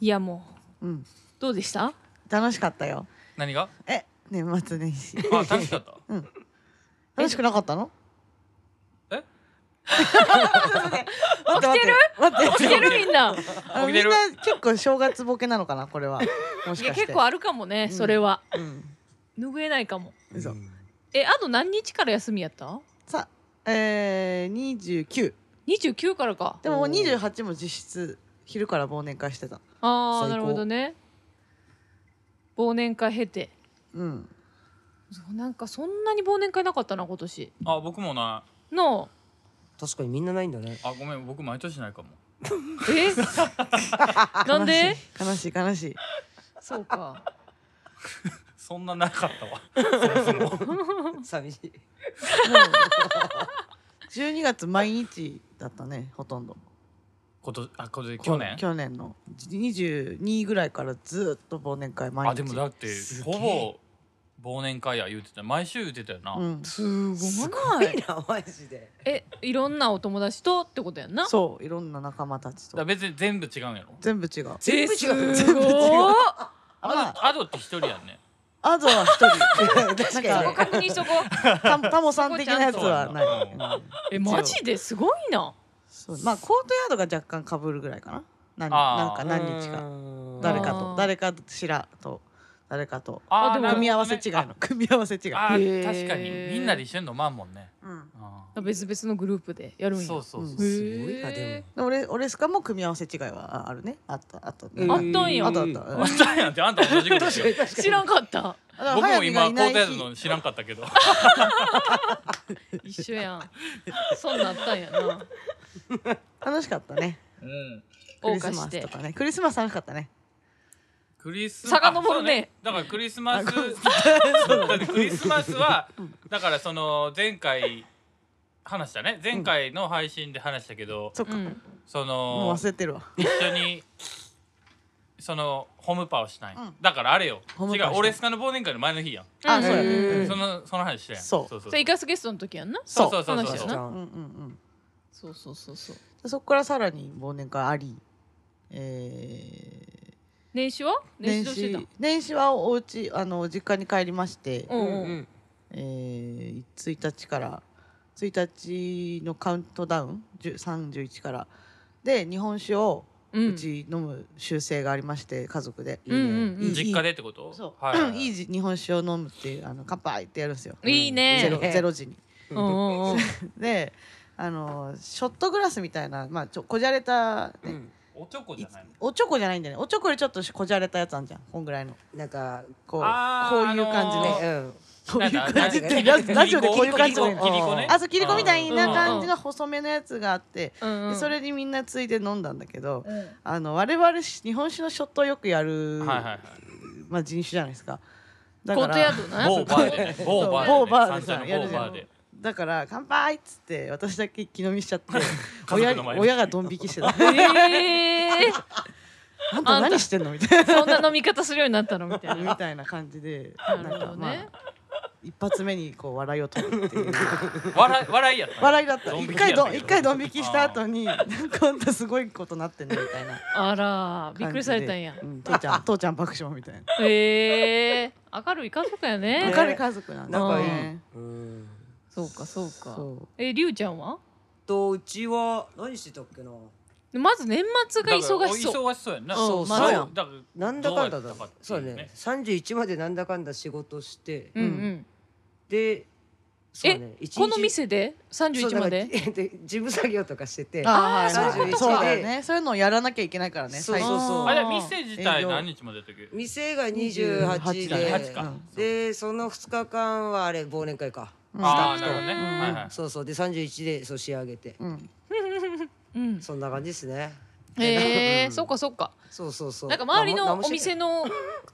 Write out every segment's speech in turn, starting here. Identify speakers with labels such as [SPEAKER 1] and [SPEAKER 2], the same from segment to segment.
[SPEAKER 1] いやも
[SPEAKER 2] うん、
[SPEAKER 1] うどうでした
[SPEAKER 2] 楽しかったよ。
[SPEAKER 3] 何が
[SPEAKER 2] え、年末年始。
[SPEAKER 3] あ楽しかった
[SPEAKER 2] 楽しくなかったの？
[SPEAKER 3] え？
[SPEAKER 2] 待って待って待って
[SPEAKER 1] 来てるみんな
[SPEAKER 2] あの
[SPEAKER 3] 起き
[SPEAKER 2] み
[SPEAKER 3] て
[SPEAKER 2] ん
[SPEAKER 3] る
[SPEAKER 2] な結構正月ボケなのかなこれは。もし
[SPEAKER 1] いや
[SPEAKER 2] かして。
[SPEAKER 1] 結構あるかもね、それは
[SPEAKER 2] うん。
[SPEAKER 1] 拭えないかも
[SPEAKER 2] 嘘
[SPEAKER 1] えあと何日から休みやった
[SPEAKER 2] さ、えー、二十九。
[SPEAKER 1] 29からか
[SPEAKER 2] でももう
[SPEAKER 3] おー
[SPEAKER 2] 二十八も実質昼から忘年会してた。
[SPEAKER 1] ああ
[SPEAKER 2] 最高
[SPEAKER 1] なるほどね忘年会経て
[SPEAKER 2] うん。
[SPEAKER 1] そうなんかそんなに忘年会なかったな今年
[SPEAKER 3] あ僕もな
[SPEAKER 1] の
[SPEAKER 4] 確かにみんなないんだね
[SPEAKER 3] あごめん僕毎年ないかも
[SPEAKER 1] えなんで
[SPEAKER 2] 悲しい悲しい。
[SPEAKER 1] そうか
[SPEAKER 3] そんななかったわ
[SPEAKER 4] 寂しい
[SPEAKER 2] 十二月毎日だったねほとんど。
[SPEAKER 3] ことあ今年去年
[SPEAKER 2] 去年の二十二ぐらいからずっと忘年会毎日。
[SPEAKER 3] あでもだって
[SPEAKER 4] すげえ
[SPEAKER 3] ほぼ忘年会や言うてた毎週言うてたよな、
[SPEAKER 2] うん。
[SPEAKER 1] すご
[SPEAKER 4] すご
[SPEAKER 1] ない
[SPEAKER 4] いなマジで
[SPEAKER 1] えいろんなお友達とってことや んな
[SPEAKER 2] そういろんな仲間たち
[SPEAKER 3] だから
[SPEAKER 2] と
[SPEAKER 3] 別に全部違うんやろ
[SPEAKER 2] 全部違う。
[SPEAKER 4] 全部違う
[SPEAKER 1] すごー
[SPEAKER 2] ま
[SPEAKER 3] アドアドって一人やんね
[SPEAKER 2] あとは一人確
[SPEAKER 1] そこ
[SPEAKER 2] か
[SPEAKER 1] 確認しとこ う
[SPEAKER 2] にタモさん的なやつはない
[SPEAKER 3] そこちゃんとは
[SPEAKER 2] うん
[SPEAKER 1] えマジですごいな
[SPEAKER 2] そうまあコートヤードが若干かぶるぐらいかな何
[SPEAKER 3] あー
[SPEAKER 2] なんか何日か
[SPEAKER 4] うーん
[SPEAKER 2] 誰か
[SPEAKER 1] あー
[SPEAKER 2] と誰かしらと誰かと
[SPEAKER 3] あ
[SPEAKER 1] あでも
[SPEAKER 3] なるほどね
[SPEAKER 2] 組み合わせ違いの組み合わせ違い
[SPEAKER 3] ああ
[SPEAKER 1] へー
[SPEAKER 3] ー確かにみんなで一緒に飲まんもんね
[SPEAKER 2] うん
[SPEAKER 3] あ
[SPEAKER 1] 別々のグループでや
[SPEAKER 3] ー
[SPEAKER 1] るんや
[SPEAKER 3] そうそうそう
[SPEAKER 2] うん
[SPEAKER 4] すごいな
[SPEAKER 1] へ
[SPEAKER 4] で
[SPEAKER 2] で俺俺スカも組み合わせ違いはああるねあったあったね
[SPEAKER 4] も
[SPEAKER 1] あったんや
[SPEAKER 2] あったあっ
[SPEAKER 4] うん
[SPEAKER 2] たうん
[SPEAKER 3] あ んたやんってあんた同じことしよう
[SPEAKER 1] 知らんかった
[SPEAKER 2] だから
[SPEAKER 3] 僕
[SPEAKER 2] 早
[SPEAKER 3] も
[SPEAKER 2] 見
[SPEAKER 3] 今
[SPEAKER 2] が
[SPEAKER 3] コ
[SPEAKER 2] いな
[SPEAKER 3] ー
[SPEAKER 2] い日
[SPEAKER 3] トやるの知らんかったけど
[SPEAKER 1] 一緒やんそんなんあったんやな
[SPEAKER 2] 楽しかったね
[SPEAKER 3] うん
[SPEAKER 2] ク
[SPEAKER 1] 謳歌
[SPEAKER 2] リス
[SPEAKER 1] し
[SPEAKER 2] マス
[SPEAKER 1] て
[SPEAKER 2] とかねクリスマス楽しかったね
[SPEAKER 3] クリス
[SPEAKER 1] 遡るね
[SPEAKER 3] あそうだからクリスマスそうだってクリスマスはだからその前回話したね前回の配信で話したけど、
[SPEAKER 2] そっか
[SPEAKER 1] う
[SPEAKER 2] も
[SPEAKER 1] ん
[SPEAKER 3] そうの
[SPEAKER 2] 忘れてるわ
[SPEAKER 3] 一緒にそのホームパーをしたい、
[SPEAKER 2] うん
[SPEAKER 3] だからあれよ
[SPEAKER 2] ホーム
[SPEAKER 3] 違
[SPEAKER 2] パーし
[SPEAKER 3] う
[SPEAKER 2] たい
[SPEAKER 3] 俺スカの忘年会の前の日やん、
[SPEAKER 2] あそうや
[SPEAKER 4] へ
[SPEAKER 2] ね
[SPEAKER 4] ー
[SPEAKER 2] うん
[SPEAKER 3] そのその話したやん
[SPEAKER 2] そう
[SPEAKER 3] そうそ
[SPEAKER 1] そ
[SPEAKER 3] う
[SPEAKER 1] れイカスゲストの時やんな
[SPEAKER 2] そう
[SPEAKER 3] そうそうそう
[SPEAKER 1] 話
[SPEAKER 4] じ
[SPEAKER 1] や
[SPEAKER 3] そ
[SPEAKER 4] ゃ
[SPEAKER 3] うん
[SPEAKER 1] な
[SPEAKER 2] うんうんん
[SPEAKER 1] そうそうそうそう
[SPEAKER 2] うんそっからさらに忘年会ありえー
[SPEAKER 1] 年始は年始
[SPEAKER 2] 年
[SPEAKER 1] どうしてた
[SPEAKER 2] 始年始はお家あの実家に帰りまして、
[SPEAKER 1] うん
[SPEAKER 4] うんうん
[SPEAKER 2] えー1日から1日のカウントダウン10 31からで日本酒を
[SPEAKER 1] うん
[SPEAKER 2] うち飲む習性がありまして、家族で、
[SPEAKER 1] うんうんうん
[SPEAKER 2] いい
[SPEAKER 3] 実家でってこと
[SPEAKER 2] そう、
[SPEAKER 3] はいい、
[SPEAKER 2] い、じ日本酒を飲むっていうあの乾杯ってやるんですよ、
[SPEAKER 1] いい
[SPEAKER 2] ゼロ
[SPEAKER 1] ね
[SPEAKER 2] ゼロ時に。
[SPEAKER 1] うんうんうん
[SPEAKER 2] であのショットグラスみたいな、まあ、ちょこじゃれた、ね
[SPEAKER 4] うん
[SPEAKER 3] おちょこじゃないの
[SPEAKER 2] おちょこじゃないんだよねおちょこよりちょっとこじゃれたやつあんじゃんこんぐらいの
[SPEAKER 4] なんか
[SPEAKER 2] こうこういう
[SPEAKER 3] あー
[SPEAKER 2] 感じの、
[SPEAKER 3] あの
[SPEAKER 4] ね
[SPEAKER 3] ー
[SPEAKER 4] うん
[SPEAKER 2] こういう
[SPEAKER 3] なんだ
[SPEAKER 2] 感じっ
[SPEAKER 4] な
[SPEAKER 2] て
[SPEAKER 4] んだ
[SPEAKER 2] ラジラジオでこういう感じ
[SPEAKER 3] 切り子切り子ね
[SPEAKER 2] あそう切り子みたいな感じ
[SPEAKER 1] うんう
[SPEAKER 2] の細めのやつがあって、
[SPEAKER 1] うんうん
[SPEAKER 2] でそれにみんなついて飲んだんだけど、
[SPEAKER 1] うん
[SPEAKER 2] あの我々し日本酒のショットをよくやる、
[SPEAKER 3] はいはいはい
[SPEAKER 2] まあ、人種じゃないですか。だ
[SPEAKER 1] コ
[SPEAKER 2] か
[SPEAKER 1] ートヤ
[SPEAKER 2] ら
[SPEAKER 1] ードな
[SPEAKER 3] 某バーでね某バーでね
[SPEAKER 2] 某バーでさ
[SPEAKER 3] 三茶の
[SPEAKER 2] やるじゃん
[SPEAKER 3] 某バーで
[SPEAKER 2] だから乾杯っつって私だけ気飲みしちゃって
[SPEAKER 3] 族
[SPEAKER 2] 親
[SPEAKER 3] の前で
[SPEAKER 2] 親がドン引きしてた
[SPEAKER 1] ええ
[SPEAKER 2] あんた何してんのみたい
[SPEAKER 1] そんな飲み方するようになったのみた
[SPEAKER 2] ない
[SPEAKER 1] な
[SPEAKER 2] みたいな感じで
[SPEAKER 1] なる
[SPEAKER 2] ん
[SPEAKER 1] ほ
[SPEAKER 2] か
[SPEAKER 1] ど
[SPEAKER 2] まあ
[SPEAKER 1] ね
[SPEAKER 2] 一発目にこう笑いを取るっていう。
[SPEAKER 3] 笑い笑いやったね
[SPEAKER 2] 笑いだった
[SPEAKER 3] ドン引
[SPEAKER 2] 一
[SPEAKER 3] き
[SPEAKER 2] 回
[SPEAKER 3] やっ
[SPEAKER 2] ど
[SPEAKER 3] たけ
[SPEAKER 2] 一
[SPEAKER 3] ど
[SPEAKER 2] 回ドン引きした後になんかあんたすごいことなってんねみたいな
[SPEAKER 1] あらびっくりされたんや
[SPEAKER 2] う父ちゃん父ちゃん爆笑みたいな
[SPEAKER 1] ええ明るい家族やね
[SPEAKER 4] ね
[SPEAKER 2] 明るい家族なんだ
[SPEAKER 4] 仲
[SPEAKER 1] いい
[SPEAKER 2] ね
[SPEAKER 4] うん
[SPEAKER 1] そうかそうか
[SPEAKER 2] そ
[SPEAKER 1] えりゅうちゃんは
[SPEAKER 4] とうちは何してたっけな
[SPEAKER 1] まず年末が忙し
[SPEAKER 3] だか
[SPEAKER 1] そう
[SPEAKER 3] ら忙しそうやんな
[SPEAKER 1] うん
[SPEAKER 2] そう
[SPEAKER 1] まあ
[SPEAKER 4] そうやん
[SPEAKER 3] だから
[SPEAKER 4] なんだかんだ
[SPEAKER 3] ど
[SPEAKER 4] だ
[SPEAKER 3] やったってい
[SPEAKER 4] そうだね31までなんだかんだ仕事して
[SPEAKER 1] うんうん
[SPEAKER 4] でそうね一日
[SPEAKER 1] この店で31まで
[SPEAKER 4] そうなんか えで事務作業とかしてて
[SPEAKER 2] うああ
[SPEAKER 4] そういうことか
[SPEAKER 2] そうだよねそういうのをやらなきゃいけないからね
[SPEAKER 4] そう
[SPEAKER 2] 最
[SPEAKER 4] そう
[SPEAKER 2] 初
[SPEAKER 4] そう
[SPEAKER 1] あ
[SPEAKER 3] あれ店自体何日までやったっけ
[SPEAKER 4] 店が28
[SPEAKER 2] だ
[SPEAKER 4] で
[SPEAKER 2] ね
[SPEAKER 3] 28か
[SPEAKER 4] でその2日間はあれ忘年会か
[SPEAKER 2] うん
[SPEAKER 3] ああなるほどね
[SPEAKER 1] うん
[SPEAKER 3] はいはい
[SPEAKER 4] そうそうで31でそう仕上げて
[SPEAKER 2] うん
[SPEAKER 1] うん
[SPEAKER 4] そんな感じですね
[SPEAKER 1] ええ
[SPEAKER 4] うん
[SPEAKER 1] そうかそうか
[SPEAKER 4] そうそうそう
[SPEAKER 1] なんか周り
[SPEAKER 4] まあ
[SPEAKER 1] の
[SPEAKER 4] も
[SPEAKER 1] お店の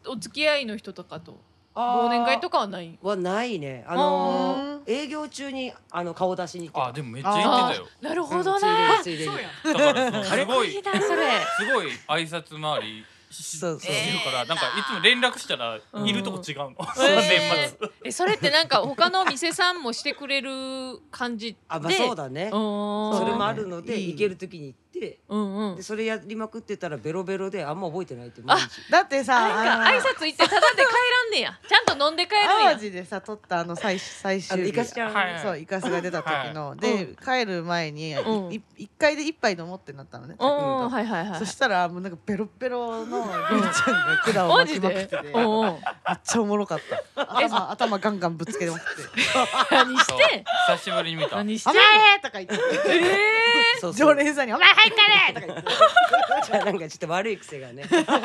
[SPEAKER 1] お付き合いの人とかと
[SPEAKER 4] あ
[SPEAKER 1] 忘年会とか
[SPEAKER 4] か
[SPEAKER 1] はない
[SPEAKER 4] はないねあの
[SPEAKER 2] あー
[SPEAKER 4] ー営業中にあの顔出しに行って
[SPEAKER 3] あ
[SPEAKER 4] た
[SPEAKER 3] でもめっちゃ言ってたよ
[SPEAKER 1] なるほどな
[SPEAKER 4] うんついでについでに
[SPEAKER 3] だからそのすご
[SPEAKER 1] い
[SPEAKER 3] い
[SPEAKER 1] い
[SPEAKER 3] す
[SPEAKER 1] なそ れ
[SPEAKER 3] ごい挨拶回りし
[SPEAKER 2] そうそう
[SPEAKER 3] してるからなんかいつも連絡したら
[SPEAKER 1] うん
[SPEAKER 3] いるとこ違うの
[SPEAKER 1] え
[SPEAKER 3] 年末
[SPEAKER 1] ーえそれってなんか他のお店さんもしてくれる感じで
[SPEAKER 4] あまあそうだね
[SPEAKER 1] うん
[SPEAKER 4] それもあるので
[SPEAKER 2] いい
[SPEAKER 4] 行ける時に行って
[SPEAKER 1] うんうん
[SPEAKER 4] でそれやりまくってたらベロベロであんま覚えてないって毎日
[SPEAKER 2] だって
[SPEAKER 1] あれ
[SPEAKER 2] さ
[SPEAKER 1] か
[SPEAKER 2] あ
[SPEAKER 1] 挨
[SPEAKER 2] の
[SPEAKER 1] 拶行ってただで帰らんねやちゃんと飲んで帰るん
[SPEAKER 2] 淡
[SPEAKER 1] や
[SPEAKER 2] 路でさ撮ったあの最最
[SPEAKER 4] あの
[SPEAKER 2] 終
[SPEAKER 4] イ
[SPEAKER 2] 日
[SPEAKER 4] カスちゃん、
[SPEAKER 3] はい
[SPEAKER 2] そうイカスが出た時の、
[SPEAKER 1] い
[SPEAKER 2] で、帰る前にい
[SPEAKER 1] うん
[SPEAKER 2] い一回で一杯飲もうってなったのね、
[SPEAKER 1] おおはいはいはい
[SPEAKER 2] そしたらもうなんかベロベロのりゅうちゃんが管を
[SPEAKER 1] マ
[SPEAKER 2] 巻き
[SPEAKER 1] ジ
[SPEAKER 2] まくっ
[SPEAKER 1] で
[SPEAKER 2] てて
[SPEAKER 1] お
[SPEAKER 2] めっ
[SPEAKER 1] んおん
[SPEAKER 2] ちゃおもろかった頭頭ガンガンぶつけてまくって
[SPEAKER 1] 何し
[SPEAKER 3] そう
[SPEAKER 1] て
[SPEAKER 3] 久しぶりに見た
[SPEAKER 1] 何
[SPEAKER 2] 「
[SPEAKER 1] し
[SPEAKER 2] お
[SPEAKER 1] て
[SPEAKER 2] 前!」とか言って
[SPEAKER 1] え
[SPEAKER 4] そうそう
[SPEAKER 2] 常連さんに「お前入ってる!」とか言って
[SPEAKER 4] じゃあなんかちょっと悪い癖がね
[SPEAKER 1] ーあ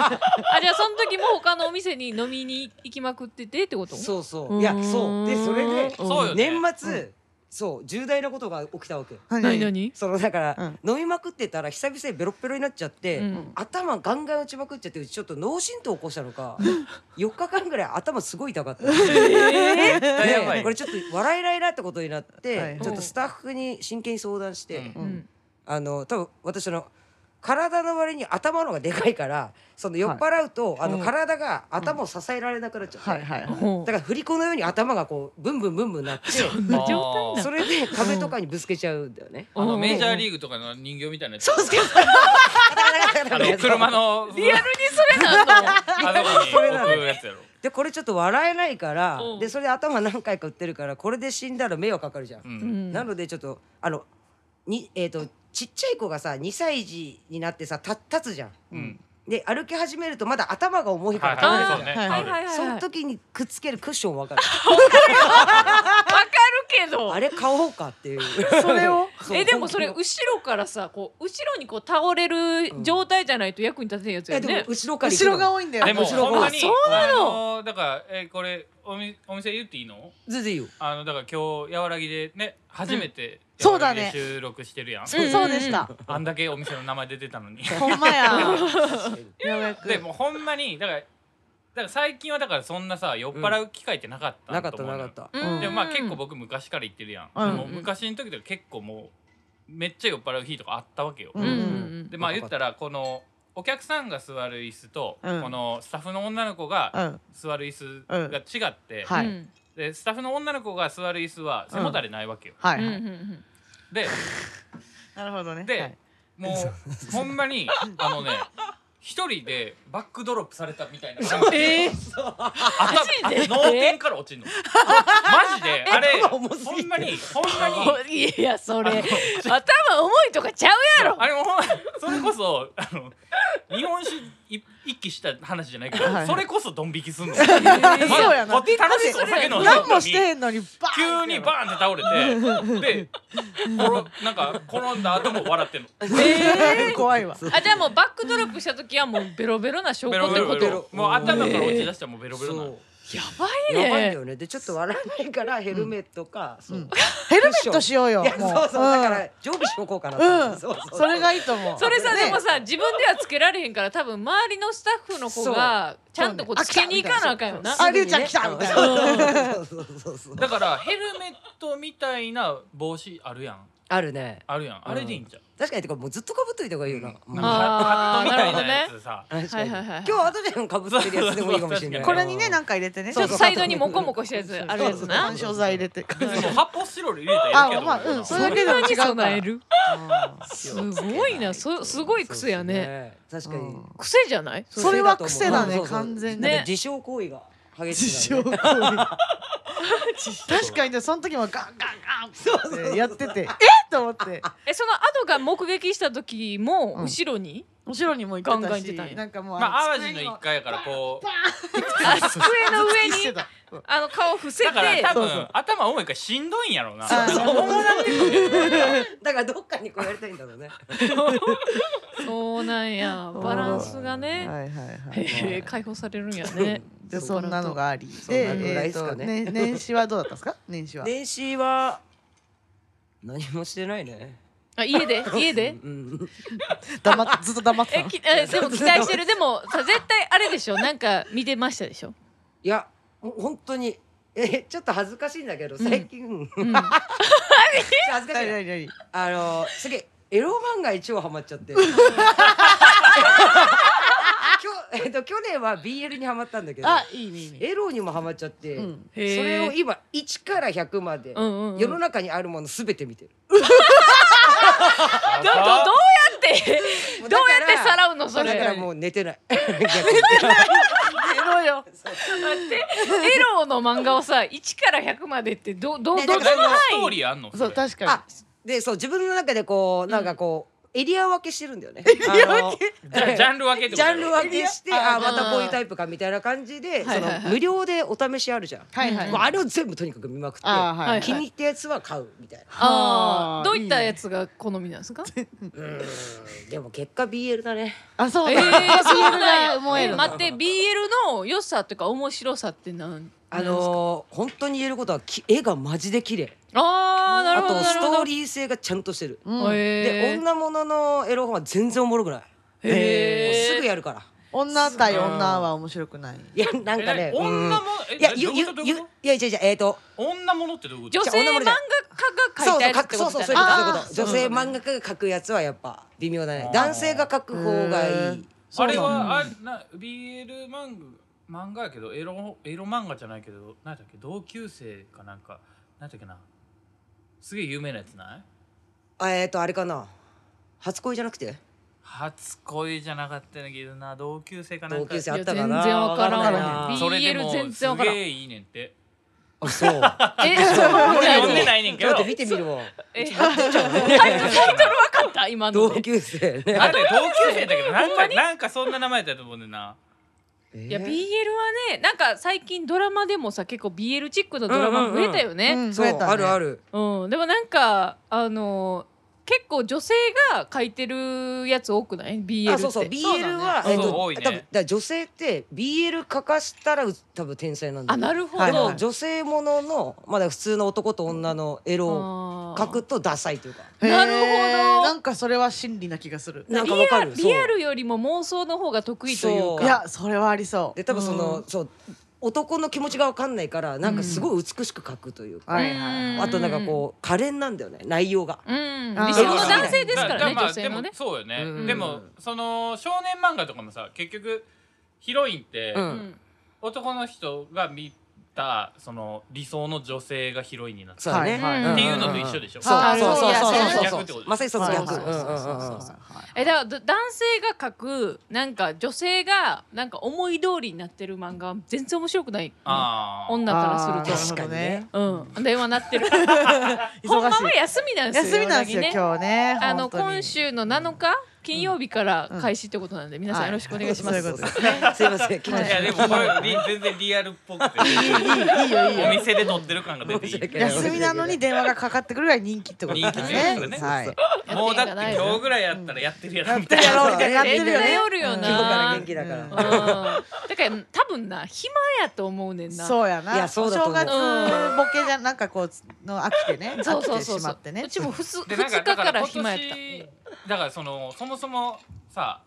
[SPEAKER 1] じゃ あその時も他のお店に飲みに行きまくっててってこと
[SPEAKER 4] そうそううんいやそうでそれで
[SPEAKER 3] そうよね
[SPEAKER 4] 年末、そう重大なことが起きたわけ
[SPEAKER 1] 何
[SPEAKER 2] 何
[SPEAKER 1] 何
[SPEAKER 4] そのだから、飲みまくってたら久々にベロッベロになっちゃって、
[SPEAKER 1] うん
[SPEAKER 4] 頭ガンガン打ちまくっちゃってうちちょっと脳震盪起こした のか4日間ぐらい頭すごい痛 かった。
[SPEAKER 1] えー
[SPEAKER 3] 大やば
[SPEAKER 4] で
[SPEAKER 3] い
[SPEAKER 4] これちょっと笑えないなってことになって、
[SPEAKER 2] はい
[SPEAKER 4] ちょっとスタッフに真剣に相談して、
[SPEAKER 3] うん
[SPEAKER 1] うん
[SPEAKER 4] あの多分私の体の割に頭の方がでかいからその酔っ払うと、あの
[SPEAKER 1] うん
[SPEAKER 4] 体が頭を支えられなくなっちゃって、
[SPEAKER 2] はいはいはい
[SPEAKER 1] おう
[SPEAKER 4] だから振り子のように頭がこうブンブンブンブンなってそ
[SPEAKER 1] な状態だ
[SPEAKER 4] れで壁とかにぶつけちゃうんだよね。
[SPEAKER 3] あのメジャー
[SPEAKER 1] ー
[SPEAKER 3] リーグとかの人形みたいなやつ
[SPEAKER 4] そうそう
[SPEAKER 3] あの車の
[SPEAKER 1] リアルにそれなんの
[SPEAKER 3] あの子に置くやつやろ
[SPEAKER 4] でこれちょっと笑えないから、
[SPEAKER 1] うん
[SPEAKER 4] でそれで頭何回か打ってるからこれで死んだら迷惑かかるじゃん。
[SPEAKER 3] う
[SPEAKER 1] うんん
[SPEAKER 4] なのでちょっとあのにえっ、とちっちゃい子がさ2歳児になってさた立つじゃん。
[SPEAKER 3] うん
[SPEAKER 4] で歩き始めるとまだ頭が重いか
[SPEAKER 3] はい
[SPEAKER 4] ら
[SPEAKER 3] は
[SPEAKER 4] 倒
[SPEAKER 3] い
[SPEAKER 4] れ
[SPEAKER 1] あー
[SPEAKER 3] そう
[SPEAKER 4] る
[SPEAKER 3] ね
[SPEAKER 2] はい
[SPEAKER 1] はいはいはい
[SPEAKER 4] そ
[SPEAKER 1] わ
[SPEAKER 4] の
[SPEAKER 1] かる
[SPEAKER 4] 時にくっつけるクッションわかる
[SPEAKER 1] けど
[SPEAKER 4] あれ買おうかっていう
[SPEAKER 2] それを
[SPEAKER 4] そう
[SPEAKER 1] えでもそれ
[SPEAKER 4] 本
[SPEAKER 1] 後ろからさこう後ろにこう倒れる状態じゃないと役に立てんやつ
[SPEAKER 4] 気の
[SPEAKER 1] や
[SPEAKER 4] えでも
[SPEAKER 1] ね。
[SPEAKER 4] 後ろから行く
[SPEAKER 2] 後
[SPEAKER 4] の
[SPEAKER 2] ろが多いんだよ
[SPEAKER 3] でも
[SPEAKER 4] 後ろが
[SPEAKER 3] 本当に
[SPEAKER 1] あそうなの
[SPEAKER 3] あのだからえこれおみお店言っていいの
[SPEAKER 4] 全然いいよ
[SPEAKER 3] あのだから今日やわらぎでね初め
[SPEAKER 2] う
[SPEAKER 3] て
[SPEAKER 2] んそうだね
[SPEAKER 3] やわらぎで収録してるやん
[SPEAKER 1] うん
[SPEAKER 2] そうでした
[SPEAKER 3] あんだけお店の名前出てたのに
[SPEAKER 2] ほんまやようやく
[SPEAKER 3] でもうほんまにだからだから最近はだからそんなさ酔っ払う機会ってなかった
[SPEAKER 4] な
[SPEAKER 3] な
[SPEAKER 4] かっ
[SPEAKER 3] と
[SPEAKER 4] た
[SPEAKER 3] 思うのよ
[SPEAKER 4] なかった
[SPEAKER 2] うん
[SPEAKER 3] でもまあ結構僕昔から言ってるやん、
[SPEAKER 2] うん
[SPEAKER 3] でも昔の時とか結構もうめっちゃ酔っ払う日とかあったわけよ、
[SPEAKER 2] う
[SPEAKER 1] うんんうん
[SPEAKER 3] でまあ言ったらこのお客さんが座る椅子と、
[SPEAKER 2] うん
[SPEAKER 3] このスタッフの女の子が
[SPEAKER 2] うん
[SPEAKER 3] 座る椅子が違って、
[SPEAKER 2] はい
[SPEAKER 1] うん
[SPEAKER 3] でスタッフの女の子が座る椅子は背もたれないわけよ、
[SPEAKER 2] は
[SPEAKER 1] うん
[SPEAKER 2] いは
[SPEAKER 1] う
[SPEAKER 2] い
[SPEAKER 1] んうん
[SPEAKER 3] で
[SPEAKER 2] なるほどね
[SPEAKER 3] で
[SPEAKER 2] はい
[SPEAKER 3] もうほんまにあのね一人でバックドロップされたみたいな感じ
[SPEAKER 1] えー
[SPEAKER 3] 頭
[SPEAKER 1] マジで
[SPEAKER 3] 脳天から落ちんのマジであれ
[SPEAKER 4] 頭重すぎて
[SPEAKER 3] ほんまにほんまに
[SPEAKER 1] いやそれ
[SPEAKER 3] あの
[SPEAKER 1] 頭重いとかちゃうやろ
[SPEAKER 3] あれもほんまそれこそあの日本酒い一気した話じゃないけど、
[SPEAKER 2] はい
[SPEAKER 3] それこそドン引きすんの、
[SPEAKER 2] えそうやな
[SPEAKER 3] こっち楽しくお酒飲んでる
[SPEAKER 2] 何
[SPEAKER 3] の
[SPEAKER 2] も
[SPEAKER 3] に
[SPEAKER 2] してへんのにバーン
[SPEAKER 3] 急にバーンって倒れてで転なんか転んだ後も笑ってんの
[SPEAKER 2] えー、怖いわ。
[SPEAKER 1] あじゃあもうバックドロップした時はもうベロベロな証拠
[SPEAKER 3] ベ
[SPEAKER 1] って
[SPEAKER 3] ロ
[SPEAKER 1] こ
[SPEAKER 3] ベ
[SPEAKER 1] と
[SPEAKER 3] ロベ
[SPEAKER 4] ベ
[SPEAKER 3] ロ
[SPEAKER 4] ロ
[SPEAKER 3] もう頭から落ち出したらもうベロベロな
[SPEAKER 4] そ
[SPEAKER 3] の
[SPEAKER 1] やば
[SPEAKER 4] う
[SPEAKER 1] い
[SPEAKER 4] やばいんだ
[SPEAKER 1] ね
[SPEAKER 4] よねでちょっと笑えないからヘルメットかそう
[SPEAKER 2] うんヘルメットしようよ。
[SPEAKER 4] いやそう
[SPEAKER 2] も
[SPEAKER 4] そうだか
[SPEAKER 2] ん
[SPEAKER 4] ら常備しとこうかな
[SPEAKER 2] うん、
[SPEAKER 4] そうそう
[SPEAKER 2] それがいいと思う。
[SPEAKER 1] それさ、
[SPEAKER 2] ね
[SPEAKER 1] でもさ自分ではつけられへんから多分周りのスタッフの子がちゃんとこうつけに行かなあかんよな
[SPEAKER 2] ありゅうちゃん来たみたい
[SPEAKER 4] な。そうそうそうそう
[SPEAKER 3] だからヘルメットみたいな帽子あるやん
[SPEAKER 4] あるね。
[SPEAKER 3] あるやんあれでいいんじゃん、
[SPEAKER 4] 確かにてかもうずっと被っといた方がいいよな。
[SPEAKER 3] なん
[SPEAKER 4] 今
[SPEAKER 3] かハットみたいなやつさ、
[SPEAKER 4] 日
[SPEAKER 1] はいはいはい
[SPEAKER 4] は後でも被ってるやつでもいいかもしれない。
[SPEAKER 2] これにね、なんか入れてね。
[SPEAKER 1] ちょっとサイドにモコモコしたやつあるやつ
[SPEAKER 2] そうそう
[SPEAKER 1] な
[SPEAKER 2] 緩衝材入れて。
[SPEAKER 3] でも発泡スチロール入れたらいいけ
[SPEAKER 2] あ、
[SPEAKER 3] ど
[SPEAKER 2] まあ、うん、それだ
[SPEAKER 1] そ
[SPEAKER 2] け
[SPEAKER 1] れ
[SPEAKER 2] でも
[SPEAKER 1] 何
[SPEAKER 2] 違うから。
[SPEAKER 1] 備えるすごいなそすごい癖やね。
[SPEAKER 4] 確かに。
[SPEAKER 1] 癖じゃない
[SPEAKER 2] それは癖だ
[SPEAKER 4] そう
[SPEAKER 2] ね、
[SPEAKER 4] そうそう
[SPEAKER 2] 完全に。
[SPEAKER 4] なんか
[SPEAKER 1] ね
[SPEAKER 4] 自傷行為が激
[SPEAKER 2] 自
[SPEAKER 4] しいか
[SPEAKER 2] 傷
[SPEAKER 4] ら
[SPEAKER 2] 行
[SPEAKER 4] ね。
[SPEAKER 2] 為。確かにね、その時もガンガンガンってやって て、えっと思って。
[SPEAKER 1] えその後が目撃した時も
[SPEAKER 2] うん
[SPEAKER 1] 後ろに、
[SPEAKER 2] 後ろにも行ってた
[SPEAKER 1] ガンガン行っ
[SPEAKER 2] して
[SPEAKER 1] たんや、
[SPEAKER 2] なんかもう、
[SPEAKER 3] まあ淡路
[SPEAKER 2] 机
[SPEAKER 3] の
[SPEAKER 2] にも
[SPEAKER 3] 1階やからこう
[SPEAKER 1] あ机の上
[SPEAKER 2] 突きして
[SPEAKER 1] に
[SPEAKER 2] た
[SPEAKER 1] あの顔伏せて
[SPEAKER 3] だから多分
[SPEAKER 2] そうそう
[SPEAKER 3] 頭重いからしんどいんやろうな
[SPEAKER 2] そうそう
[SPEAKER 3] 重なってくる
[SPEAKER 4] だからどっかにこうやりたいんだろうね。
[SPEAKER 1] そうなんやバランスがね、
[SPEAKER 2] はいはいは
[SPEAKER 1] へ
[SPEAKER 2] い。
[SPEAKER 1] え解放されるんやね
[SPEAKER 2] でそんなのがあり
[SPEAKER 4] そ
[SPEAKER 2] で
[SPEAKER 4] んなぐらいっすかね
[SPEAKER 2] えーとね年始はどうだったんですか年始は
[SPEAKER 4] 電子は何もしてないね。
[SPEAKER 1] あ家 で家で
[SPEAKER 4] うん。
[SPEAKER 2] 黙 ってずっと黙ってた
[SPEAKER 1] え
[SPEAKER 2] の
[SPEAKER 1] きえでも期待してるでもさ絶対あれでしょなんか見てましたでしょ、
[SPEAKER 4] いや、もう本当に。えちょっと恥ずかしいんだけど最 近
[SPEAKER 1] うん、
[SPEAKER 4] 恥ずかし
[SPEAKER 2] 何
[SPEAKER 4] いな
[SPEAKER 2] 何何
[SPEAKER 4] あのすげえエロ漫画一応ハマっち ゃって。きょえっと去年は BL にハマったんだけど、
[SPEAKER 2] あいいねいいね
[SPEAKER 4] エロにもハマっちゃって、
[SPEAKER 2] うん
[SPEAKER 4] そ
[SPEAKER 1] へー
[SPEAKER 4] れを今1から100まで、
[SPEAKER 1] うんうんうん
[SPEAKER 4] 世の中にあるものすべて見てる。
[SPEAKER 1] どどどうやっって
[SPEAKER 4] もう
[SPEAKER 1] ど
[SPEAKER 4] だ
[SPEAKER 1] う
[SPEAKER 4] から
[SPEAKER 1] やってさらうのそ
[SPEAKER 4] だ
[SPEAKER 1] れ
[SPEAKER 4] か
[SPEAKER 1] エ
[SPEAKER 4] らもう寝 てない
[SPEAKER 2] エロよ
[SPEAKER 1] ロの漫画をさ1から100までってどどど
[SPEAKER 4] ね
[SPEAKER 1] ど
[SPEAKER 4] だ
[SPEAKER 1] の
[SPEAKER 4] か
[SPEAKER 1] 範
[SPEAKER 3] 何
[SPEAKER 4] ら
[SPEAKER 3] かストー
[SPEAKER 1] 囲
[SPEAKER 3] リーあんの
[SPEAKER 2] そ
[SPEAKER 3] そうれ
[SPEAKER 2] 確か
[SPEAKER 4] あでそう自分の中でこうなんかこうエリア分けしてるんだよねあの
[SPEAKER 3] じゃあジャンル分けって
[SPEAKER 4] ジ
[SPEAKER 3] ことだ
[SPEAKER 4] ャン
[SPEAKER 3] よ
[SPEAKER 4] ル分けして
[SPEAKER 2] エリア
[SPEAKER 4] あまたこういうタイプかみたいな感じで
[SPEAKER 2] は
[SPEAKER 4] そ
[SPEAKER 2] い
[SPEAKER 4] の
[SPEAKER 2] はいはい
[SPEAKER 4] 無料でお試しあるじゃん、
[SPEAKER 2] にはいはい
[SPEAKER 4] もうあれを全部とにかく見まくって
[SPEAKER 2] あーはい
[SPEAKER 4] 気に入ったやつは買うみたいな
[SPEAKER 1] あ
[SPEAKER 2] はあ
[SPEAKER 1] あどういったやつが好みなんですか
[SPEAKER 4] うーんでも結果 BL だね
[SPEAKER 2] あそうだ、
[SPEAKER 1] えーそうなんや
[SPEAKER 2] BL が燃える
[SPEAKER 1] え
[SPEAKER 2] の
[SPEAKER 1] 待って BL の良さというか面白さって何
[SPEAKER 4] あのー本当に言えることはき絵がマジで綺麗
[SPEAKER 1] あーな
[SPEAKER 4] あ
[SPEAKER 1] るほ
[SPEAKER 4] と
[SPEAKER 1] どな
[SPEAKER 4] ス
[SPEAKER 1] る
[SPEAKER 4] ト
[SPEAKER 1] ほ
[SPEAKER 4] ー
[SPEAKER 1] ど
[SPEAKER 4] リー性がちゃんとしてる、
[SPEAKER 2] うん
[SPEAKER 1] へ
[SPEAKER 4] で女もののエロ本は全然おもろくない、
[SPEAKER 1] ーへー
[SPEAKER 4] すぐやるから
[SPEAKER 2] 女対女は面白くない
[SPEAKER 4] いやなんか
[SPEAKER 3] え
[SPEAKER 4] ね
[SPEAKER 3] 女
[SPEAKER 4] うん
[SPEAKER 3] もえ
[SPEAKER 4] いや
[SPEAKER 3] どう
[SPEAKER 4] ゆ
[SPEAKER 3] いう
[SPEAKER 4] ゆ
[SPEAKER 3] こと
[SPEAKER 4] ゆい
[SPEAKER 3] どういうこ
[SPEAKER 4] やいやいやえっ、と
[SPEAKER 3] と女ものってどういうこと
[SPEAKER 1] 女性漫画家が
[SPEAKER 4] そ
[SPEAKER 1] 描いた
[SPEAKER 4] うそう
[SPEAKER 1] やつって
[SPEAKER 4] そ
[SPEAKER 1] こ
[SPEAKER 4] う
[SPEAKER 1] とだ
[SPEAKER 4] そうそう
[SPEAKER 1] ね
[SPEAKER 4] いうこと
[SPEAKER 1] あ
[SPEAKER 4] そういうこ
[SPEAKER 2] あ
[SPEAKER 4] と
[SPEAKER 2] ー
[SPEAKER 4] 女性漫画家が描くやつはやっぱ微妙だね
[SPEAKER 3] あー
[SPEAKER 4] 男性が描く方がいい
[SPEAKER 3] あれはあな BL 漫画漫画やけどエロエロ漫画じゃないけど何だっけ同級生かなんか何だっけなすげえ有名なやつない
[SPEAKER 4] あえっ、とあれかな初恋じゃなくて
[SPEAKER 3] 初恋じゃなかったんだけどな同級生かなん
[SPEAKER 4] 同
[SPEAKER 3] か
[SPEAKER 4] 級生
[SPEAKER 1] い
[SPEAKER 4] あ
[SPEAKER 1] や
[SPEAKER 4] ったかな
[SPEAKER 1] 全然わからんわ
[SPEAKER 4] わからないな
[SPEAKER 3] それで
[SPEAKER 1] BL
[SPEAKER 3] も
[SPEAKER 1] 全然
[SPEAKER 3] す
[SPEAKER 1] わからん
[SPEAKER 3] げえいいねんって
[SPEAKER 4] あそう
[SPEAKER 1] えそうなん
[SPEAKER 3] 俺
[SPEAKER 1] や
[SPEAKER 3] 読んでないねんけ
[SPEAKER 4] ちょ
[SPEAKER 3] どな
[SPEAKER 4] っと
[SPEAKER 3] んで
[SPEAKER 4] 見てみるもん
[SPEAKER 1] えタイトルわかった今の
[SPEAKER 4] 同
[SPEAKER 1] で
[SPEAKER 4] 級
[SPEAKER 3] 同
[SPEAKER 4] 生ね
[SPEAKER 3] 級生だけどなんかなんかそんな名前だったと思うねんな
[SPEAKER 1] いや BL
[SPEAKER 4] えー
[SPEAKER 1] はねなんか最近ドラマでもさ結構 BL チックなドラマ増えたよね
[SPEAKER 2] ん
[SPEAKER 4] そう、あるあ
[SPEAKER 2] る
[SPEAKER 4] る
[SPEAKER 1] うんでもなんかあの結構女性が書いてるやつ多くない BL って
[SPEAKER 4] あそうそう BL は、
[SPEAKER 3] そうだね
[SPEAKER 4] えっ、
[SPEAKER 3] そう
[SPEAKER 4] と、
[SPEAKER 3] 多いね
[SPEAKER 4] 多分だから女性って BL 書かしたらう多分天才なんだ
[SPEAKER 1] あ
[SPEAKER 4] よ
[SPEAKER 1] なるほ
[SPEAKER 4] で
[SPEAKER 2] はい
[SPEAKER 1] ど
[SPEAKER 2] はい
[SPEAKER 4] も女性もののまだ普通の男と女のエロを
[SPEAKER 1] あー
[SPEAKER 4] 書くとダサいというか
[SPEAKER 1] なるほど
[SPEAKER 2] なんかそれは真理な気がする
[SPEAKER 4] なんかわかる
[SPEAKER 1] リアルよりも妄想の方が得意という
[SPEAKER 4] そ
[SPEAKER 2] い
[SPEAKER 1] か
[SPEAKER 4] う
[SPEAKER 2] やそれはありそう
[SPEAKER 4] で多分その、そう男の気持ちがわかんないからなんかすごい美しく書くというか、
[SPEAKER 2] はいはい
[SPEAKER 1] うん
[SPEAKER 4] あとなんかこう可憐なんだよね内容が。
[SPEAKER 1] うん
[SPEAKER 2] あー
[SPEAKER 1] 理想の男性ですからね
[SPEAKER 3] だだまあ
[SPEAKER 1] 女性のね
[SPEAKER 3] でもそうよね、
[SPEAKER 4] うん
[SPEAKER 3] でもその少年漫画とかもさ結局ヒロインって、
[SPEAKER 4] うん
[SPEAKER 3] 男の人が見たその理想の女性がヒロインになって
[SPEAKER 4] そうだね、
[SPEAKER 2] はい
[SPEAKER 1] はい
[SPEAKER 4] ん
[SPEAKER 1] って
[SPEAKER 3] いうのと一緒でしょ
[SPEAKER 4] そう
[SPEAKER 1] あ
[SPEAKER 4] そうそうそ
[SPEAKER 1] そう
[SPEAKER 4] うそう
[SPEAKER 3] 逆
[SPEAKER 4] そ
[SPEAKER 3] っ
[SPEAKER 4] う
[SPEAKER 3] て
[SPEAKER 4] そ
[SPEAKER 3] こ
[SPEAKER 4] う
[SPEAKER 3] と
[SPEAKER 4] まさにそ
[SPEAKER 2] は
[SPEAKER 4] う
[SPEAKER 2] い
[SPEAKER 4] 逆。
[SPEAKER 2] そう
[SPEAKER 4] うん
[SPEAKER 2] そううんそう
[SPEAKER 4] う
[SPEAKER 2] そう
[SPEAKER 4] んうん
[SPEAKER 2] そう
[SPEAKER 1] えだからど男性が書くなんか女性がなんか思い通りになってる漫画は全然面白くない
[SPEAKER 3] あー
[SPEAKER 1] 女からする
[SPEAKER 4] あー
[SPEAKER 1] と
[SPEAKER 4] 確かにね
[SPEAKER 1] うん電話鳴 ってる
[SPEAKER 2] い
[SPEAKER 1] ほんまは休みなんですよ
[SPEAKER 2] 休みなんですよ
[SPEAKER 1] うなぎね
[SPEAKER 2] 今日ね
[SPEAKER 1] あの
[SPEAKER 2] 本当に
[SPEAKER 1] 今週の7日金曜日から開始ってことなんで皆さ
[SPEAKER 2] は
[SPEAKER 1] んよろしくお願いしま
[SPEAKER 2] そういう
[SPEAKER 1] す
[SPEAKER 2] ことです
[SPEAKER 4] すいません。聞い
[SPEAKER 1] はい
[SPEAKER 3] やでもこれり全然リアルっぽ くて
[SPEAKER 2] いいよいいよ
[SPEAKER 3] お店で撮ってる感が出ていい
[SPEAKER 4] 申し訳ない
[SPEAKER 2] 休みなのに電話がかかってくるぐらい人気ってことです
[SPEAKER 3] 人気ってこと
[SPEAKER 2] ね
[SPEAKER 3] ね
[SPEAKER 2] はい
[SPEAKER 3] もうだって今日ぐらいやったらやってるやろみ たい
[SPEAKER 2] やろうみたいな
[SPEAKER 1] や
[SPEAKER 2] や
[SPEAKER 1] っ
[SPEAKER 2] って
[SPEAKER 1] て
[SPEAKER 2] る
[SPEAKER 1] る
[SPEAKER 2] よ
[SPEAKER 1] よ
[SPEAKER 2] ね
[SPEAKER 1] ね夜よ
[SPEAKER 4] 規模から
[SPEAKER 1] な
[SPEAKER 4] 元気だから。
[SPEAKER 1] うんだから多分な暇やと思うねんな
[SPEAKER 2] そうやない
[SPEAKER 4] やそうだと
[SPEAKER 2] 正
[SPEAKER 4] 思う
[SPEAKER 2] 月ボケじゃなんかこうの飽きてね
[SPEAKER 1] そ
[SPEAKER 2] 飽
[SPEAKER 1] う
[SPEAKER 2] き
[SPEAKER 1] そう
[SPEAKER 2] て
[SPEAKER 1] そう
[SPEAKER 2] し
[SPEAKER 1] そ
[SPEAKER 2] ま
[SPEAKER 1] う
[SPEAKER 2] ってね
[SPEAKER 1] うちもふす
[SPEAKER 3] で
[SPEAKER 1] 2
[SPEAKER 3] なんか
[SPEAKER 1] 日か
[SPEAKER 3] だから
[SPEAKER 1] ら
[SPEAKER 3] 今
[SPEAKER 1] 暇やった
[SPEAKER 3] 年だからそのそもそもさ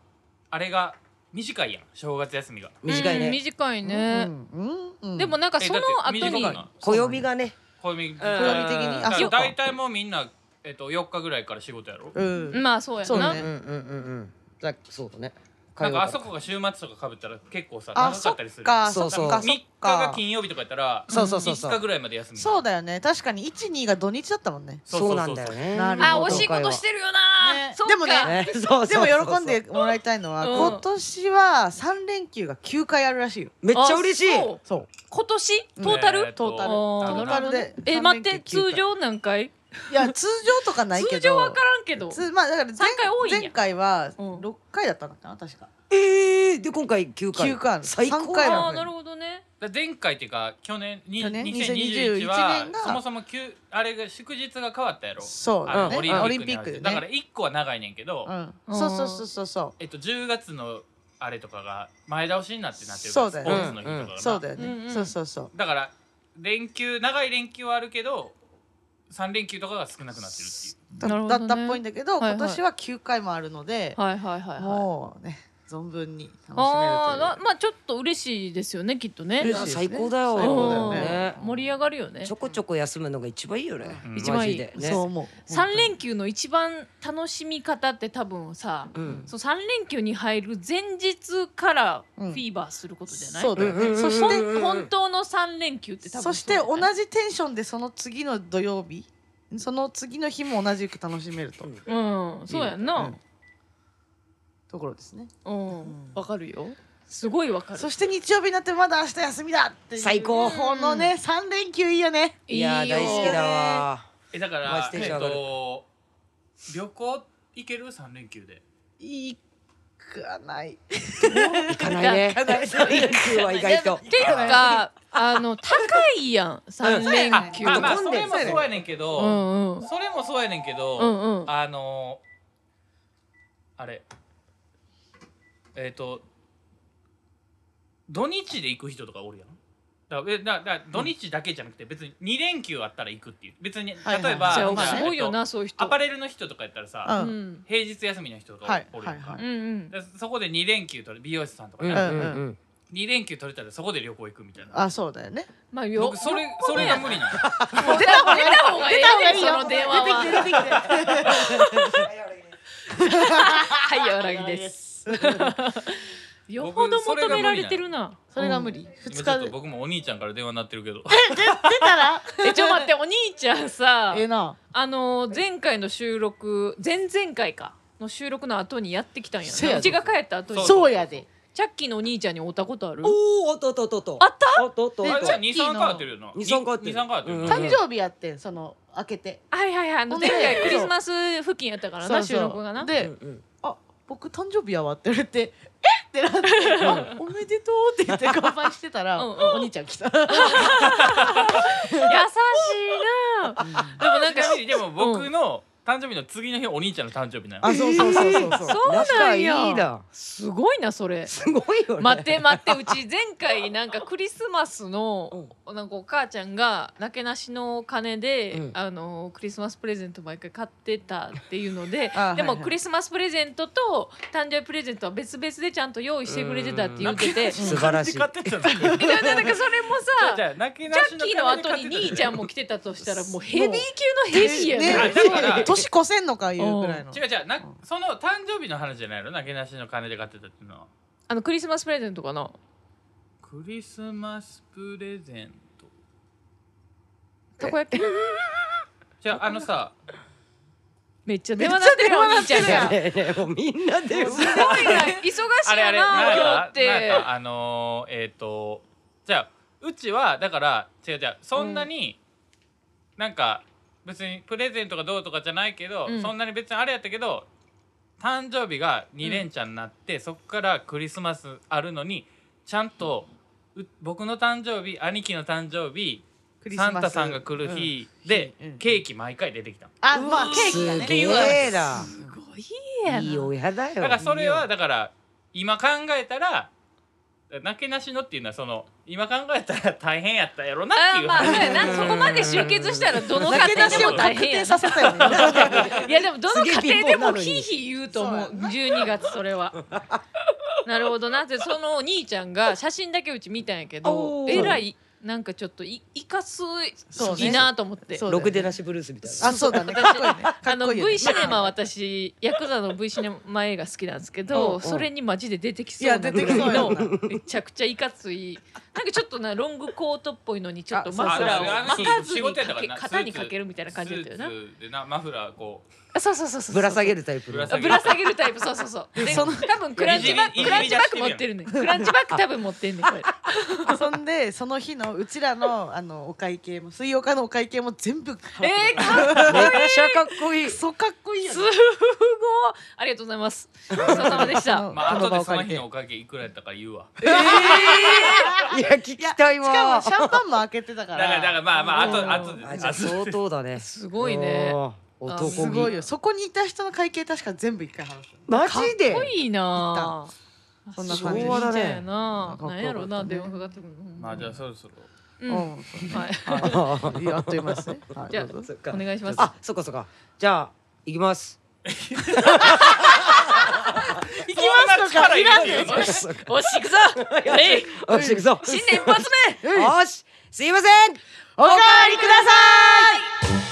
[SPEAKER 3] あれが短いやん正月休みが
[SPEAKER 4] 短い
[SPEAKER 1] うん
[SPEAKER 4] ね。
[SPEAKER 1] 短い
[SPEAKER 2] うん
[SPEAKER 1] ね
[SPEAKER 2] うんうん
[SPEAKER 1] でもなんか
[SPEAKER 3] え
[SPEAKER 1] その
[SPEAKER 3] だっ
[SPEAKER 1] 後に
[SPEAKER 3] て短いな
[SPEAKER 4] 暦がね。
[SPEAKER 3] 暦暦的
[SPEAKER 2] 暦的にあそうか
[SPEAKER 3] 大体もうみんなえっと4日ぐらいから仕事やろ
[SPEAKER 2] うん
[SPEAKER 1] まあそうや
[SPEAKER 2] そう
[SPEAKER 1] な
[SPEAKER 4] うん
[SPEAKER 2] ね
[SPEAKER 4] うんうんうん。だそうだね。
[SPEAKER 3] なんかあそこが週末とか被ったら結構さ
[SPEAKER 2] あ
[SPEAKER 3] 長か
[SPEAKER 2] そ
[SPEAKER 3] っ
[SPEAKER 2] った
[SPEAKER 3] りする
[SPEAKER 2] か
[SPEAKER 4] そ
[SPEAKER 2] そうっ
[SPEAKER 4] そう
[SPEAKER 2] か
[SPEAKER 3] 3
[SPEAKER 2] そっ
[SPEAKER 3] 日が
[SPEAKER 2] か
[SPEAKER 3] 金曜日とかやったら
[SPEAKER 4] そうそうそうそう
[SPEAKER 3] 5日ぐらいまで休み
[SPEAKER 2] そうだよね確かに12が土日だったもんね
[SPEAKER 4] そうなんだよね。
[SPEAKER 2] なるほ
[SPEAKER 1] あ
[SPEAKER 2] ど
[SPEAKER 1] 惜しいことしてるよな
[SPEAKER 2] ね
[SPEAKER 1] そっか
[SPEAKER 2] でもね
[SPEAKER 4] ねそう
[SPEAKER 2] で
[SPEAKER 4] そうそう
[SPEAKER 2] も
[SPEAKER 4] そう
[SPEAKER 2] 喜んでもらいたいのは
[SPEAKER 1] うん
[SPEAKER 2] 今年は三連休が9回あるらしいよ
[SPEAKER 4] めっちゃ嬉しい。
[SPEAKER 1] あそう
[SPEAKER 2] そう
[SPEAKER 1] 今年トータル、
[SPEAKER 3] ね
[SPEAKER 2] トータ
[SPEAKER 1] あー
[SPEAKER 2] ルトータルで
[SPEAKER 1] え
[SPEAKER 2] 三
[SPEAKER 1] 待っ
[SPEAKER 2] 連
[SPEAKER 1] て
[SPEAKER 2] 休
[SPEAKER 1] 通
[SPEAKER 2] 9回
[SPEAKER 1] 常何回
[SPEAKER 2] いや通常とかないけど
[SPEAKER 1] 通常わからんけど
[SPEAKER 2] つまあだから前
[SPEAKER 1] 三回多いんや
[SPEAKER 2] 前回は
[SPEAKER 1] うん
[SPEAKER 2] 六回だったのかな確か
[SPEAKER 4] ええで今回九回。
[SPEAKER 2] 九回
[SPEAKER 4] 最高
[SPEAKER 2] 三
[SPEAKER 4] だ
[SPEAKER 2] 回
[SPEAKER 4] ね。
[SPEAKER 1] あ
[SPEAKER 2] な
[SPEAKER 1] あ
[SPEAKER 2] の
[SPEAKER 1] ーなるほどね
[SPEAKER 3] だから前回っていうか去年に
[SPEAKER 2] 去年
[SPEAKER 3] 2021
[SPEAKER 2] 2021
[SPEAKER 3] は
[SPEAKER 2] 年が
[SPEAKER 3] そもそも休あれが祝日が変わったやろ
[SPEAKER 2] そう
[SPEAKER 3] あの
[SPEAKER 2] ね
[SPEAKER 3] オリンピッ
[SPEAKER 2] オリンピッ
[SPEAKER 3] ク
[SPEAKER 2] ク
[SPEAKER 3] に
[SPEAKER 2] でね
[SPEAKER 3] だから1個は長いねんけど、
[SPEAKER 2] うんそうそうそうそうそ
[SPEAKER 3] えっと、10月のあれとかが前倒しになってなってるか
[SPEAKER 2] そ
[SPEAKER 3] ら
[SPEAKER 2] うだよ
[SPEAKER 3] スポ
[SPEAKER 2] ね
[SPEAKER 3] ーツの日とかがな、
[SPEAKER 2] うそうだよ
[SPEAKER 1] うんう
[SPEAKER 2] ね
[SPEAKER 1] ん
[SPEAKER 2] そうそうそう
[SPEAKER 3] だから連休長い連休はあるけど3連休とかが少なくなってるっていう
[SPEAKER 2] だ
[SPEAKER 1] なるほど
[SPEAKER 2] だ
[SPEAKER 1] ね
[SPEAKER 2] ったっぽいんだけ
[SPEAKER 1] は
[SPEAKER 2] ど
[SPEAKER 1] いはい
[SPEAKER 2] 今年は9回もあるので
[SPEAKER 1] はいはいはいはい
[SPEAKER 2] もうね存分に楽しめる
[SPEAKER 1] ああーな
[SPEAKER 2] と
[SPEAKER 1] まあちょっと嬉しいですよねきっとね
[SPEAKER 2] 嬉しい
[SPEAKER 4] や最高だよ
[SPEAKER 2] 最高だよね
[SPEAKER 1] うん盛り上がるよね
[SPEAKER 4] ちょこちょこ休むのが一番いいよね
[SPEAKER 3] うん。
[SPEAKER 1] 一番いい
[SPEAKER 4] マジ
[SPEAKER 2] いう
[SPEAKER 4] で
[SPEAKER 2] そう
[SPEAKER 4] ね。
[SPEAKER 2] 思う
[SPEAKER 1] 三
[SPEAKER 2] 本
[SPEAKER 1] 連休の一番楽しみ方って多分さ
[SPEAKER 4] うん。
[SPEAKER 1] そう三連休に入る前日からフ
[SPEAKER 2] うん
[SPEAKER 1] ィーバーすること
[SPEAKER 2] 当
[SPEAKER 1] じ
[SPEAKER 2] に
[SPEAKER 1] ゃない、
[SPEAKER 2] そうだよ
[SPEAKER 4] うんうんうん
[SPEAKER 2] ね
[SPEAKER 4] うん
[SPEAKER 2] そし
[SPEAKER 1] ほん
[SPEAKER 2] て
[SPEAKER 1] 本当の三連休って多分
[SPEAKER 2] そして同
[SPEAKER 1] うだよね
[SPEAKER 2] じテンションでその次の土曜日その次の日も同じく楽しめると
[SPEAKER 4] うん
[SPEAKER 1] うんそうやんな、
[SPEAKER 2] うんところですね
[SPEAKER 1] うんわかるよすごいわかる
[SPEAKER 2] そして日曜日になってまだ明日休みだっていう
[SPEAKER 4] 最高
[SPEAKER 2] このね3連休いいよね
[SPEAKER 4] いやー
[SPEAKER 1] よ
[SPEAKER 4] 大好きだわ
[SPEAKER 3] えだか
[SPEAKER 4] マ
[SPEAKER 3] ら
[SPEAKER 4] ジテンシ
[SPEAKER 3] え
[SPEAKER 4] ョン
[SPEAKER 3] っ
[SPEAKER 4] 上がる
[SPEAKER 3] と旅行行ける三連休で
[SPEAKER 2] いいかない
[SPEAKER 4] 行かないね
[SPEAKER 2] 行か ない
[SPEAKER 4] 三連休は意外と
[SPEAKER 1] っていうかあの高いやん三連
[SPEAKER 3] あ
[SPEAKER 1] 休
[SPEAKER 3] まあまあ
[SPEAKER 4] 混ん
[SPEAKER 3] そ
[SPEAKER 4] で
[SPEAKER 3] れ
[SPEAKER 4] ん
[SPEAKER 3] もそうやねんけど、
[SPEAKER 1] うんうん
[SPEAKER 3] それもそうやねんけど、
[SPEAKER 1] うんうん
[SPEAKER 3] あのー、あれえっ、と土日で行く人とかおるやんだからえだだ土日だけじゃなくて別に2連休あったら行くっていう別に例えば、
[SPEAKER 2] はいはい
[SPEAKER 1] じゃ
[SPEAKER 2] ま
[SPEAKER 1] あ
[SPEAKER 2] あ
[SPEAKER 1] すごいよ
[SPEAKER 3] えっ
[SPEAKER 1] なそういう
[SPEAKER 3] と
[SPEAKER 1] 人
[SPEAKER 3] アパレルの人とかやったらさ、
[SPEAKER 1] う
[SPEAKER 2] うん
[SPEAKER 1] ん
[SPEAKER 3] 平日休みの人とか
[SPEAKER 2] はい
[SPEAKER 3] おるやんか、
[SPEAKER 2] はいは
[SPEAKER 1] うん
[SPEAKER 2] い
[SPEAKER 1] うん
[SPEAKER 3] でそこで2連休取れ美容師さんとか
[SPEAKER 4] うん
[SPEAKER 3] ね、
[SPEAKER 4] うんうん
[SPEAKER 3] 2連休取れたらそこで旅行行くみたいな
[SPEAKER 2] あそうだよね
[SPEAKER 1] まあよ
[SPEAKER 3] 僕それそれが無理なの
[SPEAKER 1] 出た方がいいよ
[SPEAKER 2] 出
[SPEAKER 1] その電話は
[SPEAKER 2] 出てきて出てきて
[SPEAKER 1] はいわらぎです。 よほど求められてるな。
[SPEAKER 2] それが無理
[SPEAKER 3] 今
[SPEAKER 2] 2日
[SPEAKER 3] ちょっと
[SPEAKER 2] で
[SPEAKER 3] 僕もお兄ちゃんから電話になってるけど
[SPEAKER 2] 出たら
[SPEAKER 1] えちょ待ってお兄ちゃんさ
[SPEAKER 2] ええな
[SPEAKER 1] あの前回の収録前々回かの収録の後にやってきたんや
[SPEAKER 2] せや
[SPEAKER 1] な。
[SPEAKER 2] ろ
[SPEAKER 1] うちが帰った後に
[SPEAKER 3] そう
[SPEAKER 2] そうやで
[SPEAKER 1] チャッキーのお兄ちゃんに会ったことある？
[SPEAKER 4] おーおっとっとっとっと
[SPEAKER 1] あ
[SPEAKER 4] あ
[SPEAKER 1] った？
[SPEAKER 4] っとっとっと
[SPEAKER 2] えっ
[SPEAKER 3] あれ
[SPEAKER 2] と
[SPEAKER 3] じゃあ23回合ってるよな
[SPEAKER 4] 二三回合ってる
[SPEAKER 3] 二三回合ってるよな
[SPEAKER 4] うん
[SPEAKER 2] 誕生日やってんその開けて
[SPEAKER 1] はいはいはいあの
[SPEAKER 2] ほんで
[SPEAKER 1] 前回クリスマス付近やったから
[SPEAKER 2] そう
[SPEAKER 1] な
[SPEAKER 2] そう
[SPEAKER 1] 収録がな。
[SPEAKER 2] で
[SPEAKER 4] うんうん
[SPEAKER 2] 「あ僕誕生日やわ」って言われて「えっ?」ってなってあ「おめでとう」って言って乾杯してたら
[SPEAKER 1] うんうん
[SPEAKER 2] お兄ちゃん来た
[SPEAKER 1] 優しいな。でもなん
[SPEAKER 3] ち
[SPEAKER 1] か
[SPEAKER 3] なみにでも僕の誕生日の次の日お兄ちゃんの誕生日なの。
[SPEAKER 4] あそうそうそうそうそう
[SPEAKER 1] そうなんや
[SPEAKER 4] 仲いいな
[SPEAKER 1] すごいなそれ。
[SPEAKER 4] すごいよね
[SPEAKER 1] 待って待ってうち前回なんかクリスマスのなんかお母ちゃんがなけなしのお金で、
[SPEAKER 4] うん
[SPEAKER 1] あのクリスマスプレゼント毎回買ってたっていうので
[SPEAKER 2] あ
[SPEAKER 1] で
[SPEAKER 2] は
[SPEAKER 1] も
[SPEAKER 2] いはい
[SPEAKER 1] クリスマスプレゼントと誕生日プレゼントは別々でちゃんと用意してくれてたって言ってて。
[SPEAKER 4] 素晴らしい
[SPEAKER 3] 買ってたの。
[SPEAKER 1] い
[SPEAKER 3] じゃ
[SPEAKER 1] やだからそれも
[SPEAKER 3] あじ
[SPEAKER 1] さ
[SPEAKER 3] ゃあ泣き
[SPEAKER 1] ジ
[SPEAKER 3] なし
[SPEAKER 1] ャッキーの後に兄ちゃんも来てたとしたらもうヘビー級のヘビーや
[SPEAKER 3] ね
[SPEAKER 1] な、
[SPEAKER 3] あだから
[SPEAKER 2] 年越せんのかいうぐらいの
[SPEAKER 3] 違う違うなその誕生日の話じゃないの泣きなしの金で買ってたっていうのは。
[SPEAKER 1] あのクリスマスプレゼントかな
[SPEAKER 3] クリスマスプレゼント。
[SPEAKER 1] たこ焼き
[SPEAKER 3] じゃああのさ
[SPEAKER 1] めっちゃ電話なってるよお兄ちゃんが
[SPEAKER 4] ねえねえもうみんなで
[SPEAKER 1] すごいな忙しい
[SPEAKER 3] あれあ
[SPEAKER 1] や
[SPEAKER 3] れ
[SPEAKER 1] な
[SPEAKER 3] なん
[SPEAKER 1] 今日
[SPEAKER 3] か
[SPEAKER 1] って
[SPEAKER 3] なんかあのーえっとじゃあうちはだから違う違うそんなになんか別にプレゼントがどうとかじゃないけど
[SPEAKER 1] うん
[SPEAKER 3] そんなに別にあれやったけど誕生日が2連チャンになってそっからクリスマスあるのにちゃんとう僕の誕生日兄貴の誕生日
[SPEAKER 2] クリス
[SPEAKER 3] サ
[SPEAKER 2] マス
[SPEAKER 3] ンタさんが来る日で
[SPEAKER 2] 日うん
[SPEAKER 3] ケーキ毎回出てきた
[SPEAKER 2] あまあケーキが
[SPEAKER 4] す
[SPEAKER 2] ね
[SPEAKER 4] げえな
[SPEAKER 1] すごいや
[SPEAKER 4] いい
[SPEAKER 1] な
[SPEAKER 4] 親だよ
[SPEAKER 3] だからそれはだから今考えたらなけなしのっていうのはその今考えたら大変やったやろなって
[SPEAKER 1] あ
[SPEAKER 3] い
[SPEAKER 1] ー
[SPEAKER 3] う
[SPEAKER 1] まあそう
[SPEAKER 3] 話
[SPEAKER 1] やなそこまで集結したらどの家
[SPEAKER 2] だけ
[SPEAKER 1] 庭
[SPEAKER 2] 出し
[SPEAKER 1] で
[SPEAKER 2] を
[SPEAKER 1] も大
[SPEAKER 2] 確
[SPEAKER 1] 変や
[SPEAKER 2] 定
[SPEAKER 1] な
[SPEAKER 2] させたよね
[SPEAKER 1] いやでもどの家庭でも
[SPEAKER 4] すげえ貧乏なのに
[SPEAKER 1] ヒーヒー言うと思う
[SPEAKER 2] そうや
[SPEAKER 1] 12月それは。なるほどなってそのお兄ちゃんが写真だけうち見たんやけど
[SPEAKER 4] おー
[SPEAKER 1] えらいなんかちょっといいかす
[SPEAKER 2] そう
[SPEAKER 1] い
[SPEAKER 2] ね
[SPEAKER 1] いなと思って。
[SPEAKER 2] そう
[SPEAKER 4] ろくでなしブルースみたいな
[SPEAKER 2] あそうだねかっこいいねか
[SPEAKER 1] あ
[SPEAKER 2] っこ
[SPEAKER 1] の
[SPEAKER 2] いいよね
[SPEAKER 1] V シネマ私ヤクザの V シネマ映画好きなんですけ
[SPEAKER 4] うんう
[SPEAKER 1] ど
[SPEAKER 4] ん
[SPEAKER 1] それにマジで出てきそうない
[SPEAKER 2] や出てきそうや
[SPEAKER 1] の
[SPEAKER 2] な
[SPEAKER 1] めちゃくちゃいかついなんかちょっとなロングコートっぽいのにちょっと
[SPEAKER 2] あ
[SPEAKER 1] マフラーを
[SPEAKER 2] そうそ
[SPEAKER 1] 巻
[SPEAKER 2] う
[SPEAKER 1] かず
[SPEAKER 3] 仕
[SPEAKER 1] に
[SPEAKER 3] 事や
[SPEAKER 1] か
[SPEAKER 3] ったから
[SPEAKER 1] け
[SPEAKER 3] な
[SPEAKER 1] 肩にかけるみたいな感じだったよな
[SPEAKER 3] スーツでなマフラーこう
[SPEAKER 1] あそうそうそうそう
[SPEAKER 4] ぶら下げるタイプ
[SPEAKER 3] ぶら下
[SPEAKER 4] の
[SPEAKER 1] あ
[SPEAKER 3] げ
[SPEAKER 1] ぶら下げるタイプそうそうそうで多
[SPEAKER 2] その
[SPEAKER 1] 分クランチバッグ
[SPEAKER 3] いじり
[SPEAKER 1] クランチバッグ
[SPEAKER 3] いじり
[SPEAKER 1] 持
[SPEAKER 3] 出してるやん
[SPEAKER 1] ってるねクランチバッグ多分持ってんねんこれ
[SPEAKER 2] そんでその日のうちらのあのお会計も水曜日のお会計も全部払って
[SPEAKER 1] えー、か
[SPEAKER 4] めっちゃかっこ いい
[SPEAKER 2] クソかっこいいよ
[SPEAKER 1] す
[SPEAKER 2] ね
[SPEAKER 1] ごいありがとうございますごちそうさまでした
[SPEAKER 3] まあ
[SPEAKER 2] この場を
[SPEAKER 3] 後でその
[SPEAKER 2] 借り
[SPEAKER 3] 日
[SPEAKER 2] て
[SPEAKER 3] のおかげいくらやったか言うわ
[SPEAKER 4] ええいや聞きたい
[SPEAKER 2] しか
[SPEAKER 4] わ
[SPEAKER 2] もシャンパンも開けてたか
[SPEAKER 3] だ
[SPEAKER 2] ら
[SPEAKER 3] からだからまあまあ
[SPEAKER 1] う
[SPEAKER 3] 後
[SPEAKER 1] ん
[SPEAKER 3] で後で
[SPEAKER 4] あじゃあ
[SPEAKER 3] 後で
[SPEAKER 4] 相当だね
[SPEAKER 1] すごいね
[SPEAKER 4] おー男気
[SPEAKER 2] すごいよそこにいた人の会計確か全部一回払った
[SPEAKER 4] マジで
[SPEAKER 1] かっこいいなあ
[SPEAKER 2] そんな感じ
[SPEAKER 1] 昭和だねな
[SPEAKER 2] かっこよかっ
[SPEAKER 1] なんやろ
[SPEAKER 2] たね
[SPEAKER 1] な電話かかってくるの
[SPEAKER 3] まあじゃあそろそろ
[SPEAKER 1] うん
[SPEAKER 2] う
[SPEAKER 1] は
[SPEAKER 2] ん
[SPEAKER 1] い
[SPEAKER 4] あ
[SPEAKER 2] いやあっという間です ねはい
[SPEAKER 1] じゃあ
[SPEAKER 2] どうぞ
[SPEAKER 4] そっか
[SPEAKER 1] お願いします
[SPEAKER 4] あそっかそっかじゃあ行きます
[SPEAKER 3] 行きますとかいらんね
[SPEAKER 4] よしそっか
[SPEAKER 1] おし行くぞえい
[SPEAKER 4] よし行くぞ
[SPEAKER 1] 新年一発目
[SPEAKER 4] よしすいません
[SPEAKER 2] おかわりくださ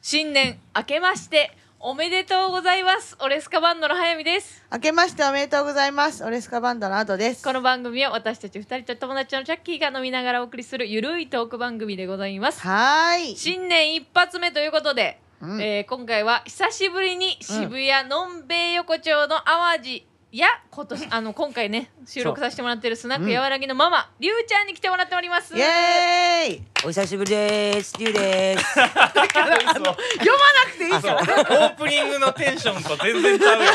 [SPEAKER 1] 新年明けましておめでとうございますオレスカバンドの早見です
[SPEAKER 2] 明けましておめでとうございますオレスカバンドのアドです
[SPEAKER 1] この番組は私たち二人と友達のチャッキーが飲みながらお送りするゆるいトーク番組でございます
[SPEAKER 2] はーい、
[SPEAKER 1] 新年一発目ということで、
[SPEAKER 2] うん
[SPEAKER 1] えー今回は久しぶりに渋谷のんべい横丁の淡路や今年あの今回 ね収録させてもらってるスナッ
[SPEAKER 2] う
[SPEAKER 1] ク
[SPEAKER 2] ん
[SPEAKER 1] やわらぎのママ、りゅうちゃんに来てもらっております
[SPEAKER 2] イエーイ
[SPEAKER 4] お久しぶりです。リュウです。
[SPEAKER 1] 読まなくていい
[SPEAKER 3] そうオープニングのテンションと全然ちゃ うよ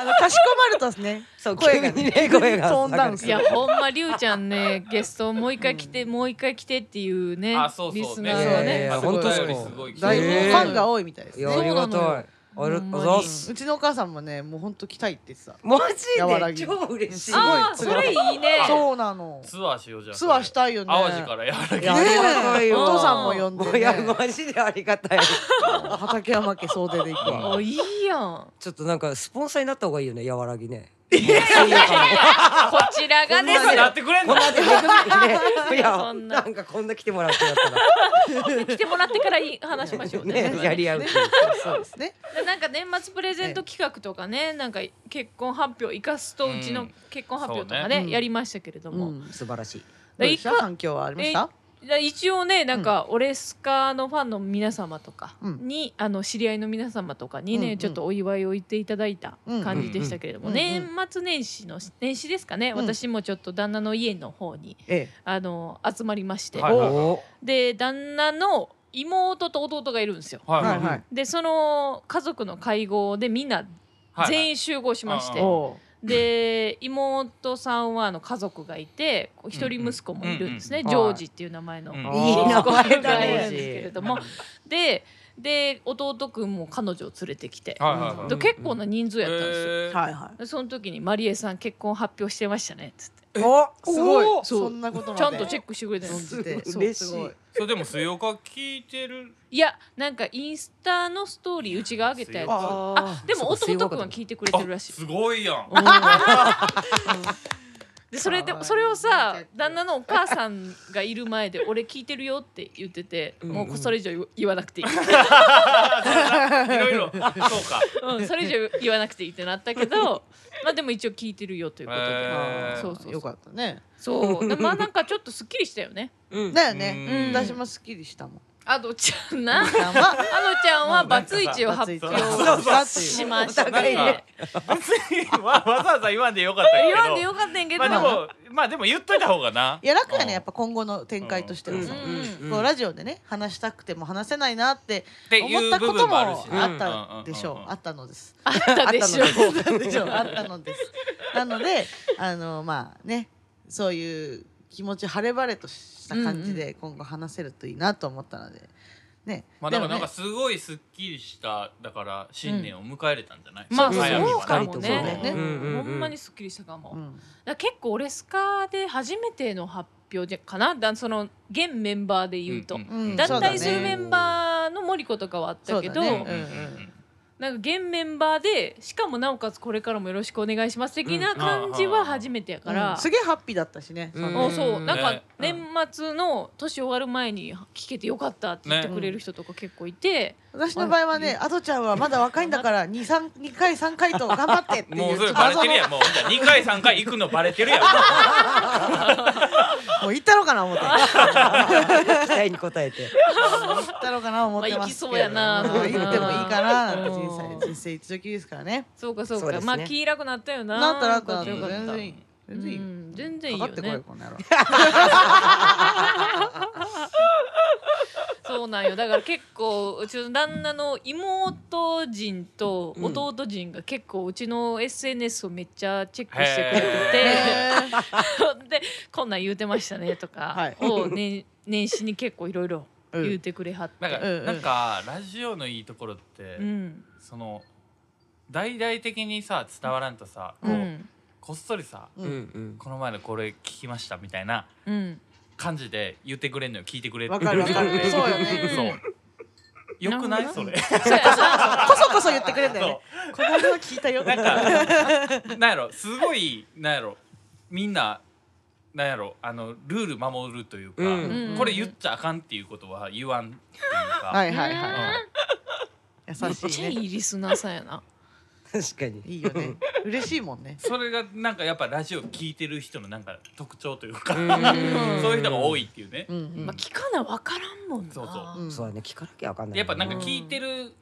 [SPEAKER 2] あのかしこまるとです ね
[SPEAKER 4] そう
[SPEAKER 2] 声が
[SPEAKER 4] 急にね声が
[SPEAKER 2] トーンダウンす
[SPEAKER 1] い
[SPEAKER 2] る
[SPEAKER 1] やほんまりゅうちゃんねゲストもう一回来て、もう一回来てっていうね
[SPEAKER 3] あそうそう
[SPEAKER 1] リスナーが
[SPEAKER 4] いやい
[SPEAKER 1] ね
[SPEAKER 4] や
[SPEAKER 3] まあ
[SPEAKER 4] 本当
[SPEAKER 3] お便り
[SPEAKER 4] そう
[SPEAKER 3] すごい来て
[SPEAKER 2] だいぶフ
[SPEAKER 4] へー
[SPEAKER 2] ァンが多いみたいです
[SPEAKER 4] いやあ
[SPEAKER 1] そう
[SPEAKER 2] ね
[SPEAKER 4] り
[SPEAKER 1] な
[SPEAKER 4] が
[SPEAKER 1] のよ
[SPEAKER 4] たい。ありがとうございます。
[SPEAKER 2] うちのお母さんもねもうほんと来たいって言ってた
[SPEAKER 4] マ
[SPEAKER 2] 和ら
[SPEAKER 4] ジ
[SPEAKER 2] ぎ
[SPEAKER 4] で超嬉しい。
[SPEAKER 2] ごい
[SPEAKER 1] ああそれいいね
[SPEAKER 2] そうなの
[SPEAKER 3] ツアーしようじゃん
[SPEAKER 2] ツアーしたいよね
[SPEAKER 3] 淡路からやら
[SPEAKER 4] い
[SPEAKER 3] ぎ
[SPEAKER 4] やありがたい
[SPEAKER 2] ねえ
[SPEAKER 4] よ。
[SPEAKER 2] お父さんも呼ん
[SPEAKER 4] も
[SPEAKER 2] で、
[SPEAKER 4] うい
[SPEAKER 2] ね、
[SPEAKER 4] やマジでありがたい。
[SPEAKER 2] 畠山家総出で行くわ
[SPEAKER 1] おいいやん
[SPEAKER 4] ちょっとなんかスポンサーになった方がいいよね。和らぎね。
[SPEAKER 1] こちらがです
[SPEAKER 3] なってくれん
[SPEAKER 4] こ
[SPEAKER 3] の
[SPEAKER 4] んなでめぐみにね。い
[SPEAKER 1] そ
[SPEAKER 4] や
[SPEAKER 1] ん
[SPEAKER 4] な
[SPEAKER 1] なん
[SPEAKER 4] かこんな来てもらってやった
[SPEAKER 1] 来てもらってからいい話しましょうね
[SPEAKER 4] らねやり合うっていう。
[SPEAKER 2] そうですね
[SPEAKER 1] でなんか年末プレゼント企画とかねなんか結婚発表生かすと
[SPEAKER 3] うん
[SPEAKER 1] うちの結婚発表とか
[SPEAKER 3] そう
[SPEAKER 1] ね,、
[SPEAKER 2] ねうん
[SPEAKER 1] やりましたけれど
[SPEAKER 2] う
[SPEAKER 1] も、
[SPEAKER 2] んどう
[SPEAKER 4] 素晴らしい。
[SPEAKER 2] でした反響はありました
[SPEAKER 1] だ一応ねなんかオレスカのファンの皆様とか
[SPEAKER 2] うん
[SPEAKER 1] に、あの知り合いの皆様とかにね、
[SPEAKER 2] うんうん
[SPEAKER 1] ちょっとお祝いを言っていただいた感じでしたけれども、
[SPEAKER 2] うんうんうんうん
[SPEAKER 1] 年末年始の年始ですかね、
[SPEAKER 2] うん
[SPEAKER 1] 私もちょっと旦那の家の方に
[SPEAKER 2] ええ
[SPEAKER 1] あの集まりまして、
[SPEAKER 3] はいはいはい
[SPEAKER 4] お
[SPEAKER 1] で旦那の妹と弟がいるんですよ。
[SPEAKER 3] はい
[SPEAKER 2] はいはい
[SPEAKER 1] でその家族の会合でみんな全員集合しまして、
[SPEAKER 3] うんうん
[SPEAKER 2] おう
[SPEAKER 1] で妹さんはあの家族がいてこう一人息子もいるんですね、
[SPEAKER 4] うんうん
[SPEAKER 1] ジョージっていう名前の、
[SPEAKER 3] うん
[SPEAKER 1] 息
[SPEAKER 4] お。
[SPEAKER 1] 子
[SPEAKER 4] いい名
[SPEAKER 1] がいる
[SPEAKER 4] 前
[SPEAKER 1] ん
[SPEAKER 4] だ
[SPEAKER 1] ですけれ
[SPEAKER 4] ね。
[SPEAKER 1] ども、でで弟くんも彼女を連れてきて、
[SPEAKER 3] はいはいはい
[SPEAKER 1] で結構な人数やったんですよ。
[SPEAKER 3] へー
[SPEAKER 2] はいは
[SPEAKER 1] でその時に「マリエさん結婚発表してましたね」っつって
[SPEAKER 4] お
[SPEAKER 2] いすごい
[SPEAKER 4] お
[SPEAKER 2] そんなことまで
[SPEAKER 1] ちゃんとチェックしてくれてるんです
[SPEAKER 2] 存じて
[SPEAKER 4] す
[SPEAKER 2] そう
[SPEAKER 4] 嬉しい
[SPEAKER 2] すご
[SPEAKER 3] それでも水岡聞いてる
[SPEAKER 1] いやなんかインスタのストーリーうちが上げたやつあ
[SPEAKER 2] あー
[SPEAKER 1] でも
[SPEAKER 4] そう
[SPEAKER 1] 弟くんは聞いてくれてるらしい
[SPEAKER 3] すごいや ん
[SPEAKER 1] でそれでそれをさ旦那のお母さんがいる前で「俺聞いてるよ」って言ってて
[SPEAKER 4] ん
[SPEAKER 1] もうそれ以上言わ言わなくていい、
[SPEAKER 3] いろいろ そうか
[SPEAKER 1] うん、それ以上言わなくていいってなったけ どまあでも一応聞いてるよということで、
[SPEAKER 3] へー
[SPEAKER 1] そうそう
[SPEAKER 2] よ
[SPEAKER 1] そう
[SPEAKER 2] かったね
[SPEAKER 1] そうでまあなんかちょっとすっきりしたよね
[SPEAKER 4] うん
[SPEAKER 2] だよ
[SPEAKER 1] う
[SPEAKER 2] ね
[SPEAKER 1] ん
[SPEAKER 2] 私もすっきりしたもん
[SPEAKER 1] アドちゃんなアド
[SPEAKER 2] まあ
[SPEAKER 1] ちゃん はバツイチを発表
[SPEAKER 3] そうそう
[SPEAKER 1] しました
[SPEAKER 4] お互い
[SPEAKER 1] ね
[SPEAKER 4] ね
[SPEAKER 3] 別に わわざわざ言わんでよかったけど
[SPEAKER 1] 言わんでよかったんやけど、
[SPEAKER 3] まあでもまあでも言っといた方がない
[SPEAKER 2] や楽やねやっぱ今後の展開としてはさ
[SPEAKER 1] うん
[SPEAKER 2] こうラジオでね話したくても話せないなって
[SPEAKER 3] って
[SPEAKER 2] 思
[SPEAKER 3] い
[SPEAKER 2] っ
[SPEAKER 3] う
[SPEAKER 2] た
[SPEAKER 3] 部
[SPEAKER 2] ことも
[SPEAKER 3] 分もあ
[SPEAKER 2] あ
[SPEAKER 3] るしね
[SPEAKER 2] ったでしょ
[SPEAKER 3] んんん
[SPEAKER 2] うあったのです
[SPEAKER 1] あったでしょ
[SPEAKER 4] あったの
[SPEAKER 2] でしょうあったのですなのであのまあねそういう気持ち晴れ晴れとした感じで今後話せるといいなと思ったのでね
[SPEAKER 3] まあでも
[SPEAKER 2] で
[SPEAKER 3] な
[SPEAKER 2] も
[SPEAKER 3] ん
[SPEAKER 2] ね
[SPEAKER 3] かすごいすっきりしただから新年を迎えれたんじゃない、
[SPEAKER 1] うんまあ
[SPEAKER 3] 早
[SPEAKER 1] そう
[SPEAKER 3] 見
[SPEAKER 1] そう
[SPEAKER 3] は
[SPEAKER 1] か
[SPEAKER 3] ね
[SPEAKER 1] も
[SPEAKER 4] そう
[SPEAKER 1] ね
[SPEAKER 4] ねうんうんうん
[SPEAKER 1] ほんまにすっきりしたかも、
[SPEAKER 2] うん
[SPEAKER 1] だから結構オレスカで初めての発表じゃかなだその現メンバーで言うと、
[SPEAKER 3] ん
[SPEAKER 2] うん
[SPEAKER 1] 脱
[SPEAKER 2] そうだ
[SPEAKER 1] 退
[SPEAKER 2] ね
[SPEAKER 1] するメンバーの森子とかはあったけど、
[SPEAKER 2] そうだね
[SPEAKER 3] うんうん
[SPEAKER 1] なんか現メンバーでしかもなおかつこれからもよろしくお願いします的な感じは初めてやから、
[SPEAKER 2] うんすげえハッピーだったしね
[SPEAKER 4] うん
[SPEAKER 1] おそうなんか
[SPEAKER 3] ね
[SPEAKER 1] 年末の年終わる前に聞けてよかったって言ってくれる人とか結構いて、
[SPEAKER 2] 私の場合はねアドちゃんはまだ若いんだから二三二回三回と頑張って っていう
[SPEAKER 3] もうそ
[SPEAKER 2] ちょ
[SPEAKER 3] れ
[SPEAKER 2] っと
[SPEAKER 3] バレ
[SPEAKER 2] 謎
[SPEAKER 3] て
[SPEAKER 2] の
[SPEAKER 3] るやんもうじゃ2回3回行くのバレてるやん
[SPEAKER 2] もう行ったろかな思って
[SPEAKER 4] 期待に応えて。
[SPEAKER 2] 行ったろかな思ってますけど
[SPEAKER 1] まあ行きそうやな
[SPEAKER 2] まあ行ってもいいかななんて
[SPEAKER 1] うん
[SPEAKER 2] 人生人生一度きりですからね
[SPEAKER 1] そうかそう
[SPEAKER 4] そう
[SPEAKER 1] か
[SPEAKER 4] ですね
[SPEAKER 1] まあ気楽なったよな
[SPEAKER 2] なったなったなっ
[SPEAKER 1] よ
[SPEAKER 2] た
[SPEAKER 1] かった
[SPEAKER 2] 全然いい全然いいよ
[SPEAKER 1] うん全然いいよ
[SPEAKER 2] か
[SPEAKER 1] ね
[SPEAKER 2] かってこいよこの野郎
[SPEAKER 1] そうなんよだから結構うちの旦那の妹陣と弟陣が結構うちの SNS をめっちゃチェックしてくれて
[SPEAKER 2] へー
[SPEAKER 1] て でこんなん言うてましたねと
[SPEAKER 2] は
[SPEAKER 1] か
[SPEAKER 2] い
[SPEAKER 1] を年年始に結構いろいろ
[SPEAKER 2] うん
[SPEAKER 1] 言うてくれはって、
[SPEAKER 3] なんか、
[SPEAKER 2] うんうん
[SPEAKER 3] なんかラジオのいいところって、
[SPEAKER 1] うん
[SPEAKER 3] その大々的にさ伝わらんとさ、
[SPEAKER 1] う
[SPEAKER 3] こうんこっそりさ、
[SPEAKER 2] う
[SPEAKER 4] うんんうん。
[SPEAKER 3] この前のこれ聞きましたみたいな
[SPEAKER 1] うん
[SPEAKER 3] 感じで言ってくれんのよ聞いてくれて
[SPEAKER 2] わかるわかる
[SPEAKER 3] 言ってくれて
[SPEAKER 2] そうよね
[SPEAKER 3] そうよくないそれ
[SPEAKER 1] そうやな
[SPEAKER 2] こそこそ言ってくれんだよねこの間聞いたよ
[SPEAKER 3] なんかなんやろすごいなんやろみんななんやろあのルール守るというか、
[SPEAKER 4] うん
[SPEAKER 1] うん
[SPEAKER 3] これ言っちゃあかんっていうことは言わんっていうか、
[SPEAKER 2] はいはいはい
[SPEAKER 3] うん
[SPEAKER 2] 優
[SPEAKER 1] めっち
[SPEAKER 2] し
[SPEAKER 1] ゃ
[SPEAKER 2] い
[SPEAKER 1] い
[SPEAKER 2] ね
[SPEAKER 1] いリスナーさんやな。
[SPEAKER 4] 確かに
[SPEAKER 2] いいよね嬉しいもんね
[SPEAKER 3] それがなんかやっぱラジオ聞いてる人のなんか特徴というか、
[SPEAKER 1] ん
[SPEAKER 3] そういう人が多
[SPEAKER 4] い
[SPEAKER 3] いっていうね
[SPEAKER 2] う、んうん
[SPEAKER 1] まあ聞かなわからんもんな。
[SPEAKER 3] そうそう
[SPEAKER 2] うん
[SPEAKER 4] そうだね聞かなきゃわかんない
[SPEAKER 3] やっぱなんか聞いてる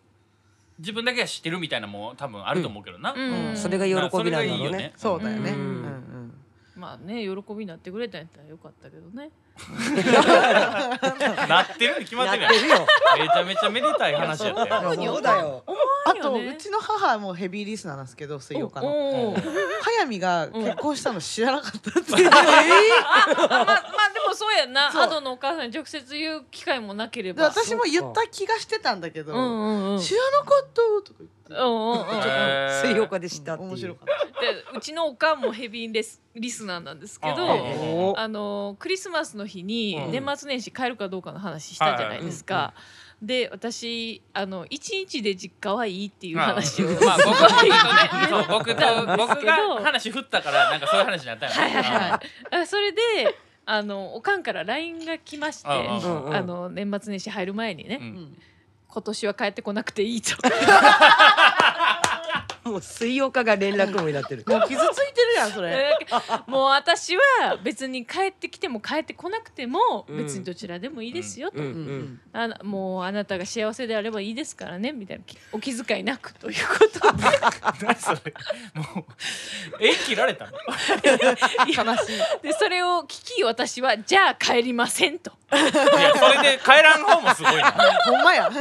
[SPEAKER 3] 自分だけは知ってるみたいなのも多分あると思うけどな、
[SPEAKER 1] うん
[SPEAKER 4] それが喜びなん
[SPEAKER 3] それ
[SPEAKER 4] だ
[SPEAKER 3] が
[SPEAKER 4] ろ
[SPEAKER 3] いいうよ
[SPEAKER 4] ね
[SPEAKER 3] ね
[SPEAKER 2] そうだよね
[SPEAKER 1] う
[SPEAKER 2] うんん
[SPEAKER 1] まあね喜びになってくれたんやったらよかったけどね。
[SPEAKER 3] なってるに決まってるやん
[SPEAKER 4] やってるよ
[SPEAKER 3] めちゃめちゃめでたい話やったよ
[SPEAKER 1] う
[SPEAKER 4] そうだよ
[SPEAKER 2] あ
[SPEAKER 1] いい
[SPEAKER 2] と
[SPEAKER 1] よね
[SPEAKER 2] うちの母もヘビーリスナーなんですけど水曜かな
[SPEAKER 1] おおー。
[SPEAKER 2] 早見が結婚したの知らなかったっていう
[SPEAKER 1] あまあ まあでもそうやんな。
[SPEAKER 2] そう
[SPEAKER 1] アドのお母さんに直接言う機会もなけれ
[SPEAKER 2] で
[SPEAKER 1] ば。
[SPEAKER 2] 私も言った気がしてたんだけど
[SPEAKER 1] うんうんうん。
[SPEAKER 2] 知らなかったとか言って
[SPEAKER 1] うんうんうん。
[SPEAKER 3] えー
[SPEAKER 4] 水曜化でしたっていう
[SPEAKER 2] 面白かった
[SPEAKER 1] でうちのおかんもヘビーレスリスナーなんですけ
[SPEAKER 3] う
[SPEAKER 1] ど
[SPEAKER 3] んうんうん
[SPEAKER 4] お
[SPEAKER 1] あのクリスマスの日に
[SPEAKER 3] うん
[SPEAKER 1] 年末年始帰るかどうかの話したじゃないですか。で私あの一日で実家はいいっていう 話を、
[SPEAKER 3] まあ僕は僕とねそう僕
[SPEAKER 1] なん
[SPEAKER 3] と
[SPEAKER 1] ですけ
[SPEAKER 3] 僕
[SPEAKER 1] ど
[SPEAKER 3] が話振ったからなんかそういう話になったよね。
[SPEAKER 1] はいはいはいあそれであのおかんから LINE が来まして
[SPEAKER 3] うんうん
[SPEAKER 4] うんうん
[SPEAKER 1] あの年末年始入る前にね、
[SPEAKER 2] う
[SPEAKER 3] う
[SPEAKER 2] んん
[SPEAKER 1] 今年は帰ってこなくていいと
[SPEAKER 4] もう水曜化が連絡網になってる
[SPEAKER 2] もう傷ついてるやんそれ
[SPEAKER 1] もう私は別に帰ってきても帰ってこなくても
[SPEAKER 4] うん
[SPEAKER 1] 別にどちらでもいいですよと、
[SPEAKER 4] うんう
[SPEAKER 2] うんん
[SPEAKER 1] あのもうあなたが幸せであればいいですからねみたいなきお気遣いなくということで
[SPEAKER 3] 何それもう縁切られたの。
[SPEAKER 2] 悲しい
[SPEAKER 1] でそれを聞き私はじゃあ帰りませんと
[SPEAKER 3] いやそれで帰らん方もすごいな。
[SPEAKER 2] ほんまや帰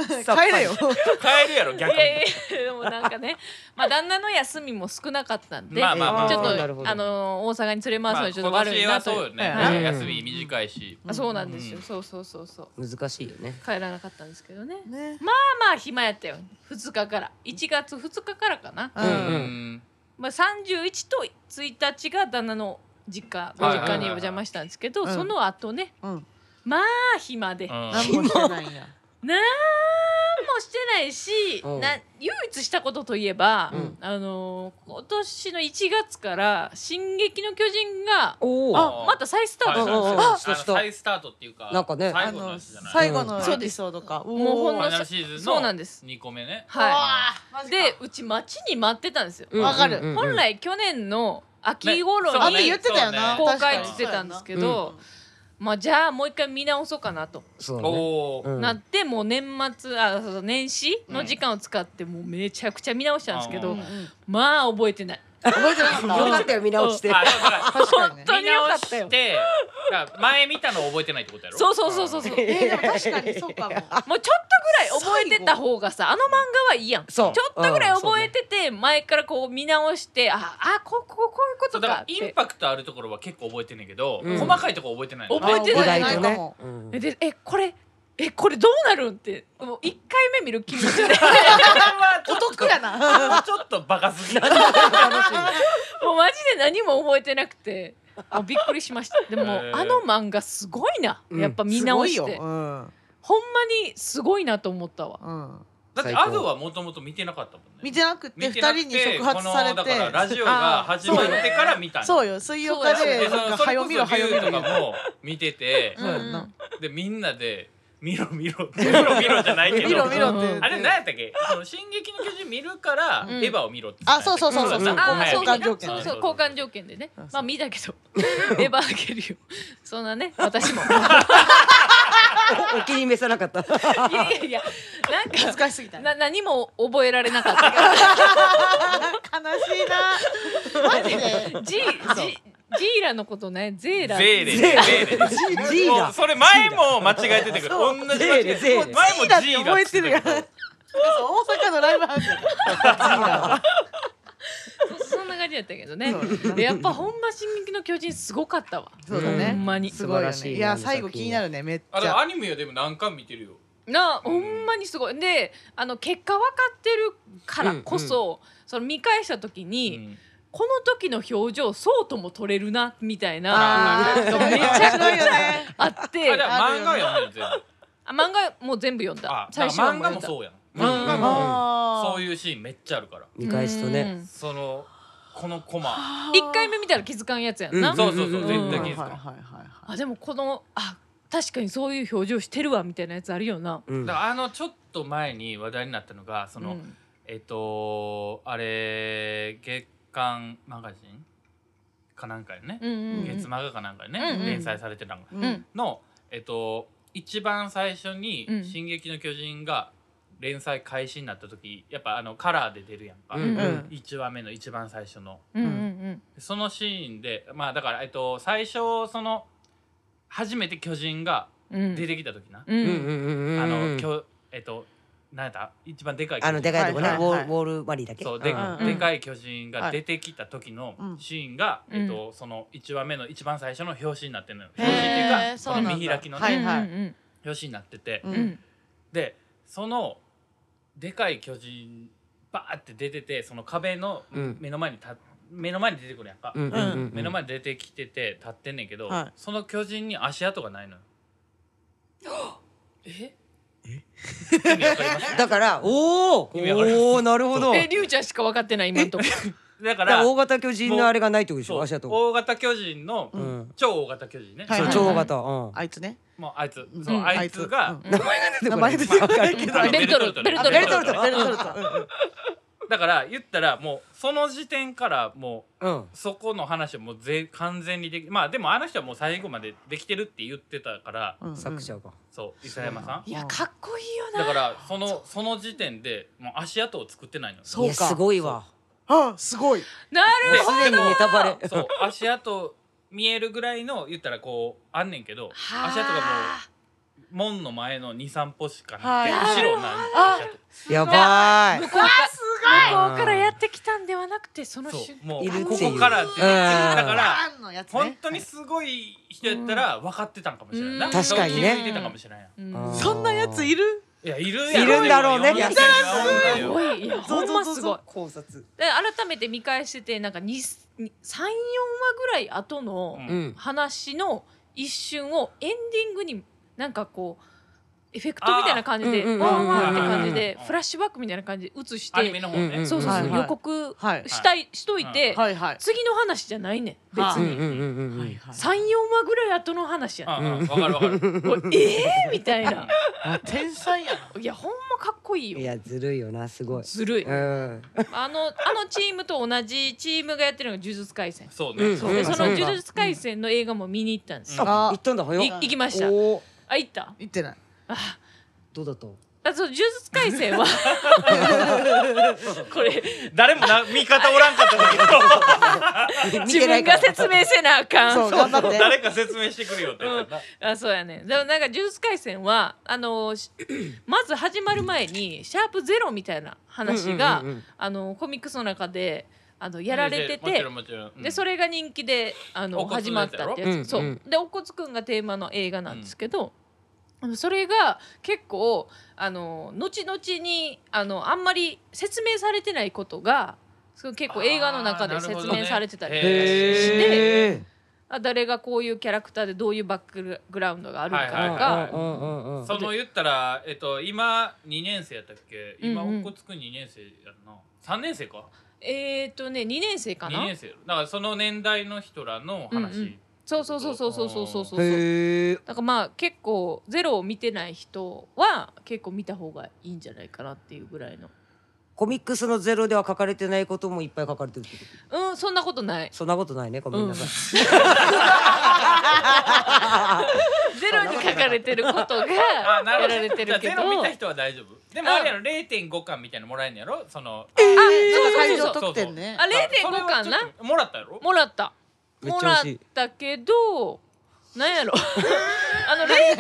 [SPEAKER 2] れよ
[SPEAKER 3] 帰るやろ
[SPEAKER 1] い
[SPEAKER 3] 逆
[SPEAKER 1] や
[SPEAKER 3] に
[SPEAKER 1] い。やいやでもなんかね、まあ、旦那の休みも少なかったんで、
[SPEAKER 3] まあまあまあ
[SPEAKER 1] ちょっと
[SPEAKER 4] なるほど
[SPEAKER 1] あの大阪に連れ回す
[SPEAKER 3] ま
[SPEAKER 1] の
[SPEAKER 3] あ
[SPEAKER 1] はちょっ
[SPEAKER 3] 今
[SPEAKER 1] と悪い
[SPEAKER 3] 年
[SPEAKER 1] な
[SPEAKER 3] は
[SPEAKER 1] とい
[SPEAKER 3] そうよ
[SPEAKER 1] う、
[SPEAKER 3] ね
[SPEAKER 1] はい
[SPEAKER 4] うん
[SPEAKER 3] 休み短いし。
[SPEAKER 1] あそうなんですよ、
[SPEAKER 3] うん
[SPEAKER 1] そうそうそうそう
[SPEAKER 4] 難しいよね
[SPEAKER 1] 帰らなかったんですけどね
[SPEAKER 2] ね
[SPEAKER 1] まあまあ暇やったよ2日から1月2日からかな、
[SPEAKER 2] う
[SPEAKER 3] うんん
[SPEAKER 1] まあ、31と1日が旦那の実家ご実家にお邪魔したんですけど、
[SPEAKER 2] はいはいはい
[SPEAKER 1] その後ね
[SPEAKER 2] うん
[SPEAKER 1] まあ暇で、
[SPEAKER 3] うん
[SPEAKER 2] 何もしてないんや
[SPEAKER 1] なんもしてないし、
[SPEAKER 4] うん
[SPEAKER 1] な唯一したことといえば、
[SPEAKER 4] うん
[SPEAKER 1] あのー今年の1月から「進撃の巨人」が
[SPEAKER 4] お
[SPEAKER 3] あ
[SPEAKER 1] また再スター
[SPEAKER 3] はい
[SPEAKER 1] トし
[SPEAKER 3] はい
[SPEAKER 4] うんうんうん
[SPEAKER 3] あ
[SPEAKER 4] したした
[SPEAKER 3] 再スタートっていうか
[SPEAKER 4] なんかね
[SPEAKER 2] あ
[SPEAKER 3] 最後の
[SPEAKER 2] の
[SPEAKER 3] やつじゃない
[SPEAKER 2] 最後のエピソードか
[SPEAKER 1] もうほん
[SPEAKER 3] フ
[SPEAKER 1] の
[SPEAKER 3] ァイナルシーズンの
[SPEAKER 1] そうなんです
[SPEAKER 3] 2個目ね
[SPEAKER 1] は
[SPEAKER 2] マ
[SPEAKER 1] い
[SPEAKER 2] ジか
[SPEAKER 1] でうち待ちに待ってたんですよ、
[SPEAKER 4] うん
[SPEAKER 2] わかる
[SPEAKER 4] うんうん
[SPEAKER 1] 本来去年の秋頃
[SPEAKER 3] ねそう
[SPEAKER 1] に、
[SPEAKER 3] ね
[SPEAKER 2] あ言ってたよな
[SPEAKER 3] そうね
[SPEAKER 1] 公開してたんですけど、まあじゃあもう一回見直そうかなと、
[SPEAKER 4] そう
[SPEAKER 3] お
[SPEAKER 4] ね
[SPEAKER 3] お
[SPEAKER 4] うん
[SPEAKER 1] なってもう年末あそうそう年始の時間を使ってもうめちゃくちゃ見直したんですけど、
[SPEAKER 3] う
[SPEAKER 2] うんうん
[SPEAKER 1] まあ覚えてない
[SPEAKER 2] 覚えてなかっ
[SPEAKER 4] よ
[SPEAKER 2] た
[SPEAKER 4] かったよ見直して
[SPEAKER 3] あだから
[SPEAKER 2] 確かにね
[SPEAKER 1] 本当に良かったよ
[SPEAKER 3] 見直してだから前見たの覚えてないってことやろ
[SPEAKER 1] そうそうそうそうそう
[SPEAKER 2] えーでも確かにそうかも
[SPEAKER 1] もうちょっとぐらい覚えてた方がさあの漫画はいいやん
[SPEAKER 4] そう
[SPEAKER 1] ちょっとぐらい覚えてて、前からこう見直してああここここういうこ
[SPEAKER 3] そ
[SPEAKER 1] と
[SPEAKER 3] うだか
[SPEAKER 1] からって
[SPEAKER 3] インパクトあるところは結構覚えてんねんけど、
[SPEAKER 4] うん
[SPEAKER 3] 細かいところ覚えてないの
[SPEAKER 1] 覚えて
[SPEAKER 4] 意
[SPEAKER 1] ない
[SPEAKER 4] 外と
[SPEAKER 2] か
[SPEAKER 4] ね
[SPEAKER 2] も
[SPEAKER 4] うん
[SPEAKER 1] えでえこれえこれどうなるんってもう1回目見る気持ちで
[SPEAKER 2] お得や な
[SPEAKER 3] ちょっとバカ すぎる
[SPEAKER 1] もうマジで何も覚えてなくてあびっくりしましたでも、
[SPEAKER 3] へー
[SPEAKER 1] あの漫画すごいな
[SPEAKER 4] うん
[SPEAKER 1] やっぱ見直して、
[SPEAKER 2] すごいようん
[SPEAKER 1] ほんまにすごいなと思ったわ
[SPEAKER 2] うん
[SPEAKER 3] だってアドはもともと見てなかったもんね
[SPEAKER 2] 見てなくて
[SPEAKER 3] 見
[SPEAKER 2] 二
[SPEAKER 3] てな
[SPEAKER 2] 人
[SPEAKER 3] くて
[SPEAKER 2] に触発され
[SPEAKER 3] このだからラ
[SPEAKER 2] て
[SPEAKER 3] ジオが始まってから見たの
[SPEAKER 2] そううよ水曜日で
[SPEAKER 3] でそ
[SPEAKER 2] なんか
[SPEAKER 3] それ
[SPEAKER 2] 早
[SPEAKER 3] こ
[SPEAKER 2] 見ろ
[SPEAKER 3] そ
[SPEAKER 2] 早
[SPEAKER 3] 龍
[SPEAKER 2] 見ろ
[SPEAKER 3] とかも見 てて
[SPEAKER 2] そうやんな
[SPEAKER 3] でみんなで見ろ見ろ 見ろ見ろじゃないけど
[SPEAKER 2] 見ろ見ろって
[SPEAKER 3] あれ何やったっけその進撃の巨人見るから
[SPEAKER 1] うん
[SPEAKER 3] エヴァを見ろって
[SPEAKER 2] あそうそうそうそう
[SPEAKER 4] うん
[SPEAKER 2] そ
[SPEAKER 4] うん
[SPEAKER 2] う
[SPEAKER 1] あー
[SPEAKER 2] 交換条
[SPEAKER 1] そう
[SPEAKER 2] 件
[SPEAKER 1] そう
[SPEAKER 2] ね
[SPEAKER 1] そう交換条件でね
[SPEAKER 2] うん
[SPEAKER 1] まあ見たけ どエヴァあげるよそんなね私も
[SPEAKER 4] おお気に召さなかった
[SPEAKER 1] いやいやいやなんか
[SPEAKER 2] 難しすぎたね
[SPEAKER 1] な何も覚えられなか った
[SPEAKER 2] 悲しいなマジで
[SPEAKER 1] ジジジーラのことねゼー
[SPEAKER 3] ゼ
[SPEAKER 1] ラ
[SPEAKER 3] ーレゼ
[SPEAKER 4] ゼ
[SPEAKER 3] ーレ
[SPEAKER 4] ジーラ
[SPEAKER 3] もうそれ前も間違えてたけど同じ間違え
[SPEAKER 4] ゼーレゼーレ
[SPEAKER 3] 前も
[SPEAKER 2] ジーラって
[SPEAKER 3] ジー
[SPEAKER 2] 覚
[SPEAKER 3] ラ
[SPEAKER 2] えてるやん
[SPEAKER 3] つってたけど
[SPEAKER 2] そう大阪のライブハウスや
[SPEAKER 1] そそんな感じやったけどね
[SPEAKER 2] そう
[SPEAKER 1] でやっぱほんま「進撃の巨人」すごかったわ
[SPEAKER 2] そうだ
[SPEAKER 1] ほ
[SPEAKER 2] ね
[SPEAKER 1] んまに
[SPEAKER 2] すごいよ
[SPEAKER 4] 素晴らしい
[SPEAKER 2] ねいや最後気になるねめっち
[SPEAKER 3] あでも
[SPEAKER 2] ゃ
[SPEAKER 3] アニメはでも何回も見てるよ
[SPEAKER 1] なほんまにすごいであの結果分かってるからこそその見返した時にこの時の表情そうとも取れるなみたいな
[SPEAKER 2] あー
[SPEAKER 1] なんかめちゃくち
[SPEAKER 2] 面白いよ
[SPEAKER 1] ゃ
[SPEAKER 2] ね
[SPEAKER 1] あっ
[SPEAKER 3] あ
[SPEAKER 1] て
[SPEAKER 3] じゃあ漫画読んでる全部
[SPEAKER 1] あ漫画もう全部読んだ
[SPEAKER 3] あ
[SPEAKER 1] 最
[SPEAKER 3] だ
[SPEAKER 1] 初
[SPEAKER 3] から
[SPEAKER 1] は
[SPEAKER 3] 漫
[SPEAKER 1] う
[SPEAKER 3] 画
[SPEAKER 1] 読ん
[SPEAKER 3] も
[SPEAKER 1] だ
[SPEAKER 3] そうやん
[SPEAKER 4] うん
[SPEAKER 3] 漫画も
[SPEAKER 2] あ
[SPEAKER 3] そう
[SPEAKER 2] う
[SPEAKER 3] いうシーンめっちゃあるから
[SPEAKER 4] 見返すとね
[SPEAKER 3] そのこのコマ
[SPEAKER 1] うん一回目見たら気づかんやつやんな、
[SPEAKER 4] うん
[SPEAKER 3] そうそうそう
[SPEAKER 1] うん
[SPEAKER 3] 絶対気
[SPEAKER 2] はいはい
[SPEAKER 3] づ
[SPEAKER 2] はい
[SPEAKER 3] か
[SPEAKER 2] はいはい
[SPEAKER 1] あでもこのあ確かにそういう表情してるわみたいなやつあるよな。
[SPEAKER 4] うん
[SPEAKER 3] だからあのちょっと前に話題になったのがその、
[SPEAKER 1] うん
[SPEAKER 3] えっとあれ月刊マガジンかなんかよね、
[SPEAKER 1] うんうんうん
[SPEAKER 3] 月マガかなんかよね、
[SPEAKER 1] うんうん
[SPEAKER 3] 連載されてたのが、
[SPEAKER 1] うんうん
[SPEAKER 3] のえっと一番最初に
[SPEAKER 1] うん
[SPEAKER 3] 「進撃の巨人」が連載開始になった時やっぱあのカラーで出るやんか、
[SPEAKER 4] う
[SPEAKER 3] 一
[SPEAKER 4] ん
[SPEAKER 2] うん
[SPEAKER 3] 1話目の一番最初の。
[SPEAKER 1] うんうん
[SPEAKER 3] そのシーンでまあだから、えっと、最初その初めて巨人が
[SPEAKER 1] うんうん
[SPEAKER 3] 出てきた時な、
[SPEAKER 1] うん
[SPEAKER 4] うんうんうんうんうん
[SPEAKER 3] あの巨えっと何やった一番でかい巨人
[SPEAKER 4] あのでかいとこね、
[SPEAKER 2] はいはい
[SPEAKER 4] ウォ
[SPEAKER 2] はい
[SPEAKER 4] ールウォールマリーだっけ
[SPEAKER 3] そうで,、
[SPEAKER 4] ん
[SPEAKER 1] うん
[SPEAKER 3] でかい巨人が出てきた時の
[SPEAKER 2] うん
[SPEAKER 3] シーンが、
[SPEAKER 1] うん
[SPEAKER 3] えっと、その1話目の一番最初の表紙になってるのよ
[SPEAKER 2] へー
[SPEAKER 3] 表紙っていうか
[SPEAKER 1] そうな
[SPEAKER 3] こ
[SPEAKER 1] んだ
[SPEAKER 3] の見開きのね、
[SPEAKER 2] はいはい
[SPEAKER 1] うん
[SPEAKER 3] 表紙になってて、
[SPEAKER 2] う
[SPEAKER 1] うんんうん
[SPEAKER 3] でそのでかい巨人バーって出ててその壁の
[SPEAKER 4] うん
[SPEAKER 3] 目の前にた、目の前に出てくるやんか、
[SPEAKER 4] うんうんうんうん
[SPEAKER 3] 目の前に出てきてて立ってんねんけど、
[SPEAKER 2] はい
[SPEAKER 3] その巨人に足跡がないのよ。え意味わかります
[SPEAKER 4] だからおお
[SPEAKER 3] 意味わかります
[SPEAKER 4] おおなるほど
[SPEAKER 1] えりゅうちゃんしか分かってない今んとこ。
[SPEAKER 3] だか
[SPEAKER 4] だから
[SPEAKER 3] ら
[SPEAKER 4] 大型巨人のあれがないってことでし
[SPEAKER 3] そ
[SPEAKER 4] ょ
[SPEAKER 3] う
[SPEAKER 4] 足跡
[SPEAKER 3] 大型巨人の、
[SPEAKER 4] うん
[SPEAKER 3] 超大型巨人ね、
[SPEAKER 2] はい
[SPEAKER 4] そう
[SPEAKER 2] はい
[SPEAKER 4] 超大型うん
[SPEAKER 2] あいつね
[SPEAKER 3] もうあいつ、
[SPEAKER 2] うん
[SPEAKER 3] そう
[SPEAKER 1] うん
[SPEAKER 3] あいつが、
[SPEAKER 2] うん
[SPEAKER 4] 名前が出てこない
[SPEAKER 2] 名前出てこない
[SPEAKER 4] わかる
[SPEAKER 3] あの
[SPEAKER 1] ベルトル
[SPEAKER 3] ね
[SPEAKER 1] ベル
[SPEAKER 2] あ
[SPEAKER 1] トル
[SPEAKER 2] ベ
[SPEAKER 4] ベ
[SPEAKER 2] ル
[SPEAKER 4] ル
[SPEAKER 2] ト
[SPEAKER 4] ト
[SPEAKER 2] ルトベ
[SPEAKER 4] ルト
[SPEAKER 2] ルトルトうんうん
[SPEAKER 3] だから言ったらもうその時点からも
[SPEAKER 4] うん
[SPEAKER 3] うそこの話はもうぜ完全にできまあでもあの人はもう最後までできてるって言ってたから、
[SPEAKER 2] うんうん
[SPEAKER 4] 作者が
[SPEAKER 3] そう伊佐山さん
[SPEAKER 1] いやかっこいいよな。
[SPEAKER 3] だからそのその時点でもう足跡を作ってないの
[SPEAKER 2] そ
[SPEAKER 4] いうや
[SPEAKER 2] か
[SPEAKER 4] すごいわ
[SPEAKER 2] あすごい
[SPEAKER 1] なる
[SPEAKER 4] もうすでにネタバレ
[SPEAKER 3] そう足跡見えるぐらいの言ったらこうあんねんけど足跡がもう門の前の23歩しかなくて
[SPEAKER 2] はい
[SPEAKER 3] 後ろなん
[SPEAKER 2] あ
[SPEAKER 3] 足跡
[SPEAKER 4] やばい
[SPEAKER 1] 向こうか向
[SPEAKER 4] い
[SPEAKER 1] こうからやってきたんではなくてその
[SPEAKER 3] そ
[SPEAKER 1] 瞬
[SPEAKER 3] うも
[SPEAKER 4] いる
[SPEAKER 3] う
[SPEAKER 4] っ
[SPEAKER 3] こ
[SPEAKER 4] ていう
[SPEAKER 3] こから出てきてるだから
[SPEAKER 2] バーンのやつね
[SPEAKER 3] 本当にすごい人やったら分かってたんかもしれないな、
[SPEAKER 1] うん
[SPEAKER 4] 確かにね
[SPEAKER 3] 気づいてたかもしれない
[SPEAKER 1] うん
[SPEAKER 4] あー
[SPEAKER 2] そんなやついる
[SPEAKER 3] いやいる
[SPEAKER 4] いるんだろうね
[SPEAKER 3] いやい
[SPEAKER 1] す
[SPEAKER 3] る
[SPEAKER 1] ごいいやほんますごい。
[SPEAKER 4] 考察
[SPEAKER 1] で改めて見返しててなんかにに34話ぐらい後の
[SPEAKER 3] うん
[SPEAKER 4] うん
[SPEAKER 1] 話の一瞬をエンディングになんかこうエフェクトみたいな感じで
[SPEAKER 4] あーうんうん
[SPEAKER 1] ワ
[SPEAKER 4] うんう
[SPEAKER 1] ン
[SPEAKER 4] ん
[SPEAKER 1] ワンって感じで
[SPEAKER 3] うん
[SPEAKER 1] フラッシュバックみたいな感じで映し
[SPEAKER 3] アニメ
[SPEAKER 1] て
[SPEAKER 3] の方ね、
[SPEAKER 4] うん
[SPEAKER 1] そうそう
[SPEAKER 2] は
[SPEAKER 1] そ
[SPEAKER 2] いうはい
[SPEAKER 1] 予告
[SPEAKER 2] はい
[SPEAKER 1] したいしといて
[SPEAKER 2] はいはい
[SPEAKER 1] 次の話じゃないねん別
[SPEAKER 2] は
[SPEAKER 4] うん
[SPEAKER 1] に
[SPEAKER 4] うんうんうんう
[SPEAKER 2] はい
[SPEAKER 4] ん
[SPEAKER 2] はい
[SPEAKER 1] 34話ぐらい後の話やね
[SPEAKER 3] ああ分かる分かる
[SPEAKER 1] んもうええみたいな
[SPEAKER 2] あ天才や
[SPEAKER 1] いやほんまかっこいい
[SPEAKER 4] い
[SPEAKER 1] よ
[SPEAKER 4] やずるいよなすごい
[SPEAKER 1] ずるい
[SPEAKER 4] うん
[SPEAKER 1] あのあのチームと同じチームがやってるのが呪術廻戦
[SPEAKER 3] そうね、
[SPEAKER 4] うん
[SPEAKER 3] そう
[SPEAKER 1] で
[SPEAKER 4] ん
[SPEAKER 1] その
[SPEAKER 4] う
[SPEAKER 1] 呪
[SPEAKER 4] ん
[SPEAKER 1] 術廻戦の映画も見に行ったんですよ
[SPEAKER 4] あ行ったんだ早っ
[SPEAKER 1] い行きました
[SPEAKER 4] おー
[SPEAKER 1] あ行った
[SPEAKER 2] 言ってない
[SPEAKER 1] あ
[SPEAKER 4] どうだった
[SPEAKER 1] あそう呪術廻戦はこれ
[SPEAKER 3] 誰もな味方おらんかったんだけど
[SPEAKER 1] 自分が説明せなあ
[SPEAKER 2] そ
[SPEAKER 1] か
[SPEAKER 2] うん頑 張って
[SPEAKER 3] 誰か説明してくれよって言ってた
[SPEAKER 1] あそうやねでもなんか呪術廻戦はあのし まず始まる前にシャープゼロみたいな話が、
[SPEAKER 4] うんうんうんうん
[SPEAKER 1] あのコミックスの中であのやられて
[SPEAKER 3] もち
[SPEAKER 1] て
[SPEAKER 3] ろんもちろん、うん
[SPEAKER 1] でそれが人気であ
[SPEAKER 3] お
[SPEAKER 1] の
[SPEAKER 3] 骨
[SPEAKER 1] 始
[SPEAKER 3] の
[SPEAKER 1] ま
[SPEAKER 3] や
[SPEAKER 1] っ
[SPEAKER 3] つや
[SPEAKER 1] た
[SPEAKER 3] ろ
[SPEAKER 1] ってやつ、そううんでおこつくんがテーマの映画なんですけど、あのそれが結構あの後々にあのあんまり説明されてないことがすごい結構映画の中で
[SPEAKER 3] あーなるほ
[SPEAKER 1] 説
[SPEAKER 3] どね
[SPEAKER 1] 明されてたりとかして、
[SPEAKER 4] へえ
[SPEAKER 1] あ誰がこういうキャラクターでどういうバックグラウンドがあるのかとか、
[SPEAKER 3] はいはいはい
[SPEAKER 4] うんうんうんうん
[SPEAKER 3] その言ったら、えっと、今2年生やったっけ今
[SPEAKER 1] うんうん
[SPEAKER 3] おっこつく2年生やんな3年生か
[SPEAKER 1] えーっとね2年生か
[SPEAKER 3] 2
[SPEAKER 1] な
[SPEAKER 3] 年生やろだからその年代の人らの話、
[SPEAKER 1] うんうんそうそうそうそうそうそうそうそうそう
[SPEAKER 4] へえ
[SPEAKER 1] だからまあ結構ゼロを見てない人は結構見た方がいいんじゃないかなっていうぐらいの
[SPEAKER 4] コミックスのゼロでは書かれてないこともいっぱい書かれてるってこと
[SPEAKER 1] うんそんなことない
[SPEAKER 4] そんなことないねごめんなさい、
[SPEAKER 1] ゼロに書かれてることが
[SPEAKER 3] あなる
[SPEAKER 1] や
[SPEAKER 3] ほ
[SPEAKER 1] られ
[SPEAKER 3] ど
[SPEAKER 1] て
[SPEAKER 3] じゃ
[SPEAKER 1] る
[SPEAKER 3] あ
[SPEAKER 1] け
[SPEAKER 3] ゼ
[SPEAKER 1] ど
[SPEAKER 3] ロ見た人は大丈夫でもあれやろ0.5巻みたいなのもらえんのやろそ
[SPEAKER 2] なん
[SPEAKER 3] の
[SPEAKER 2] か
[SPEAKER 1] そう
[SPEAKER 2] 会
[SPEAKER 1] そう
[SPEAKER 2] 場
[SPEAKER 1] そう
[SPEAKER 2] 得点ね
[SPEAKER 1] あ0.5巻な
[SPEAKER 3] それはちょっともらったやろ
[SPEAKER 1] もらった
[SPEAKER 4] めっ
[SPEAKER 1] も
[SPEAKER 4] ちゃ
[SPEAKER 1] ら
[SPEAKER 4] 美
[SPEAKER 1] っ
[SPEAKER 4] 味しい
[SPEAKER 1] たけどなん やろあのレ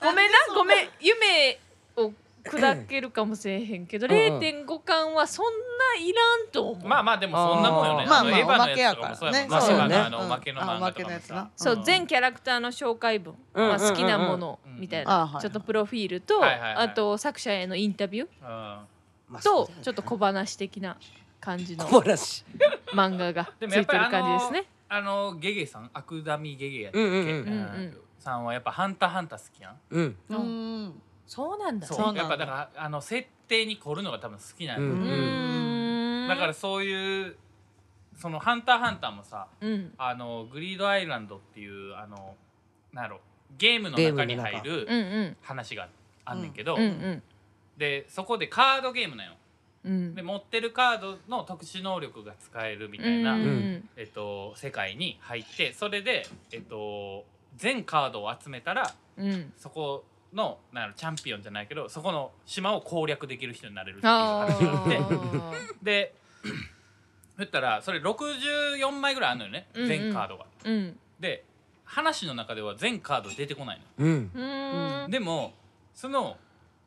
[SPEAKER 1] ごめんなごめん夢を砕けるかもしれへんけど
[SPEAKER 4] うんうん
[SPEAKER 1] 0.5巻はそんないらんと思う、
[SPEAKER 3] まあまあでもそんなもんよね
[SPEAKER 4] あー
[SPEAKER 3] あの
[SPEAKER 2] まあまあ
[SPEAKER 3] エヴァのやつともそうやもんな
[SPEAKER 4] おまけやからね
[SPEAKER 3] エヴァのあの
[SPEAKER 2] そう
[SPEAKER 3] おまけの漫画
[SPEAKER 2] うんあ
[SPEAKER 3] とかも
[SPEAKER 2] おまけのや
[SPEAKER 3] さ
[SPEAKER 2] つ
[SPEAKER 1] そう
[SPEAKER 2] うん
[SPEAKER 1] 全キャラクターの紹介文、
[SPEAKER 4] うん
[SPEAKER 1] まあ、好きなものみたい
[SPEAKER 2] うんうんうん
[SPEAKER 1] な、
[SPEAKER 2] あはいはい
[SPEAKER 1] ちょっとプロフィールと、
[SPEAKER 3] はいはいはい
[SPEAKER 1] あと作者へのインタビュー
[SPEAKER 3] うん
[SPEAKER 4] まあそ
[SPEAKER 1] と
[SPEAKER 4] うだよね
[SPEAKER 1] ちょっと小話的な感じの
[SPEAKER 4] 小話
[SPEAKER 1] 漫画がつ
[SPEAKER 3] で
[SPEAKER 1] い
[SPEAKER 3] も
[SPEAKER 1] て
[SPEAKER 3] やっ
[SPEAKER 1] る
[SPEAKER 3] ぱりあの
[SPEAKER 1] 感じですね。
[SPEAKER 3] あのゲゲさんアクダミゲゲやったっ
[SPEAKER 4] うんうんうん
[SPEAKER 1] う
[SPEAKER 3] け
[SPEAKER 1] んう
[SPEAKER 3] うんんさんはやっぱハンターハンター好きやん
[SPEAKER 4] うん
[SPEAKER 1] の
[SPEAKER 2] うん
[SPEAKER 1] そうなんだ。
[SPEAKER 3] そう
[SPEAKER 2] そうなんだ
[SPEAKER 3] やっぱだからあの設定に凝るのが多分好きなんやろ
[SPEAKER 4] う
[SPEAKER 1] うーん
[SPEAKER 3] だから、そういうそのハンターハンターもさ
[SPEAKER 1] うん、
[SPEAKER 3] あのグリードアイランドっていうあのなんやろゲームの中に入る
[SPEAKER 1] うんうん
[SPEAKER 3] 話があんねんけど、
[SPEAKER 1] うんうん
[SPEAKER 3] でそこでカードゲームなんよ
[SPEAKER 1] うん
[SPEAKER 3] で持ってるカードの特殊能力が使えるみたいな、
[SPEAKER 1] うんうん
[SPEAKER 3] えっと、世界に入ってそれで、えっと、全カードを集めたら
[SPEAKER 1] うんうん
[SPEAKER 3] そこのなんやろチャンピオンじゃないけどそこの島を攻略できる人になれるっていう
[SPEAKER 1] あ
[SPEAKER 3] 話があって
[SPEAKER 1] ー
[SPEAKER 3] で 振ったらそれ64枚ぐらいあるのよね
[SPEAKER 1] うんうん
[SPEAKER 3] 全カードが。
[SPEAKER 1] うん
[SPEAKER 3] で話の中では全カード出てこない
[SPEAKER 4] うん
[SPEAKER 1] うー
[SPEAKER 3] の。
[SPEAKER 1] ん
[SPEAKER 3] でもその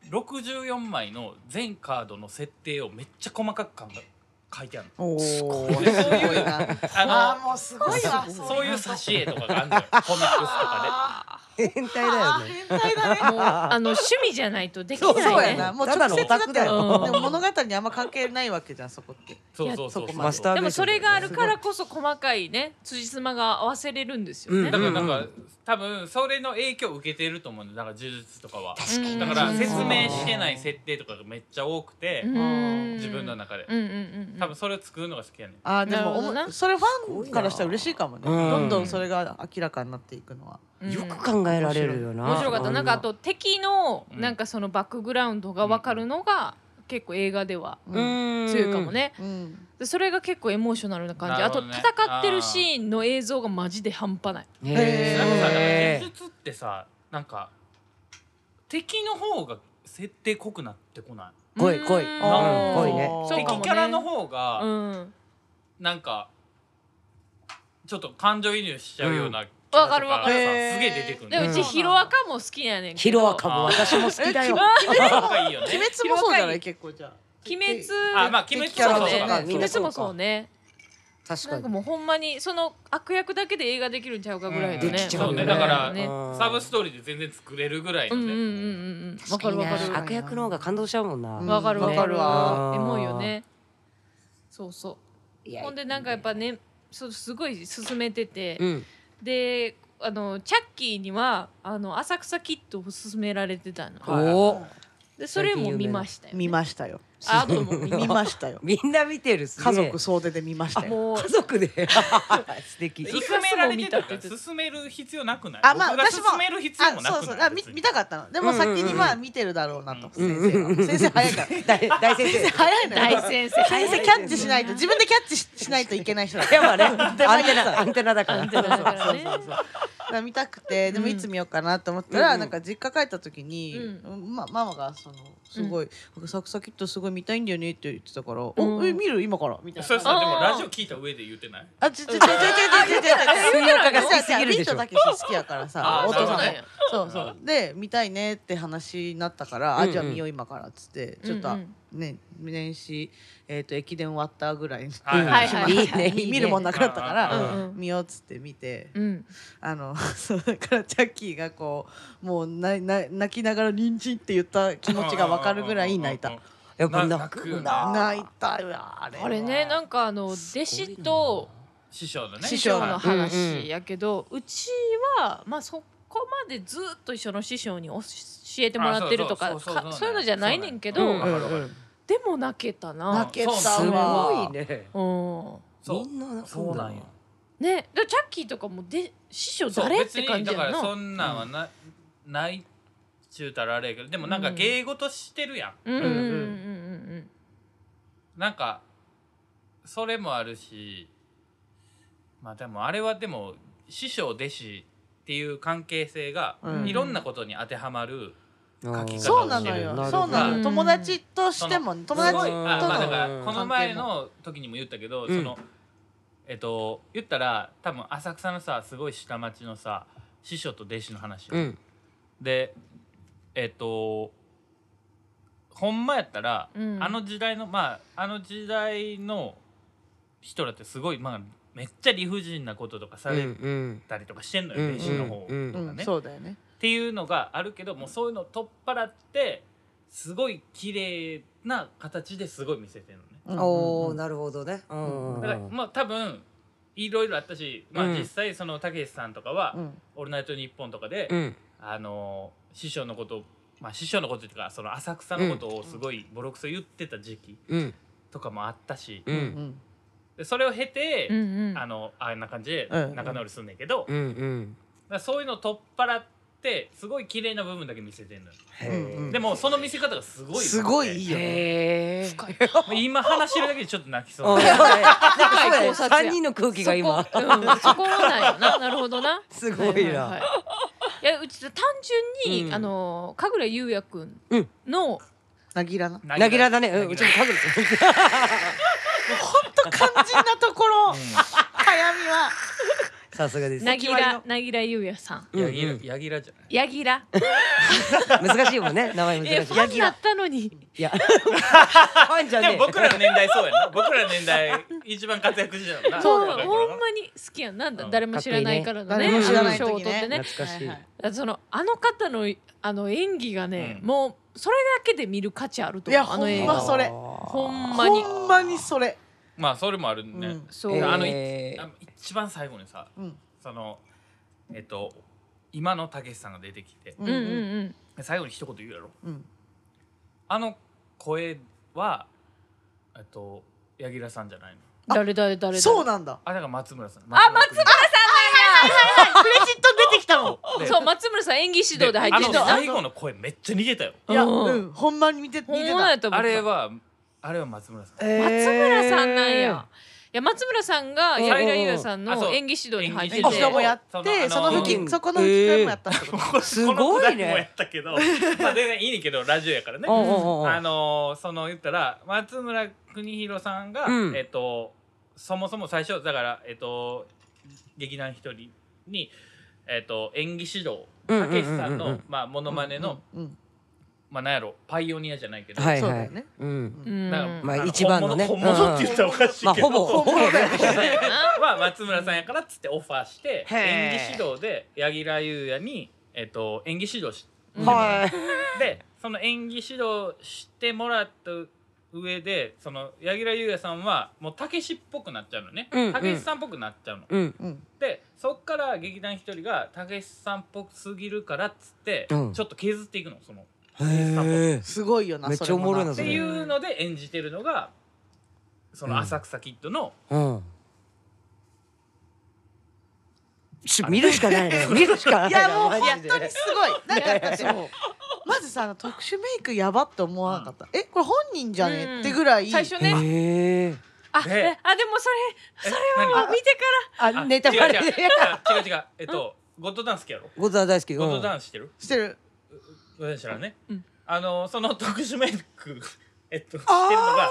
[SPEAKER 3] 64枚の全カードの設定をめっちゃ細かく考え書いてあるの。
[SPEAKER 2] おーすご
[SPEAKER 3] いな
[SPEAKER 2] な。
[SPEAKER 3] あの
[SPEAKER 2] あーもうすごいわ。
[SPEAKER 3] そういう挿絵とかがあるのよコミックスとか
[SPEAKER 2] あ
[SPEAKER 4] 変態だよ
[SPEAKER 2] ー
[SPEAKER 4] ね
[SPEAKER 2] 変態だね。
[SPEAKER 1] もうあの趣味じゃないとできないね
[SPEAKER 2] そうやな。もう
[SPEAKER 4] ただ
[SPEAKER 2] 直
[SPEAKER 4] の
[SPEAKER 2] 接だって
[SPEAKER 4] オタクだ
[SPEAKER 1] よ
[SPEAKER 2] でも物語にあんま関係ないわけじゃんそこって。
[SPEAKER 3] でそうそうそう
[SPEAKER 2] いやそこ
[SPEAKER 3] そう
[SPEAKER 2] までマスタ
[SPEAKER 1] でもそれがあるからこそ細かいね辻褄が合わせれるんですよね
[SPEAKER 3] だ。から
[SPEAKER 4] うん
[SPEAKER 3] なんか多分それの影響を受けてると思うんだだから呪術とかは
[SPEAKER 1] 確かに
[SPEAKER 3] だから
[SPEAKER 1] うん
[SPEAKER 3] 説明してない設定とかがめっちゃ多くて
[SPEAKER 1] うん
[SPEAKER 3] 自分の中で
[SPEAKER 1] うんうんうんうん
[SPEAKER 3] 多分それを作るのが好きやねん
[SPEAKER 2] あーで
[SPEAKER 1] なる
[SPEAKER 2] も
[SPEAKER 1] ほ
[SPEAKER 2] お
[SPEAKER 1] ど
[SPEAKER 2] も
[SPEAKER 1] な
[SPEAKER 2] それファンからしたら嬉しいかもね。
[SPEAKER 4] すごいな
[SPEAKER 2] どんどんそれが明らかになっていくのは。
[SPEAKER 1] うん
[SPEAKER 4] よく考えられるよな
[SPEAKER 1] 面白かったなんかあと敵の
[SPEAKER 3] うん
[SPEAKER 1] なんかそのバックグラウンドが分かるのが結構映画では
[SPEAKER 2] うん。
[SPEAKER 1] 強いかもね
[SPEAKER 2] うん。
[SPEAKER 1] でそれが結構エモーショナルな感じ
[SPEAKER 3] な
[SPEAKER 1] あ
[SPEAKER 3] るほ
[SPEAKER 1] と
[SPEAKER 3] どね
[SPEAKER 1] 戦ってるシーンの映像がマジで半端ない
[SPEAKER 4] へ
[SPEAKER 2] へ
[SPEAKER 3] なんかさだから
[SPEAKER 4] え
[SPEAKER 3] 呪術ってさなんか敵の方が設定濃くなってこない
[SPEAKER 4] 濃い濃い
[SPEAKER 1] うん
[SPEAKER 3] あ
[SPEAKER 4] ー濃いね
[SPEAKER 1] そうかも
[SPEAKER 3] 敵
[SPEAKER 1] ね
[SPEAKER 3] キャラの方
[SPEAKER 1] う
[SPEAKER 3] が
[SPEAKER 1] ん
[SPEAKER 3] なんかちょっと感情移入しちゃうような
[SPEAKER 1] わかるわか
[SPEAKER 2] る
[SPEAKER 3] キャラとがさすげえ出てくるんだ
[SPEAKER 1] で
[SPEAKER 3] よ
[SPEAKER 1] うちヒロアカも好きやねんけ
[SPEAKER 4] ヒ
[SPEAKER 1] ど
[SPEAKER 4] ロアカも私も好きだよ
[SPEAKER 3] ヒロアカいいよね
[SPEAKER 2] 鬼滅もそうじゃない結構じゃあ。
[SPEAKER 1] 鬼滅
[SPEAKER 3] あまあ鬼滅
[SPEAKER 2] キャラ
[SPEAKER 3] もそう
[SPEAKER 1] そう
[SPEAKER 3] か
[SPEAKER 1] ね
[SPEAKER 4] ね
[SPEAKER 1] 鬼滅もそうね
[SPEAKER 4] 確
[SPEAKER 1] な
[SPEAKER 4] か
[SPEAKER 1] んか
[SPEAKER 4] に
[SPEAKER 1] もうほんまにその悪役だけで映画できるんちゃうかぐらいのね、
[SPEAKER 4] うんできちゃ
[SPEAKER 3] そ
[SPEAKER 4] う
[SPEAKER 3] う
[SPEAKER 4] よ
[SPEAKER 3] ね
[SPEAKER 4] ね
[SPEAKER 3] だから
[SPEAKER 1] ね
[SPEAKER 4] うん
[SPEAKER 3] サブストーリーで全然作れるぐらいの
[SPEAKER 1] うんうんうん
[SPEAKER 3] ね
[SPEAKER 1] うんわかるわか
[SPEAKER 4] 確
[SPEAKER 1] る
[SPEAKER 4] にね悪役の方が感動しちゃうもんな
[SPEAKER 2] うん
[SPEAKER 1] わかるわ
[SPEAKER 2] わかる
[SPEAKER 4] わ
[SPEAKER 1] エモいよねそうそ
[SPEAKER 4] いうや
[SPEAKER 1] ほんでなんかやっぱねそうすごい進めてて、
[SPEAKER 4] うん
[SPEAKER 1] であのチャッキーにはあの浅草キッドを勧められてたの、
[SPEAKER 3] はい
[SPEAKER 4] おー
[SPEAKER 1] でそれも見ましたよ、ね、
[SPEAKER 2] 見ましたよ。
[SPEAKER 1] ああとも見
[SPEAKER 2] 見
[SPEAKER 1] ま
[SPEAKER 2] ましたよ。
[SPEAKER 4] みんな見てるす
[SPEAKER 2] 家
[SPEAKER 4] げえ
[SPEAKER 2] 族総出で見ましたよ。
[SPEAKER 1] もう
[SPEAKER 4] 家 族で素敵
[SPEAKER 1] い
[SPEAKER 3] 進められてた
[SPEAKER 1] いくつも見たって言
[SPEAKER 3] か
[SPEAKER 1] って
[SPEAKER 3] ら
[SPEAKER 1] た
[SPEAKER 3] 進める必要なくない
[SPEAKER 2] あまあ
[SPEAKER 3] 僕が
[SPEAKER 2] 私も
[SPEAKER 3] 進める必要
[SPEAKER 2] あ
[SPEAKER 3] もな
[SPEAKER 2] そう
[SPEAKER 3] く
[SPEAKER 2] そう
[SPEAKER 3] な
[SPEAKER 2] あ
[SPEAKER 3] い
[SPEAKER 2] み
[SPEAKER 3] 別に
[SPEAKER 2] 見たかったので
[SPEAKER 4] う
[SPEAKER 2] も
[SPEAKER 4] んうん
[SPEAKER 2] 先
[SPEAKER 4] うん
[SPEAKER 2] にまあ見てるだろうなと、
[SPEAKER 3] うん
[SPEAKER 2] 先生は先生早いから
[SPEAKER 4] 大大先生
[SPEAKER 2] 早いの
[SPEAKER 1] 大
[SPEAKER 2] よ
[SPEAKER 1] 先生
[SPEAKER 2] 先生キャッチしないと自分でキャッチししないといけない人だか
[SPEAKER 4] やっぱね アンテナアンテナだから
[SPEAKER 1] アンテナだからね
[SPEAKER 2] ら見たくてでも
[SPEAKER 1] うん
[SPEAKER 2] いつ見ようかなと思ったら、
[SPEAKER 4] うんうん
[SPEAKER 2] なんか実家帰った時に、
[SPEAKER 1] う
[SPEAKER 2] ま、ママがそのすごい「僕サクサキッとすごい見たいんだよね」って言ってたから「
[SPEAKER 1] うん
[SPEAKER 2] おえ見る今から」みたい
[SPEAKER 3] それ
[SPEAKER 2] な。
[SPEAKER 3] さでも
[SPEAKER 1] あー
[SPEAKER 3] ラジオ聞いた上で言ってない
[SPEAKER 2] あちょちょちょちょちょちょちょち ょ
[SPEAKER 4] 水曜日が好きすぎる
[SPEAKER 2] ビ
[SPEAKER 4] で
[SPEAKER 2] ー
[SPEAKER 4] しょ
[SPEAKER 2] トたけし好きやからさ
[SPEAKER 3] あ
[SPEAKER 2] お父
[SPEAKER 1] そう
[SPEAKER 2] さんも
[SPEAKER 1] なんや
[SPEAKER 2] そうそうで見たいねって話になったから、
[SPEAKER 4] うんうん
[SPEAKER 2] あじゃあ見よう今からっつってちょっと、
[SPEAKER 1] うん
[SPEAKER 2] ね年始えっ、と駅伝終わったぐらいに、
[SPEAKER 3] はいはい
[SPEAKER 1] はい
[SPEAKER 4] いいねいいね
[SPEAKER 2] 見るもんなくなったか
[SPEAKER 1] う
[SPEAKER 2] ら、
[SPEAKER 1] んうん
[SPEAKER 2] 見ようっつって見て、
[SPEAKER 1] うん
[SPEAKER 2] あの そうだからチャッキーがこうもうなな泣きながら「ニンジン」って言った気持ちがわかるぐらい泣いた。
[SPEAKER 4] やっぱ泣くな
[SPEAKER 2] 泣いたわあれは
[SPEAKER 1] あれねなんかあの弟子と
[SPEAKER 3] 師匠のね
[SPEAKER 1] 師匠の
[SPEAKER 3] はい
[SPEAKER 1] 話やけど、うちはまあそこまでずっと一緒の師匠に教えてもらってるとか
[SPEAKER 3] あそうそうそうそう
[SPEAKER 1] かそういうのじゃないねんけど、
[SPEAKER 3] そうなん
[SPEAKER 2] う
[SPEAKER 3] や
[SPEAKER 2] んうん
[SPEAKER 1] でも泣けたな
[SPEAKER 2] 泣けた
[SPEAKER 3] そう
[SPEAKER 4] す
[SPEAKER 2] わ
[SPEAKER 4] ごいね
[SPEAKER 1] うん
[SPEAKER 3] そ
[SPEAKER 4] み
[SPEAKER 3] うん
[SPEAKER 4] な泣く
[SPEAKER 3] そうなんよ
[SPEAKER 1] ねでチャッキーとかもで師匠
[SPEAKER 3] そう
[SPEAKER 1] 誰っ
[SPEAKER 3] 別
[SPEAKER 1] て
[SPEAKER 3] に
[SPEAKER 1] 感じ
[SPEAKER 3] だか
[SPEAKER 1] やん
[SPEAKER 3] ら
[SPEAKER 1] な
[SPEAKER 3] そんなんはなないっちゅうたらあれやけどでもなんか芸事してるやん
[SPEAKER 1] うんうんうんうんうん
[SPEAKER 3] なんかそれもあるしまあでもあれはでも師匠弟子っていう関係性が
[SPEAKER 2] うん
[SPEAKER 3] いろんなことに当てはまる、
[SPEAKER 4] あ
[SPEAKER 3] 書き
[SPEAKER 4] ー
[SPEAKER 3] 方
[SPEAKER 2] そ
[SPEAKER 3] を
[SPEAKER 2] う
[SPEAKER 3] し
[SPEAKER 2] な
[SPEAKER 3] てる
[SPEAKER 2] のよ
[SPEAKER 4] なるほど
[SPEAKER 2] そうな
[SPEAKER 1] うん
[SPEAKER 2] の友達としても
[SPEAKER 3] す
[SPEAKER 2] 友
[SPEAKER 3] ごい
[SPEAKER 2] 達
[SPEAKER 3] あ
[SPEAKER 2] と
[SPEAKER 3] まあだから
[SPEAKER 4] うん
[SPEAKER 3] この前の時にも言ったけど、
[SPEAKER 4] うん
[SPEAKER 3] そのえっと言ったら多分浅草のさすごい下町のさ師匠と弟子の話よ、
[SPEAKER 4] うん
[SPEAKER 3] でえっとほんまやったら、
[SPEAKER 1] うん
[SPEAKER 3] あの時代のまああの時代の人らってすごいまあめっちゃ理不尽なこととかさ
[SPEAKER 4] うんう
[SPEAKER 3] れ
[SPEAKER 4] ん
[SPEAKER 3] たりとかしてんの
[SPEAKER 4] う
[SPEAKER 3] よ、
[SPEAKER 4] ん
[SPEAKER 3] 弟子の方とかね、
[SPEAKER 4] うん
[SPEAKER 2] うんそうだよね
[SPEAKER 3] っていうのがあるけどもうそういうのを取っ払ってすごい綺麗な形ですごい見せてるのね。
[SPEAKER 2] うん
[SPEAKER 4] お
[SPEAKER 2] う
[SPEAKER 4] お
[SPEAKER 2] ん
[SPEAKER 4] なるほどねうんうん
[SPEAKER 3] だから
[SPEAKER 4] うん
[SPEAKER 3] まあ多分いろいろあったし、まあ、
[SPEAKER 4] うん
[SPEAKER 3] 実際そのたけしさんとかは「
[SPEAKER 2] うん
[SPEAKER 3] オールナイトニッポン」とかで、
[SPEAKER 4] うん
[SPEAKER 3] あの師匠のことをまあ師匠のことっていうかその浅草のことをすごいボロクソ言ってた時期
[SPEAKER 4] うん
[SPEAKER 3] とかもあったし、
[SPEAKER 4] う
[SPEAKER 2] うんん
[SPEAKER 3] でそれを経て、
[SPEAKER 1] うんうんうん
[SPEAKER 3] あのあんな感じで
[SPEAKER 2] うん
[SPEAKER 3] 仲直りすんねんけど、
[SPEAKER 4] うんうん
[SPEAKER 3] だからそういうのを取っ払っってすごい綺麗な部分だけ見せてんのよ
[SPEAKER 4] へー
[SPEAKER 2] うんうん
[SPEAKER 3] でもその見せ方がすごいよ
[SPEAKER 2] すごいいいよね
[SPEAKER 4] へえ。
[SPEAKER 1] 深い
[SPEAKER 3] もう今話してるだけでちょっと泣きそう
[SPEAKER 4] うんなんかそうだ
[SPEAKER 1] 深い
[SPEAKER 4] ね
[SPEAKER 1] 考察や
[SPEAKER 4] 三人の空気が今
[SPEAKER 1] そこ,、うん、そこはないよななるほどな
[SPEAKER 4] すごい
[SPEAKER 1] は
[SPEAKER 4] な。
[SPEAKER 1] ははい、いやうち単純に、
[SPEAKER 4] うん
[SPEAKER 1] あの神楽優也くん
[SPEAKER 4] うん
[SPEAKER 1] の、
[SPEAKER 2] なぎらな
[SPEAKER 3] な
[SPEAKER 4] なぎらだね。うんうちも家族。
[SPEAKER 2] 肝心なとこ ろ早見は
[SPEAKER 4] さすがです。
[SPEAKER 1] なぎらなぎら優也さん
[SPEAKER 4] うん
[SPEAKER 3] ヤ
[SPEAKER 4] う
[SPEAKER 3] ギラ
[SPEAKER 4] ん
[SPEAKER 3] ヤギラじゃない
[SPEAKER 1] やぎら
[SPEAKER 4] 難しいもんね。名前
[SPEAKER 1] え
[SPEAKER 4] 難
[SPEAKER 1] フ
[SPEAKER 4] しい。
[SPEAKER 1] ァンだったのに
[SPEAKER 4] いや。ファンじゃ
[SPEAKER 3] で
[SPEAKER 4] ね
[SPEAKER 3] も僕らの年代そうやな僕らの年代一番活躍してたもんな
[SPEAKER 1] そう
[SPEAKER 3] 若い
[SPEAKER 1] ほ
[SPEAKER 3] 頃なん
[SPEAKER 1] まに好きやんなんだ、
[SPEAKER 3] うん
[SPEAKER 1] 誰も知らないからのね
[SPEAKER 2] 誰も知らない
[SPEAKER 1] あの賞を
[SPEAKER 2] 時
[SPEAKER 1] 取って
[SPEAKER 4] え。
[SPEAKER 1] ね
[SPEAKER 4] 懐かしい
[SPEAKER 2] はい。はい
[SPEAKER 1] だからそのあの方のあの演技がね、
[SPEAKER 3] うん
[SPEAKER 1] もうそれだけで見る価値あると
[SPEAKER 2] い
[SPEAKER 1] 思う
[SPEAKER 2] や
[SPEAKER 1] あの映
[SPEAKER 2] ほんま
[SPEAKER 1] 画
[SPEAKER 2] それ
[SPEAKER 1] ほんまに
[SPEAKER 2] ほんまにそれ
[SPEAKER 3] まあそれもある
[SPEAKER 2] う
[SPEAKER 3] ね
[SPEAKER 2] ん
[SPEAKER 1] そう、
[SPEAKER 3] えー
[SPEAKER 1] あの
[SPEAKER 3] あの
[SPEAKER 4] えー
[SPEAKER 3] あの一番最後にさ
[SPEAKER 2] うん
[SPEAKER 3] そのえっと今のたけしさんが出てきて
[SPEAKER 1] うんうんうん
[SPEAKER 3] 最後に一言言うやろ
[SPEAKER 2] うん
[SPEAKER 3] あの声はえっと柳楽さんじゃないの
[SPEAKER 1] 誰誰誰誰
[SPEAKER 2] そうなんだ
[SPEAKER 3] あだから松村さんあ
[SPEAKER 1] あ松村
[SPEAKER 2] クレジット出てきたもん
[SPEAKER 3] さん
[SPEAKER 1] そう松村さん演技指導で入って
[SPEAKER 3] あ
[SPEAKER 1] る
[SPEAKER 3] の
[SPEAKER 1] んだ
[SPEAKER 3] 最後の声めっちゃ逃げたよ
[SPEAKER 2] いや
[SPEAKER 1] うん
[SPEAKER 2] うんほんまに見て
[SPEAKER 1] 本
[SPEAKER 2] 見て
[SPEAKER 1] 物
[SPEAKER 2] た
[SPEAKER 1] やと思っ
[SPEAKER 3] あ
[SPEAKER 1] た
[SPEAKER 3] れはあれは 松村さん
[SPEAKER 1] 松村さんなんや。いや松村さんが
[SPEAKER 4] うん
[SPEAKER 1] 柳楽優也さんの
[SPEAKER 3] あそう
[SPEAKER 1] 演技指導に入って
[SPEAKER 3] 演
[SPEAKER 1] て
[SPEAKER 2] こ
[SPEAKER 3] 技指
[SPEAKER 2] ち
[SPEAKER 3] 導
[SPEAKER 2] らもやって
[SPEAKER 3] そ
[SPEAKER 2] そ
[SPEAKER 3] のあの
[SPEAKER 2] の付
[SPEAKER 4] うん
[SPEAKER 2] 近そこの吹き替えもやったってこと
[SPEAKER 4] すごいね
[SPEAKER 3] このくだりもやったけど、まあ全然いいねんけどラジオやからね。
[SPEAKER 4] おうおうおう
[SPEAKER 3] あのーその言ったら松村邦弘さんが、
[SPEAKER 4] うん
[SPEAKER 3] えっとそもそも最初だからえっと劇団一人にえっと演技指導
[SPEAKER 4] うん
[SPEAKER 3] たけしさん
[SPEAKER 4] うんうんうんう
[SPEAKER 3] の
[SPEAKER 4] ん
[SPEAKER 3] まあモノマネの、
[SPEAKER 2] うんうん
[SPEAKER 3] まあなんやろパイオニアじゃないけど、
[SPEAKER 4] はい
[SPEAKER 2] そう
[SPEAKER 4] は
[SPEAKER 2] だ
[SPEAKER 4] い
[SPEAKER 2] よね。
[SPEAKER 4] うん。
[SPEAKER 1] う
[SPEAKER 3] だから
[SPEAKER 1] ん
[SPEAKER 4] まあ
[SPEAKER 3] の
[SPEAKER 4] 一番のね
[SPEAKER 3] 本物本物って言ったらおかし
[SPEAKER 4] ま
[SPEAKER 3] い
[SPEAKER 4] あ
[SPEAKER 3] けど、
[SPEAKER 4] ほぼほぼだよね。
[SPEAKER 3] は松村さんやからっつってオファーして
[SPEAKER 4] へー
[SPEAKER 3] 演技指導で柳楽優弥に、えっと演技指導し
[SPEAKER 1] うん
[SPEAKER 4] はい。
[SPEAKER 3] でその演技指導してもらった上でその柳楽優弥さんはもうたけしっぽくなっちゃうのね
[SPEAKER 4] うんうん
[SPEAKER 3] たけしさんっぽくなっちゃうの。
[SPEAKER 4] うん。
[SPEAKER 2] うん
[SPEAKER 3] でそっから劇団一人がたけしさんっぽすぎるからっつって、
[SPEAKER 4] うん
[SPEAKER 3] ちょっと削っていくのその。
[SPEAKER 4] へえ。
[SPEAKER 2] すごいよな
[SPEAKER 4] めっちゃおもろいな
[SPEAKER 3] っ
[SPEAKER 4] そ
[SPEAKER 3] て
[SPEAKER 4] れ
[SPEAKER 3] いうので演じてるのがその浅草キッドの、
[SPEAKER 4] うん。ちょ見るしかないね。見るしかない
[SPEAKER 2] い
[SPEAKER 4] な。
[SPEAKER 2] やもう本
[SPEAKER 4] マジで
[SPEAKER 2] 当にすごい なんか私もまずさあの特殊メイクやばって思わなかったえこれ本人じゃね
[SPEAKER 1] うん
[SPEAKER 2] ってぐらい
[SPEAKER 1] 最初ね
[SPEAKER 4] へえ。
[SPEAKER 1] あ
[SPEAKER 3] で
[SPEAKER 1] えあでもそ
[SPEAKER 3] え
[SPEAKER 1] れそれ
[SPEAKER 3] 何
[SPEAKER 1] は見てか
[SPEAKER 4] あ
[SPEAKER 3] あ
[SPEAKER 4] ネタバレ
[SPEAKER 3] 違う違う。違う違う違うえっとゴッドダンス好きやろ
[SPEAKER 4] ゴッドダン大好き。
[SPEAKER 3] ゴッド
[SPEAKER 4] ン。
[SPEAKER 3] ダンスしてる
[SPEAKER 2] してる
[SPEAKER 3] 私らね、
[SPEAKER 1] うん
[SPEAKER 3] あのその特殊メイクえっとしてるのが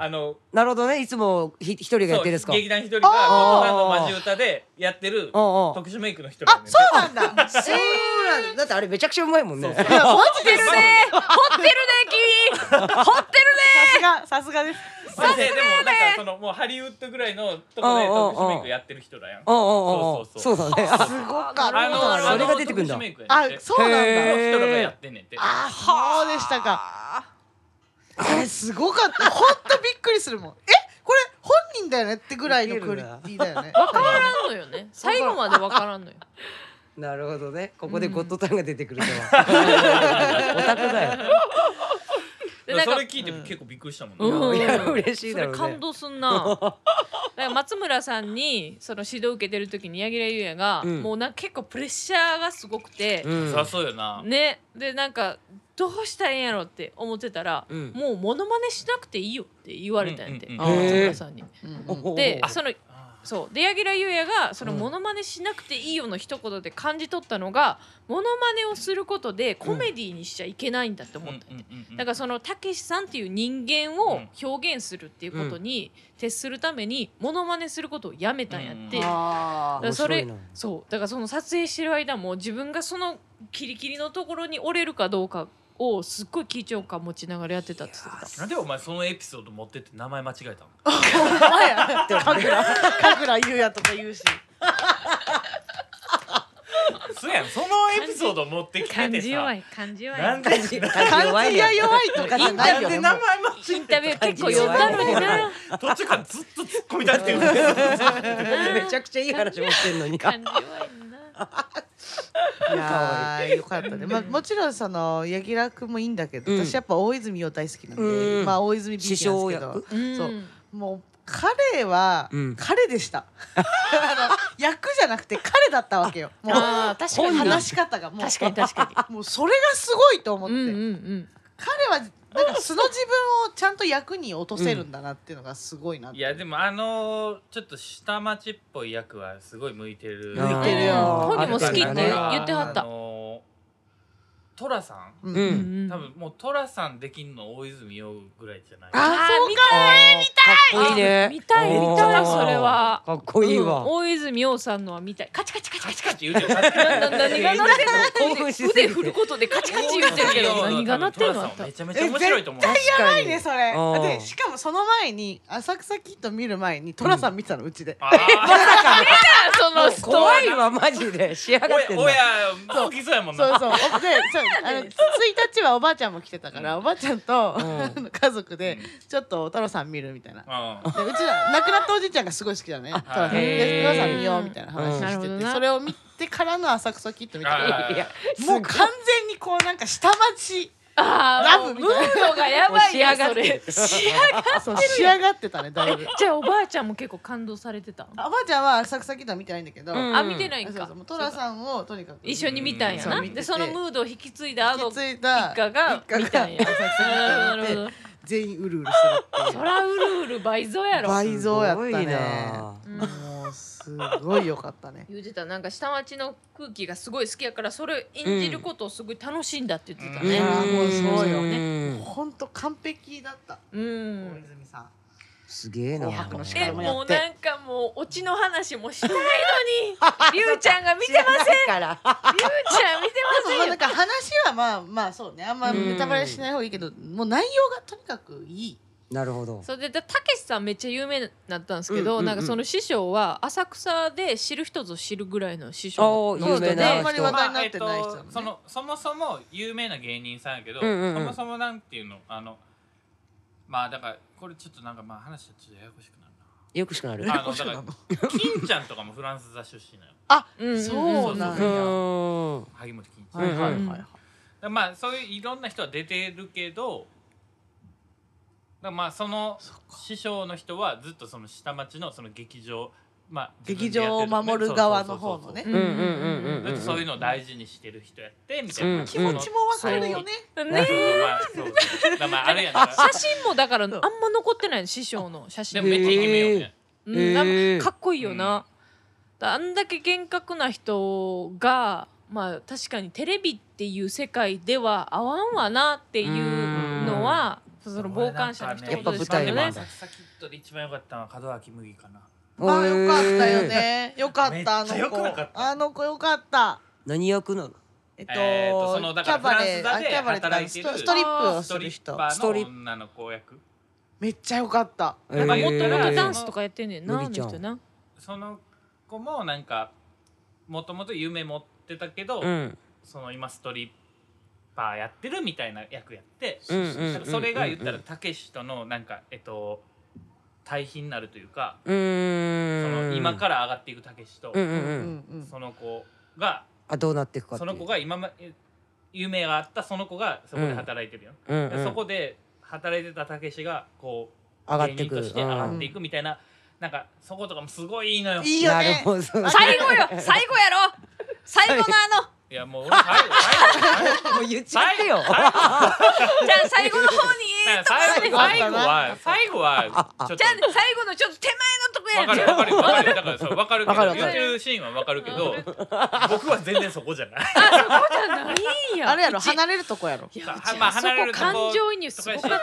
[SPEAKER 3] あの
[SPEAKER 4] なるほどね。いつもひ一人がやってるんですか。
[SPEAKER 3] そううん
[SPEAKER 4] う
[SPEAKER 3] 劇
[SPEAKER 4] ん。
[SPEAKER 3] 団一人がゴッドダンのマジ歌でやってる
[SPEAKER 4] あ
[SPEAKER 3] 特殊メイクの一人
[SPEAKER 2] あ
[SPEAKER 3] やね ん
[SPEAKER 2] そうなんだ
[SPEAKER 4] そうなんだ。だってあれめちゃくちゃうまいもんね。
[SPEAKER 3] そう
[SPEAKER 2] いやマジで
[SPEAKER 1] らね掘ってるね君掘って
[SPEAKER 2] さすがさすがです
[SPEAKER 3] マジででもなんかそのもうハリウッドぐらいのとこで特殊メイクやってる人だやん
[SPEAKER 4] うんうんう
[SPEAKER 3] そ
[SPEAKER 4] ん。
[SPEAKER 3] うそうそう
[SPEAKER 4] だね。
[SPEAKER 2] すごかった
[SPEAKER 3] あの
[SPEAKER 4] あそれが出てくんだ
[SPEAKER 3] あの特殊メイクや
[SPEAKER 2] あ
[SPEAKER 3] ねんて
[SPEAKER 2] そうなん
[SPEAKER 3] あの
[SPEAKER 2] だ
[SPEAKER 4] へー
[SPEAKER 3] 人らがやってんねんて
[SPEAKER 2] あそうでしたかあれすごか った本当びっくりするもんえこれ本人だよねってぐらいのクオリティだよね
[SPEAKER 1] るねわからんのよね最後までわからんのよ
[SPEAKER 4] なるほどね。ここでゴッドタンが出てくるとは。 オタクだよ。
[SPEAKER 1] で
[SPEAKER 3] だ
[SPEAKER 1] なん
[SPEAKER 3] から
[SPEAKER 1] か
[SPEAKER 3] それ聞いて結構びっくりしたもんね、
[SPEAKER 1] うん
[SPEAKER 4] いや嬉しい
[SPEAKER 1] それ
[SPEAKER 4] だろうね。
[SPEAKER 1] 感動す んなだから松村さんにその指導受けてる時に柳楽優弥が
[SPEAKER 4] うん
[SPEAKER 1] もうなんか結構プレッシャーがすごくて
[SPEAKER 4] うん。
[SPEAKER 3] そりゃそうよな、
[SPEAKER 1] ねでなんかどうしたらいいんやろって思ってたら、
[SPEAKER 4] うん
[SPEAKER 1] もうモノマネしなくていいよって言われたんやって、
[SPEAKER 3] うんうん
[SPEAKER 2] うんうん
[SPEAKER 1] 松村さんに。
[SPEAKER 2] うんうん
[SPEAKER 1] でその
[SPEAKER 3] あー
[SPEAKER 1] そうで柳楽優弥がその
[SPEAKER 4] うん
[SPEAKER 1] モノマネしなくていいよの一言で感じ取ったのが、モノマネをすることでコメディにしちゃいけないんだって思ったんやって。
[SPEAKER 3] うんうんうん
[SPEAKER 1] だからそのたけしさんっていう人間を表現するっていうことに徹するためにモノマネすることをやめたんやって、だ
[SPEAKER 3] うん
[SPEAKER 1] か
[SPEAKER 2] あー
[SPEAKER 1] らそ
[SPEAKER 4] 面
[SPEAKER 1] れ
[SPEAKER 4] 白いな
[SPEAKER 1] そうだからその撮影してる間も自分がそのキリキリのところに折れるかどうかをすっごい緊張感持ちながらやってたって言って
[SPEAKER 3] なんでお前そのエピソード持ってって名前間違えたの
[SPEAKER 2] お前や神楽神楽優也とか言うし
[SPEAKER 3] そうやんそのエピソード持ってき
[SPEAKER 1] た
[SPEAKER 3] て
[SPEAKER 1] 感
[SPEAKER 3] て
[SPEAKER 1] じ弱
[SPEAKER 3] さ
[SPEAKER 1] い感じ弱い
[SPEAKER 3] なんで
[SPEAKER 4] 感じ
[SPEAKER 2] 感
[SPEAKER 4] 弱い
[SPEAKER 2] じが
[SPEAKER 4] ね。
[SPEAKER 2] 弱いとかじゃないよ
[SPEAKER 3] なんで
[SPEAKER 2] ね
[SPEAKER 3] 名
[SPEAKER 2] も
[SPEAKER 3] 前
[SPEAKER 2] う
[SPEAKER 1] インタビュー結構
[SPEAKER 4] 感じ
[SPEAKER 1] 寄っ
[SPEAKER 4] 弱い
[SPEAKER 1] たのにな
[SPEAKER 3] 途中からずっと突っ込み立ってるんですよ
[SPEAKER 4] めちゃくちゃいい話持ってんのに。
[SPEAKER 1] 感じ弱いない
[SPEAKER 2] やーよかったね、まあ、もちろんその柳楽君もいいんだけど、
[SPEAKER 4] うん
[SPEAKER 2] 私やっぱ大泉洋大好きなんで、
[SPEAKER 4] うん
[SPEAKER 2] まあ大泉美人なんですけ
[SPEAKER 4] 師匠
[SPEAKER 2] ど
[SPEAKER 1] うん
[SPEAKER 2] そうもう彼は、
[SPEAKER 4] うん
[SPEAKER 2] 彼でした あの役じゃなくて彼だったわけよもう
[SPEAKER 1] あー確かに
[SPEAKER 2] 話し方がもう
[SPEAKER 1] 確かに確か
[SPEAKER 2] もうそれがすごいと思っ
[SPEAKER 1] に
[SPEAKER 2] て、
[SPEAKER 1] うんうんうん
[SPEAKER 2] 彼はなんか素の自分をちゃんと役に落とせるんだなっていうのがすごいなって
[SPEAKER 3] いやでもあのちょっと下町っぽい役はすごい向いてる
[SPEAKER 4] 向い
[SPEAKER 1] てるよ本人も好きって
[SPEAKER 3] あるから
[SPEAKER 1] 言ってはった
[SPEAKER 3] あのトラさ
[SPEAKER 2] うん
[SPEAKER 4] う
[SPEAKER 1] うん
[SPEAKER 4] ん
[SPEAKER 1] うん
[SPEAKER 3] ん多分もうトラさんできんの大泉洋ぐらいじゃない
[SPEAKER 2] あそう
[SPEAKER 1] 見た
[SPEAKER 4] えー、見たい。かっこいいね
[SPEAKER 1] あ。見たい
[SPEAKER 4] おー
[SPEAKER 1] 見たいそれは
[SPEAKER 4] かっこいい
[SPEAKER 1] うん
[SPEAKER 4] わ。
[SPEAKER 1] 大泉洋さんのは見たいカチカチカチ
[SPEAKER 3] カ
[SPEAKER 1] カ
[SPEAKER 3] チ
[SPEAKER 1] チ
[SPEAKER 3] カ
[SPEAKER 1] カチ
[SPEAKER 3] チ言うてるカチカチ
[SPEAKER 1] なな何がなってんの
[SPEAKER 4] 興奮しすぎて
[SPEAKER 1] 腕振ることでカチカチ言ってるけど何がなってんのあんた
[SPEAKER 3] めちゃめちゃ面白いと思う
[SPEAKER 4] やば
[SPEAKER 2] ねそれ
[SPEAKER 4] うん
[SPEAKER 2] でしかもその前に「浅草キッド」見る前に寅さん見てたのうちで、
[SPEAKER 3] ああ
[SPEAKER 1] そのスト
[SPEAKER 4] 怖いわマジで。仕上がってん
[SPEAKER 3] おや
[SPEAKER 4] だ。
[SPEAKER 3] 大きそうやもん
[SPEAKER 2] そ
[SPEAKER 3] な
[SPEAKER 2] うそうでそうあの1日はおばあちゃんも来てたから、
[SPEAKER 3] うん
[SPEAKER 2] おばあちゃんと、
[SPEAKER 4] うん
[SPEAKER 2] あの家族で
[SPEAKER 3] うん
[SPEAKER 2] ちょっと寅さん見るみたいな。
[SPEAKER 3] う
[SPEAKER 2] でうちら亡くなったおじいちゃんがすごい好きだね。寅さんで
[SPEAKER 4] へー
[SPEAKER 2] 寅さん見ようみたいな話
[SPEAKER 1] なる
[SPEAKER 2] し
[SPEAKER 1] ほ
[SPEAKER 2] て
[SPEAKER 1] ど
[SPEAKER 2] て、
[SPEAKER 1] な
[SPEAKER 2] それを見てからの浅草キッドみたいな。
[SPEAKER 3] ん
[SPEAKER 4] いや
[SPEAKER 2] もう
[SPEAKER 4] す
[SPEAKER 2] 完全にこうなんか下町
[SPEAKER 1] あー
[SPEAKER 2] ラブ
[SPEAKER 1] もうムードがや
[SPEAKER 4] ごいもう
[SPEAKER 1] ばい
[SPEAKER 4] 仕上
[SPEAKER 1] よ
[SPEAKER 4] が
[SPEAKER 1] そ
[SPEAKER 4] って
[SPEAKER 1] れ
[SPEAKER 4] る。
[SPEAKER 2] そう仕上がってたねだいぶ。
[SPEAKER 1] じゃあおばあちゃんも結構感動されてたの
[SPEAKER 2] あおばあちゃんは浅草キッドは見てないんだけど、
[SPEAKER 4] うん
[SPEAKER 1] あ見てないん
[SPEAKER 2] そう
[SPEAKER 1] か
[SPEAKER 2] そうもう寅さんをとにかく
[SPEAKER 1] 一緒に見たんや
[SPEAKER 2] そ
[SPEAKER 1] な
[SPEAKER 2] う見てて
[SPEAKER 1] でそのムードを引き継いだあ
[SPEAKER 2] 引
[SPEAKER 1] の
[SPEAKER 2] き継いだ
[SPEAKER 1] 一家が
[SPEAKER 2] 一家が
[SPEAKER 1] 見たんや
[SPEAKER 2] 浅草キッ
[SPEAKER 1] な
[SPEAKER 2] ド
[SPEAKER 1] る
[SPEAKER 2] 見
[SPEAKER 1] ほ
[SPEAKER 2] て
[SPEAKER 1] ど
[SPEAKER 2] 全員うるうるするっていう
[SPEAKER 1] そらうるうる倍増やろ
[SPEAKER 2] 倍増やった
[SPEAKER 4] すご
[SPEAKER 2] ね
[SPEAKER 4] いな
[SPEAKER 1] うん
[SPEAKER 2] もうすごい良かったね
[SPEAKER 1] 言ってたなんか下町の空気がすごい好きやからそれを演じることをすごい楽しいんだって言ってたね、
[SPEAKER 3] うん
[SPEAKER 1] あ
[SPEAKER 2] ーもうそうよ
[SPEAKER 4] ね
[SPEAKER 2] ほんと完璧だった
[SPEAKER 1] うん
[SPEAKER 2] 大泉さん
[SPEAKER 4] すげえな。
[SPEAKER 2] 紅白の司
[SPEAKER 1] え
[SPEAKER 2] 会もや
[SPEAKER 1] もうなんかもうオチの話もしたいのにりゅうちゃんが見てま せんりゅう
[SPEAKER 4] せんから。
[SPEAKER 1] ちゃん見てませ
[SPEAKER 2] まあ
[SPEAKER 1] ん
[SPEAKER 2] な
[SPEAKER 1] よ
[SPEAKER 2] んか話はまあまあそうねあんまネタバレしない方がいいけどもう内容がとにかくいい
[SPEAKER 4] なるほど。
[SPEAKER 1] それでたけしさんめっちゃ有名になったんですけど、
[SPEAKER 4] うんうんうん
[SPEAKER 1] なんかその師匠は浅草で知る人ぞ知るぐらいの師匠
[SPEAKER 4] おー
[SPEAKER 1] の人
[SPEAKER 4] 有名な
[SPEAKER 2] あ
[SPEAKER 1] で
[SPEAKER 2] んまり話題になってない人だもんね
[SPEAKER 3] そのそもそも有名な芸人さんやけど、
[SPEAKER 4] うんうんうん
[SPEAKER 3] そもそもなんていうのあのまあだからこれちょっとなんかまあ話はちょっとややこしくなる
[SPEAKER 4] よくしくなる。
[SPEAKER 3] あ
[SPEAKER 4] う
[SPEAKER 3] のだか ら金ちゃんとかもフランス座出身なの
[SPEAKER 1] うんうん
[SPEAKER 2] そうなんや
[SPEAKER 4] ーん。
[SPEAKER 3] 萩本欽ちゃん、
[SPEAKER 2] はいはいはい
[SPEAKER 1] うん
[SPEAKER 2] はい
[SPEAKER 3] だまあそういういろんな人は出てるけどだまあその
[SPEAKER 2] そっか
[SPEAKER 3] 師匠の人はずっとその下町のその劇場まあ
[SPEAKER 2] 劇場を守る側の方のね
[SPEAKER 1] う
[SPEAKER 4] うんんうんうんうん
[SPEAKER 3] ずっとそういうのを大事にしてる人やってみたいな、
[SPEAKER 4] うん
[SPEAKER 2] 気持ちもわかるよね
[SPEAKER 1] うん
[SPEAKER 3] そう
[SPEAKER 1] ね
[SPEAKER 3] そうまあそうそうだからまああれやな
[SPEAKER 1] 写真もだからあんま残ってないの師匠の写
[SPEAKER 3] で
[SPEAKER 1] 真
[SPEAKER 3] もめっちゃイケメンよね、
[SPEAKER 1] うん
[SPEAKER 4] へ
[SPEAKER 1] なん
[SPEAKER 4] ー
[SPEAKER 1] かかっこいいよな、だあんだけ厳格な人がまあ確かにテレビっていう世界では合わんわなっていうのはその傍観者の人
[SPEAKER 4] やっぱ
[SPEAKER 1] で
[SPEAKER 4] 舞
[SPEAKER 1] すけ
[SPEAKER 4] 台
[SPEAKER 1] ど
[SPEAKER 4] な
[SPEAKER 1] ね
[SPEAKER 4] んだ
[SPEAKER 3] サクサキットで一番良かったのは門脇麦かな。
[SPEAKER 2] あーよかったよ。ねよか
[SPEAKER 3] め
[SPEAKER 2] っ
[SPEAKER 3] った
[SPEAKER 2] あ
[SPEAKER 3] ちゃ
[SPEAKER 2] の
[SPEAKER 3] 良くな
[SPEAKER 2] 子
[SPEAKER 3] かった
[SPEAKER 2] あの子よかった
[SPEAKER 4] 何役なの？
[SPEAKER 2] えっ
[SPEAKER 3] えーとそ
[SPEAKER 2] と
[SPEAKER 3] のだ
[SPEAKER 2] キ
[SPEAKER 3] から
[SPEAKER 2] ャバレ
[SPEAKER 3] フ
[SPEAKER 2] ー
[SPEAKER 3] ラン
[SPEAKER 2] あキ
[SPEAKER 3] ス座で
[SPEAKER 2] ャバレー
[SPEAKER 3] 働
[SPEAKER 2] だ
[SPEAKER 3] いて
[SPEAKER 2] ス
[SPEAKER 3] る
[SPEAKER 2] トストリップを
[SPEAKER 3] ス
[SPEAKER 2] す
[SPEAKER 3] ト
[SPEAKER 2] る
[SPEAKER 3] リッ
[SPEAKER 2] 人
[SPEAKER 3] パ
[SPEAKER 4] ストリ
[SPEAKER 3] ー
[SPEAKER 4] ッ
[SPEAKER 3] の女の子役。
[SPEAKER 2] めっちゃよかった
[SPEAKER 1] なんかもっともっとダン
[SPEAKER 4] え
[SPEAKER 1] スとかやってんねんな、
[SPEAKER 4] えー
[SPEAKER 1] あの人な
[SPEAKER 3] その子もなんかもともと夢持ってたけど、
[SPEAKER 4] ーうん。
[SPEAKER 3] その今ストリッパーやってるみたいな役やって、
[SPEAKER 4] うんうんうん
[SPEAKER 3] だからそれが言ったらたけしとのなんかえっと対比になるというか、
[SPEAKER 4] うーん。
[SPEAKER 3] その今から上がっていくたけしと、
[SPEAKER 4] うん
[SPEAKER 2] う
[SPEAKER 4] う
[SPEAKER 2] んんう
[SPEAKER 4] うん。
[SPEAKER 2] ん
[SPEAKER 3] その子が
[SPEAKER 4] あどうなっていくかって
[SPEAKER 3] そ
[SPEAKER 4] い
[SPEAKER 3] の
[SPEAKER 4] う。
[SPEAKER 3] 子が今ま夢があったその子がそこで働いてるよ。
[SPEAKER 4] うんうん
[SPEAKER 3] そこで働いてたたけしがこう
[SPEAKER 4] 上がってく
[SPEAKER 3] 芸人として上がっていくみたいな、なんかそことかもすごいいいのよ
[SPEAKER 2] いいよ
[SPEAKER 4] なる
[SPEAKER 2] ね
[SPEAKER 4] ほど。最
[SPEAKER 1] 最後よ最後やろ最後のあの
[SPEAKER 3] いやもう俺最後最後
[SPEAKER 4] もう言っちゃってよ。
[SPEAKER 3] 最後
[SPEAKER 1] じゃあ最後の方にと
[SPEAKER 3] 最後最後
[SPEAKER 1] こまで
[SPEAKER 3] 最後は最後はちょっ
[SPEAKER 1] じゃあ
[SPEAKER 3] と
[SPEAKER 1] 最後のちょっと手前
[SPEAKER 3] わ
[SPEAKER 1] のとこ
[SPEAKER 3] か
[SPEAKER 1] や
[SPEAKER 3] る
[SPEAKER 1] る
[SPEAKER 3] わかるわかるだからそうわかるけ
[SPEAKER 4] わか
[SPEAKER 3] ど
[SPEAKER 4] るわ
[SPEAKER 3] 言
[SPEAKER 4] か
[SPEAKER 3] っ
[SPEAKER 4] る
[SPEAKER 3] てるシーンはわかるけど僕は全然そこじゃ ない
[SPEAKER 1] いいんや
[SPEAKER 2] あれやろ
[SPEAKER 1] うち
[SPEAKER 2] 離れるとこやろ
[SPEAKER 1] いや
[SPEAKER 3] は
[SPEAKER 1] うち
[SPEAKER 3] まあ
[SPEAKER 1] あそこ
[SPEAKER 3] 離れるとこ
[SPEAKER 1] 感情移入すごかったよ
[SPEAKER 3] いや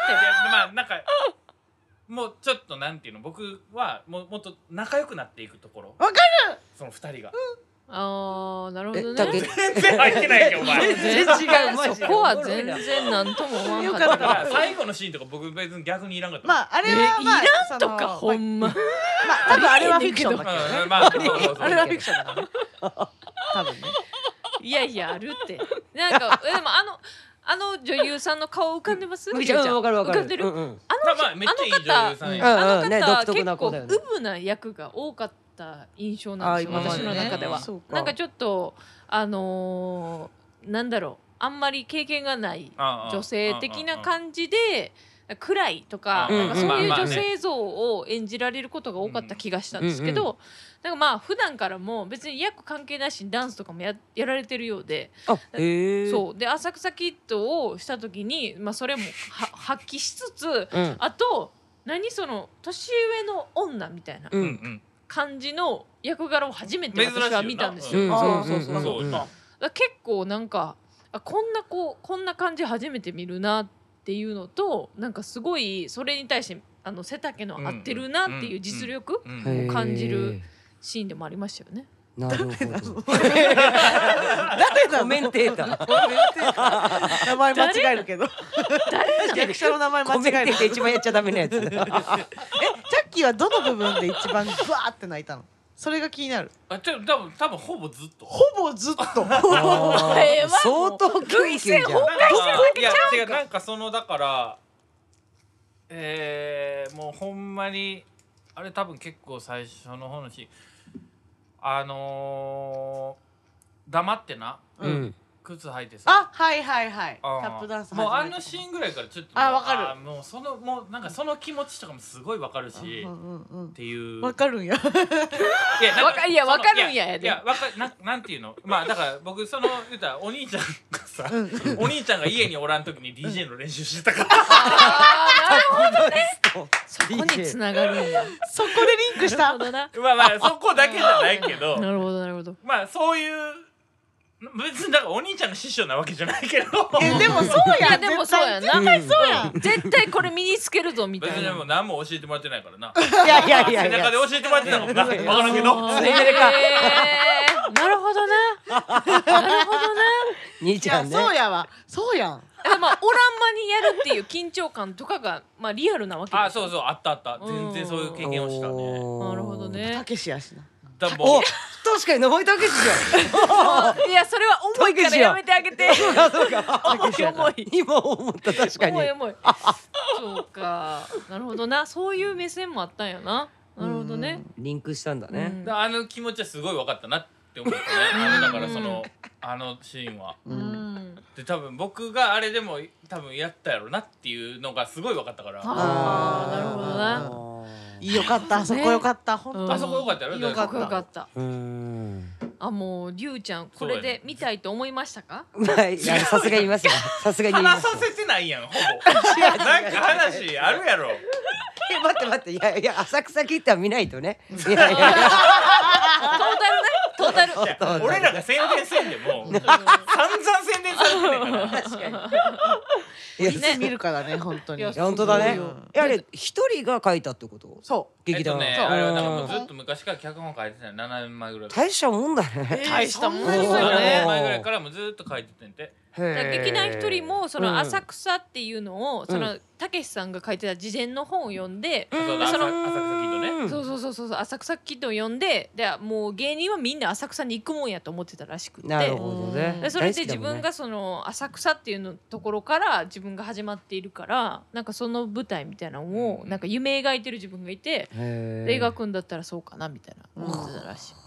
[SPEAKER 3] まあなんかもうちょっとなんていうの僕はもうもっと仲良くなっていくところ
[SPEAKER 2] わか
[SPEAKER 3] るその二人が
[SPEAKER 1] あーなるほど
[SPEAKER 4] えだけ
[SPEAKER 1] ね
[SPEAKER 3] 全然入ってないよお前
[SPEAKER 4] 全然違うマジで
[SPEAKER 1] そこは全然なんとも思わんか
[SPEAKER 2] よ
[SPEAKER 1] っ
[SPEAKER 2] か
[SPEAKER 1] た
[SPEAKER 2] っ
[SPEAKER 3] だから最後のシーンとか僕別に逆にいらんかった。
[SPEAKER 2] まああれはまあいらん
[SPEAKER 1] とかほんま
[SPEAKER 2] まあ多分あれはフィクションだけどね
[SPEAKER 3] うんまあ、そうそうそう
[SPEAKER 2] あれはフィクションだからね多分ね
[SPEAKER 1] いやいやあるってなんかでもあのあの女優さんの顔浮かんでます
[SPEAKER 4] めちゃ
[SPEAKER 1] ゆう
[SPEAKER 4] わかるわかる。
[SPEAKER 1] 浮んでる
[SPEAKER 4] うんうん
[SPEAKER 1] あの
[SPEAKER 3] まあめっちゃいい女優さん
[SPEAKER 1] あの
[SPEAKER 3] や
[SPEAKER 1] 方あ
[SPEAKER 4] うんうんね独特
[SPEAKER 1] の
[SPEAKER 4] な
[SPEAKER 1] 方結
[SPEAKER 4] 子だ
[SPEAKER 1] 構
[SPEAKER 4] よね
[SPEAKER 1] ウブな役が多かった印象なんですよ
[SPEAKER 2] あ ー今ま
[SPEAKER 1] 私
[SPEAKER 2] でね
[SPEAKER 1] の中では
[SPEAKER 2] そうか
[SPEAKER 1] なんかちょっとあのーなんだろうあんまり経験がない
[SPEAKER 3] ああ
[SPEAKER 1] 女性的な感じで暗いとか,、
[SPEAKER 3] うん
[SPEAKER 1] なんかそう
[SPEAKER 4] まあ
[SPEAKER 1] いう
[SPEAKER 4] まあ
[SPEAKER 1] 女
[SPEAKER 4] ね
[SPEAKER 1] 性像を演じられることが多かった気がしたんですけど、
[SPEAKER 4] うん
[SPEAKER 1] なんかまあ普段からも別に役関係なしにダンスとかもややられてるようで、
[SPEAKER 4] あへえ
[SPEAKER 1] そうで浅草キッドをした時に、まあ、それもは発揮しつつ
[SPEAKER 4] う、うん、
[SPEAKER 1] あと何その年上の女みたいな
[SPEAKER 4] うん
[SPEAKER 3] うん
[SPEAKER 1] 感じの役柄を初めて
[SPEAKER 3] 珍しいよな
[SPEAKER 1] 私は見たんですよ。
[SPEAKER 4] うん
[SPEAKER 1] そう
[SPEAKER 2] そうそう
[SPEAKER 3] そう
[SPEAKER 4] うん
[SPEAKER 3] あ
[SPEAKER 1] だから結構なんかあこんなこうこんな感じ初めて見るなっていうのとなんかすごいそれに対してあの背丈の合ってるなっていう実力
[SPEAKER 3] うん
[SPEAKER 4] へー
[SPEAKER 1] 感じるシーンでもありましたよね。
[SPEAKER 4] なるほど
[SPEAKER 2] 誰だ
[SPEAKER 4] コメンテータ ー
[SPEAKER 2] 名前間違えるけど
[SPEAKER 1] 誰なの
[SPEAKER 2] 役者の名前間
[SPEAKER 4] コメン
[SPEAKER 2] 違える
[SPEAKER 4] テーター一番やっちゃダメなやつ
[SPEAKER 2] チャッキーはどの部分で一番グワーって泣いたのそれが気になる
[SPEAKER 3] あちょ多分多分ほぼずっと
[SPEAKER 2] ほぼずっ と
[SPEAKER 4] あ
[SPEAKER 1] え
[SPEAKER 4] ー
[SPEAKER 1] ーまあ
[SPEAKER 4] 相当空気じゃん
[SPEAKER 1] 涙腺崩
[SPEAKER 3] いや違うなんかそのだからえー、もうほんまにあれ多分結構最初の方のシーンあのー、黙ってな
[SPEAKER 2] う
[SPEAKER 4] うんん
[SPEAKER 3] 靴履いてさ
[SPEAKER 2] あはいはいはいタ
[SPEAKER 3] あー
[SPEAKER 2] ップダンス
[SPEAKER 3] もうあのシーンぐらいからちょっと
[SPEAKER 2] あわかる
[SPEAKER 3] ーもうそのもうなんかその気持ちとかもすごいわかるし
[SPEAKER 2] うんうんうん
[SPEAKER 3] っていう
[SPEAKER 2] わかるんや
[SPEAKER 3] いやなん
[SPEAKER 1] わかいや
[SPEAKER 3] その
[SPEAKER 1] わかるんや
[SPEAKER 3] い
[SPEAKER 1] や
[SPEAKER 3] い
[SPEAKER 1] で
[SPEAKER 3] やわかなんなんていうのまあだから僕その言うたらお兄ちゃんがさ
[SPEAKER 2] うん
[SPEAKER 3] お兄ちゃんが家におらん時に DJ の練習してたから
[SPEAKER 1] あ
[SPEAKER 4] そ
[SPEAKER 1] ーここに繋がるんや。
[SPEAKER 2] そこでリンクし
[SPEAKER 1] な
[SPEAKER 2] た
[SPEAKER 1] るほどな。
[SPEAKER 3] まあまあそこだけじゃないけど
[SPEAKER 1] なるほどなるほど。
[SPEAKER 3] まあそういう別にだからお兄ちゃんの師匠なわけじゃないけど
[SPEAKER 2] えでもそう
[SPEAKER 1] い
[SPEAKER 2] や
[SPEAKER 1] や
[SPEAKER 2] ん
[SPEAKER 1] でもそうや
[SPEAKER 2] 絶
[SPEAKER 1] な。
[SPEAKER 4] 対そう
[SPEAKER 2] やん
[SPEAKER 1] 絶対これ身につけるぞみた
[SPEAKER 3] 別
[SPEAKER 1] い
[SPEAKER 3] にも
[SPEAKER 1] な
[SPEAKER 3] う。何も教えてもらってないからな
[SPEAKER 4] ういやいやいや
[SPEAKER 3] 背
[SPEAKER 4] いや
[SPEAKER 3] 中で教えてもらってたもんな分からんけど
[SPEAKER 1] あー
[SPEAKER 4] ついでか
[SPEAKER 1] えーなるほどな。なるほどな。
[SPEAKER 4] 兄ち
[SPEAKER 2] 対
[SPEAKER 4] ゃ
[SPEAKER 2] い
[SPEAKER 4] ん
[SPEAKER 2] や
[SPEAKER 4] ね
[SPEAKER 2] そうやわそうやん
[SPEAKER 1] あまあオランマにやるっていう緊張感とかがまあリアルなわけですよ
[SPEAKER 3] あそうそうあったあった全然そういう経験をしたね
[SPEAKER 4] おー
[SPEAKER 1] なるほど
[SPEAKER 2] た
[SPEAKER 1] ね。
[SPEAKER 2] けしやしな
[SPEAKER 3] だからも
[SPEAKER 4] お
[SPEAKER 3] う
[SPEAKER 4] 確かに登りたけしじゃん
[SPEAKER 1] いやそれは重いからやめてあげて。
[SPEAKER 4] そうかそうか
[SPEAKER 1] 重い重い。
[SPEAKER 4] 今思った確かに
[SPEAKER 1] 重い重い。そうか。なるほどな。そういう目線もあったんやな。なるほどね。
[SPEAKER 4] リンクしたんだね、
[SPEAKER 1] うん
[SPEAKER 3] だからあの気持ちはすごい分かったなって思ったねあのだからそのあのシーンは
[SPEAKER 2] う
[SPEAKER 1] うんん。
[SPEAKER 3] で多分僕があれでも多分やったやろなっていうのがすごい分かったからあ
[SPEAKER 1] ああなるほど
[SPEAKER 2] あ
[SPEAKER 1] な。
[SPEAKER 4] う
[SPEAKER 2] いいよかったあそこよかった本当
[SPEAKER 1] うん
[SPEAKER 3] そこよかったやろ
[SPEAKER 2] よ
[SPEAKER 1] かっこよかった。
[SPEAKER 4] ん
[SPEAKER 1] あもうりゅうちゃんこれで見たいと思いましたか？
[SPEAKER 4] まあいやさすがに言 いますよさすがに言いま
[SPEAKER 3] 話
[SPEAKER 4] すよ
[SPEAKER 3] させてないやんほぼなんか話あるやろ
[SPEAKER 4] え待って待っていやいや浅草キッドは見ないとねい
[SPEAKER 1] ト
[SPEAKER 4] やい
[SPEAKER 1] ー
[SPEAKER 4] やいや
[SPEAKER 1] タルね。 トータル。
[SPEAKER 3] いや俺らが宣伝せんでも散々宣伝されてんねんから
[SPEAKER 4] 確かに
[SPEAKER 2] いつ見るからね本当に
[SPEAKER 1] いや
[SPEAKER 4] いや本当だね
[SPEAKER 2] うん
[SPEAKER 4] えあれ一人が書いたってこと
[SPEAKER 2] そ
[SPEAKER 3] えっ
[SPEAKER 4] 劇
[SPEAKER 3] と
[SPEAKER 4] 団、
[SPEAKER 3] ね
[SPEAKER 2] そう
[SPEAKER 3] あれはなんかもうずっと昔から脚本書いてたよ7年前ぐらいから
[SPEAKER 4] 大したもんだね、
[SPEAKER 2] 大したもんだ
[SPEAKER 1] えー
[SPEAKER 2] よ
[SPEAKER 1] そんなに
[SPEAKER 3] 7
[SPEAKER 1] だ
[SPEAKER 3] 年
[SPEAKER 1] ね
[SPEAKER 3] 前ぐらいからもうずっと書いててんて
[SPEAKER 1] だから劇団一人もその浅草っていうのをそうのたけしさんが書いてた事前の本を読んで、
[SPEAKER 3] そうだ
[SPEAKER 1] でその
[SPEAKER 3] 浅草キッドね
[SPEAKER 1] そうそうそうそうそう浅草キッドを読んででもう芸人はみんな浅草に行くもんやと思ってたらしくて
[SPEAKER 4] なるほどね
[SPEAKER 1] でそれで自分
[SPEAKER 4] 大好きだもんね
[SPEAKER 1] がその浅草っていうのところから自分が始まっているからなんかその舞台みたいなのを
[SPEAKER 3] うん
[SPEAKER 1] なんか夢描いてる自分がいて、
[SPEAKER 4] へー
[SPEAKER 1] 映画くんだったらそうかなみたいな思ってたらしい。
[SPEAKER 2] う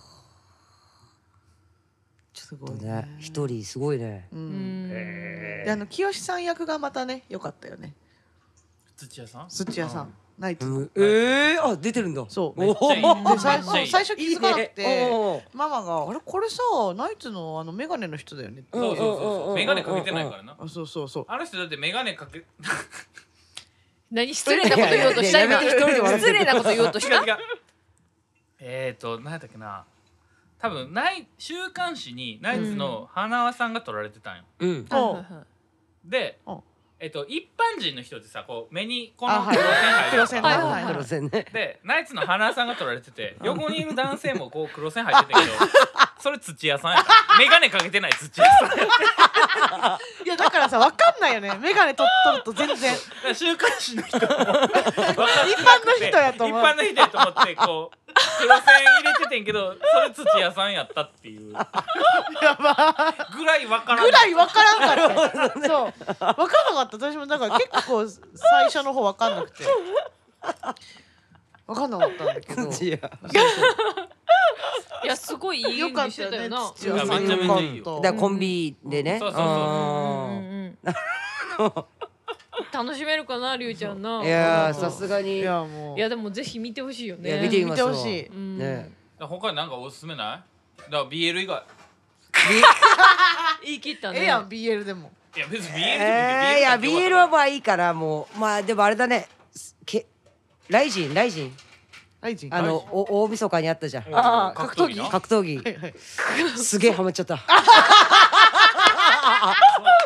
[SPEAKER 2] すご
[SPEAKER 4] ほ
[SPEAKER 2] い
[SPEAKER 4] んと
[SPEAKER 2] ね
[SPEAKER 4] ね一人すごいね
[SPEAKER 2] う
[SPEAKER 1] うんん
[SPEAKER 2] であの清さん役がまたね良かったよね
[SPEAKER 3] 土屋さん
[SPEAKER 2] 土屋さ
[SPEAKER 3] うん
[SPEAKER 2] ナイツ
[SPEAKER 4] うんえー、あ出てるんだ
[SPEAKER 2] そう
[SPEAKER 3] めっちゃいい
[SPEAKER 4] おー
[SPEAKER 2] で最
[SPEAKER 3] めっちゃい
[SPEAKER 2] 初
[SPEAKER 3] い
[SPEAKER 2] 最初気づかなく
[SPEAKER 4] いいね
[SPEAKER 2] て
[SPEAKER 4] おー
[SPEAKER 2] ママが「あれこれさナイツのあのメガネの人だよね」って
[SPEAKER 4] うん
[SPEAKER 3] そうそうそう
[SPEAKER 4] うんうんうんう
[SPEAKER 3] そ
[SPEAKER 4] ん
[SPEAKER 3] うメガネかけてないからな
[SPEAKER 2] あそうそうそう
[SPEAKER 3] あの人だってメガネかけ違う
[SPEAKER 1] 何失礼なこと言おうとした
[SPEAKER 4] いや
[SPEAKER 1] 今
[SPEAKER 4] いやいや一人で笑って
[SPEAKER 1] 失
[SPEAKER 4] る
[SPEAKER 1] 礼なこと言おうとし
[SPEAKER 3] 違
[SPEAKER 1] た
[SPEAKER 3] うえっと何やったっけな多分ない週刊誌にナイツの花輪さんが撮られてたんよ
[SPEAKER 4] うん
[SPEAKER 2] そう
[SPEAKER 1] はいはいはい
[SPEAKER 3] で
[SPEAKER 2] うん
[SPEAKER 3] えっと一般人の人ってさこう目にこ
[SPEAKER 2] あ
[SPEAKER 3] の
[SPEAKER 2] はい
[SPEAKER 3] 黒線
[SPEAKER 2] 黒線
[SPEAKER 3] 入るから
[SPEAKER 1] はいはいはい
[SPEAKER 4] 黒線ね
[SPEAKER 3] でナイツの花さんが取られてて横にいる男性もこう黒線入ってたけどそれ土屋さんやから眼鏡かけてない土屋さんだか
[SPEAKER 2] いやだからさわかんないよねメガネ取っとると全然
[SPEAKER 3] ら週刊誌の人も一般
[SPEAKER 2] の人やと思う
[SPEAKER 3] 一般の人やと思ってこう黒線入れててんけどそれ土屋さんやったっていう
[SPEAKER 2] やばい
[SPEAKER 3] ぐらいわからん
[SPEAKER 2] ぐらいわからんかったそう分からなかった私もだから結構最初の方わかんなくてわかんなかったんだけ ど
[SPEAKER 4] 土屋
[SPEAKER 1] いやすごいいい演
[SPEAKER 2] よか
[SPEAKER 1] 技
[SPEAKER 2] っ
[SPEAKER 1] したてた
[SPEAKER 2] よね
[SPEAKER 1] よな。
[SPEAKER 2] 土屋さん
[SPEAKER 3] めちゃ
[SPEAKER 2] よ
[SPEAKER 3] めち
[SPEAKER 2] か
[SPEAKER 3] ゃいいよ
[SPEAKER 4] だ
[SPEAKER 2] っ
[SPEAKER 4] か
[SPEAKER 2] た
[SPEAKER 4] らコンビでね
[SPEAKER 3] そうそうそ
[SPEAKER 1] う
[SPEAKER 3] う
[SPEAKER 1] んうん
[SPEAKER 4] あ
[SPEAKER 1] うん楽しめるかなりゅうちゃんない
[SPEAKER 4] やー
[SPEAKER 2] そう
[SPEAKER 4] さすが
[SPEAKER 2] い
[SPEAKER 4] に
[SPEAKER 2] やもう
[SPEAKER 1] いやでもぜひ見てほしいよね
[SPEAKER 4] いや見てみますわ
[SPEAKER 2] 見てほしい
[SPEAKER 1] うん
[SPEAKER 4] ね
[SPEAKER 3] ら他になんかおすすめないだから BL 以外
[SPEAKER 1] 言い切った
[SPEAKER 2] え
[SPEAKER 1] ね
[SPEAKER 2] えやん BL でも
[SPEAKER 3] いや別に BL でもいいけ
[SPEAKER 4] え
[SPEAKER 3] ど
[SPEAKER 4] ーいや BL は
[SPEAKER 3] ま
[SPEAKER 4] まあいいからもうまあでもあれだねすけライジンライジン
[SPEAKER 2] ライジン
[SPEAKER 4] あのお大晦日にあったじゃん
[SPEAKER 2] ああ格闘技
[SPEAKER 4] 格闘技
[SPEAKER 2] はいはい
[SPEAKER 4] すげえハマっちゃった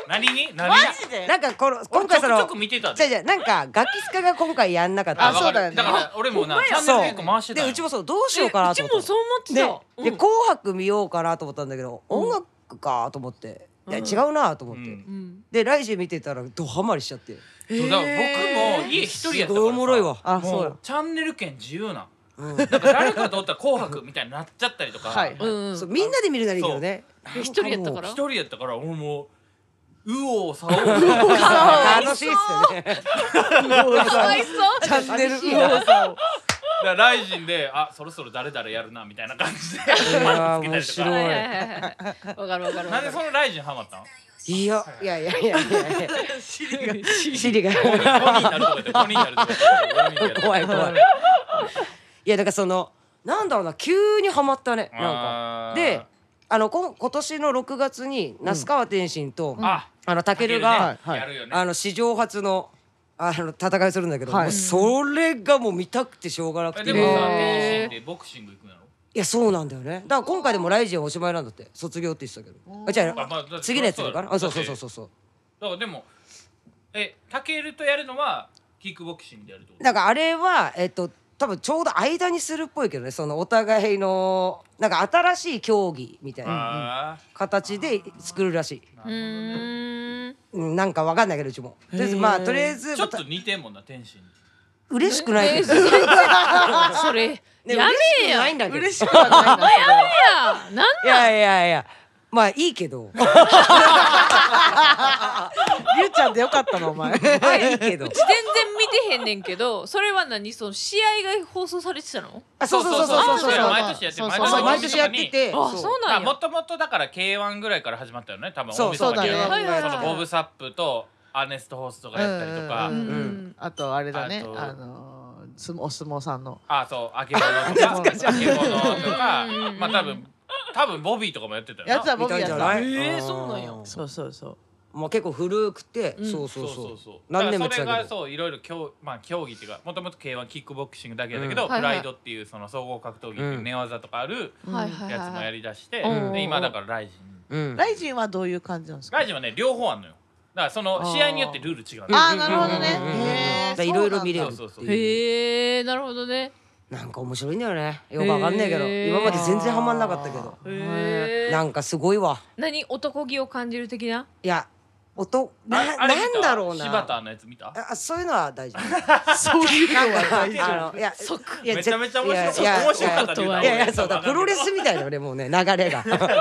[SPEAKER 3] 何に何に
[SPEAKER 2] マジで
[SPEAKER 4] なんかこの
[SPEAKER 3] 俺
[SPEAKER 4] 今回その
[SPEAKER 3] ちょくちょく見てたで
[SPEAKER 4] じゃじゃなんかガキスカが今回やんなかっ
[SPEAKER 2] あ
[SPEAKER 3] わ
[SPEAKER 4] た
[SPEAKER 3] かる
[SPEAKER 2] そうだよね
[SPEAKER 3] だから俺もなチャンネル結構回してた
[SPEAKER 4] で
[SPEAKER 3] よ
[SPEAKER 4] うちもそうどうしようかなと
[SPEAKER 1] えうち
[SPEAKER 4] 思
[SPEAKER 1] も
[SPEAKER 4] った
[SPEAKER 1] そう
[SPEAKER 4] で
[SPEAKER 1] 思ってた
[SPEAKER 4] で
[SPEAKER 1] うん
[SPEAKER 4] 紅白見ようかなと思ったんだけど、音楽かと思って、いや
[SPEAKER 1] うん
[SPEAKER 4] 違うなと思って、
[SPEAKER 3] うん
[SPEAKER 1] うん
[SPEAKER 4] で来週見てたらドハマりしちゃって
[SPEAKER 3] そうだから僕も家一人やったから
[SPEAKER 4] すごい
[SPEAKER 3] さ
[SPEAKER 4] おもろいわ
[SPEAKER 2] あ
[SPEAKER 3] も
[SPEAKER 2] そう
[SPEAKER 3] う
[SPEAKER 2] だ
[SPEAKER 3] チャンネル権自由な
[SPEAKER 4] うん
[SPEAKER 3] なんか誰かとおったら「紅白」みたいになっちゃったりとか
[SPEAKER 2] はい
[SPEAKER 1] うんうん
[SPEAKER 4] そうみんなで見るならいいけどね
[SPEAKER 1] そう一人やったから
[SPEAKER 3] 一人やったから俺もう右往左往
[SPEAKER 4] あ楽しいっすよね
[SPEAKER 1] かわいそう
[SPEAKER 4] チャンネル
[SPEAKER 1] 寂しい
[SPEAKER 4] 右往
[SPEAKER 1] な
[SPEAKER 3] だからライジンであそろそろ誰々やるなみたいな感じで
[SPEAKER 4] いや
[SPEAKER 3] マークつけたりと
[SPEAKER 4] 面白
[SPEAKER 3] か
[SPEAKER 1] はいはいはいはいわかるわかる
[SPEAKER 3] な
[SPEAKER 1] わ
[SPEAKER 3] んでそ
[SPEAKER 1] か
[SPEAKER 3] のライジンハマった の
[SPEAKER 4] いやいやいやいやいやいや
[SPEAKER 1] る
[SPEAKER 4] シリが
[SPEAKER 3] 5人になるとか言って5人になるとか言って5人になるとか
[SPEAKER 4] 怖い怖いいやだからそのなんだろうな急にハマったねなん
[SPEAKER 3] あ
[SPEAKER 4] か
[SPEAKER 3] ー
[SPEAKER 4] であのこん今年の6月に那須川天心と、
[SPEAKER 3] あ
[SPEAKER 4] あのたける
[SPEAKER 2] はい、
[SPEAKER 4] が
[SPEAKER 2] はい
[SPEAKER 3] やるよね
[SPEAKER 4] あの史上初のあの戦いをするんだけど、
[SPEAKER 2] はい
[SPEAKER 4] もうそれがもう見たくてしょうがなく
[SPEAKER 3] え
[SPEAKER 4] て
[SPEAKER 3] で
[SPEAKER 4] い
[SPEAKER 3] もさ
[SPEAKER 1] へー
[SPEAKER 3] 天心ってボクシング行くんやろ
[SPEAKER 4] やそうなんだよねだから今回でもライジンおしまいなんだって卒業って言ってたけどあじゃ
[SPEAKER 3] あまあだって
[SPEAKER 4] あ次のやつやるかなあ
[SPEAKER 3] そ
[SPEAKER 4] そ
[SPEAKER 3] だ
[SPEAKER 4] ううそ
[SPEAKER 3] よ
[SPEAKER 4] うそうそうそう
[SPEAKER 3] だからでもえタケルとやるのはキックボクシングでやるってこと
[SPEAKER 4] だからあれはえっと多分ちょうど間にするっぽいけどねそのお互いのなんか新しい競技みたいな
[SPEAKER 3] あ
[SPEAKER 4] 形で作るらしい、
[SPEAKER 3] ーな
[SPEAKER 1] う
[SPEAKER 3] るほどね
[SPEAKER 1] ーん
[SPEAKER 4] うん、なんかわかんないけどうちもとりあえずまあとりあえず
[SPEAKER 3] ちょっ
[SPEAKER 4] また
[SPEAKER 3] と似てんもんな天心に
[SPEAKER 4] 嬉しくないけ
[SPEAKER 1] え
[SPEAKER 4] ど、
[SPEAKER 1] 全然それ
[SPEAKER 4] ね
[SPEAKER 1] やめ
[SPEAKER 4] 嬉しく
[SPEAKER 1] や
[SPEAKER 4] ないんだけど
[SPEAKER 2] 嬉しくはないなそれはい
[SPEAKER 1] や
[SPEAKER 4] いやいやいやまあいいけ どま
[SPEAKER 2] ゆうちゃんでよかったのお前
[SPEAKER 4] あいいけど
[SPEAKER 1] 全然見てへんねんけどそれは何その試合が放送されてたの
[SPEAKER 4] あそうそうそうそうそう
[SPEAKER 3] れ
[SPEAKER 4] そう
[SPEAKER 3] は毎年や
[SPEAKER 2] そう
[SPEAKER 3] ってる
[SPEAKER 2] そう
[SPEAKER 4] あそう
[SPEAKER 2] そう
[SPEAKER 4] 毎年やってて
[SPEAKER 1] あそうなん
[SPEAKER 3] も
[SPEAKER 1] や
[SPEAKER 3] ともとだから K1 ぐらいから始まったよね多分
[SPEAKER 4] そうそう
[SPEAKER 3] 大晦日に
[SPEAKER 2] そうだね
[SPEAKER 3] やる
[SPEAKER 1] はいはいはい
[SPEAKER 3] そのボブ・サップとアーネスト・ホースとかやったりとか、
[SPEAKER 2] うん
[SPEAKER 1] う
[SPEAKER 4] うんん
[SPEAKER 2] あとあれだね
[SPEAKER 3] あと
[SPEAKER 2] あのーすお相撲さんの
[SPEAKER 3] あそうあけぼのとかあ
[SPEAKER 2] 懐かしい
[SPEAKER 3] けぼのとか
[SPEAKER 1] うんうんうん
[SPEAKER 3] まあ多分多分ボビーとかもやってたよな
[SPEAKER 2] やつは
[SPEAKER 4] み
[SPEAKER 2] ボビ
[SPEAKER 4] た
[SPEAKER 2] ー
[SPEAKER 4] い
[SPEAKER 2] や
[SPEAKER 4] じ
[SPEAKER 2] つ
[SPEAKER 4] ゃ
[SPEAKER 2] だ
[SPEAKER 4] ない
[SPEAKER 1] えーそうなんや
[SPEAKER 4] うん
[SPEAKER 2] そうそうそう
[SPEAKER 4] もう結構古くて、
[SPEAKER 1] うん
[SPEAKER 4] そう
[SPEAKER 3] そ
[SPEAKER 4] そうう
[SPEAKER 3] そう
[SPEAKER 4] そう
[SPEAKER 3] そう
[SPEAKER 4] 何年もや
[SPEAKER 3] だ
[SPEAKER 4] っ
[SPEAKER 3] からそれ
[SPEAKER 4] てた
[SPEAKER 3] が
[SPEAKER 4] けど
[SPEAKER 3] そういろいろ競,、まあ、競技っていうかもともと K1 キックボクシングだけだけど、
[SPEAKER 4] うん
[SPEAKER 1] はいはい
[SPEAKER 3] プライドっていうその総合格闘技っていう寝技とかある
[SPEAKER 1] はいはい
[SPEAKER 3] やつも
[SPEAKER 1] は
[SPEAKER 3] や
[SPEAKER 1] い
[SPEAKER 3] りだして、
[SPEAKER 1] うん
[SPEAKER 3] で今だからライジン
[SPEAKER 4] うん
[SPEAKER 2] ライジンはどういう感じなんですか
[SPEAKER 3] ライジンはね両方あんのよだからその試合によってルール違うの
[SPEAKER 4] うん
[SPEAKER 2] あーなるほどね
[SPEAKER 4] うんうんうんうん
[SPEAKER 2] へー
[SPEAKER 4] だからいろいろ見れるって
[SPEAKER 3] そうそうそう
[SPEAKER 4] いう
[SPEAKER 1] へえなるほどね
[SPEAKER 4] なんか面白いんだよねよくわかんないけど、
[SPEAKER 1] へー
[SPEAKER 4] 今まで全然ハマんなかったけど
[SPEAKER 1] へ
[SPEAKER 4] な
[SPEAKER 1] え
[SPEAKER 4] んかすごいわ
[SPEAKER 1] 何男気を感じる的ない
[SPEAKER 4] や音な
[SPEAKER 3] あれ見
[SPEAKER 4] なん
[SPEAKER 3] た
[SPEAKER 4] だろうな
[SPEAKER 3] 柴田のやつ見た
[SPEAKER 4] あそういうのは大丈夫
[SPEAKER 2] そういうのは
[SPEAKER 4] あ
[SPEAKER 2] 大丈夫
[SPEAKER 4] のいやいや
[SPEAKER 3] めちゃめちゃ面白
[SPEAKER 4] いや
[SPEAKER 3] か
[SPEAKER 4] い
[SPEAKER 3] った
[SPEAKER 4] や
[SPEAKER 3] 面白かったって言う
[SPEAKER 4] い
[SPEAKER 3] たら
[SPEAKER 4] やいやいやそうだプロレ
[SPEAKER 3] ス
[SPEAKER 4] スみたいだよねもうね流れが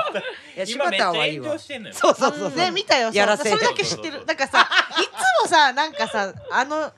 [SPEAKER 4] いや
[SPEAKER 3] 今
[SPEAKER 4] 柴
[SPEAKER 3] めっちゃ
[SPEAKER 4] 田はいい
[SPEAKER 3] 炎
[SPEAKER 4] わ
[SPEAKER 3] 上してんのよ
[SPEAKER 4] そうそうそうそう
[SPEAKER 2] ね見たよ
[SPEAKER 4] やら
[SPEAKER 2] そ
[SPEAKER 4] せ
[SPEAKER 2] うそれだけ知って
[SPEAKER 3] そうそうそう
[SPEAKER 2] るなんかさいつもさなんかさあの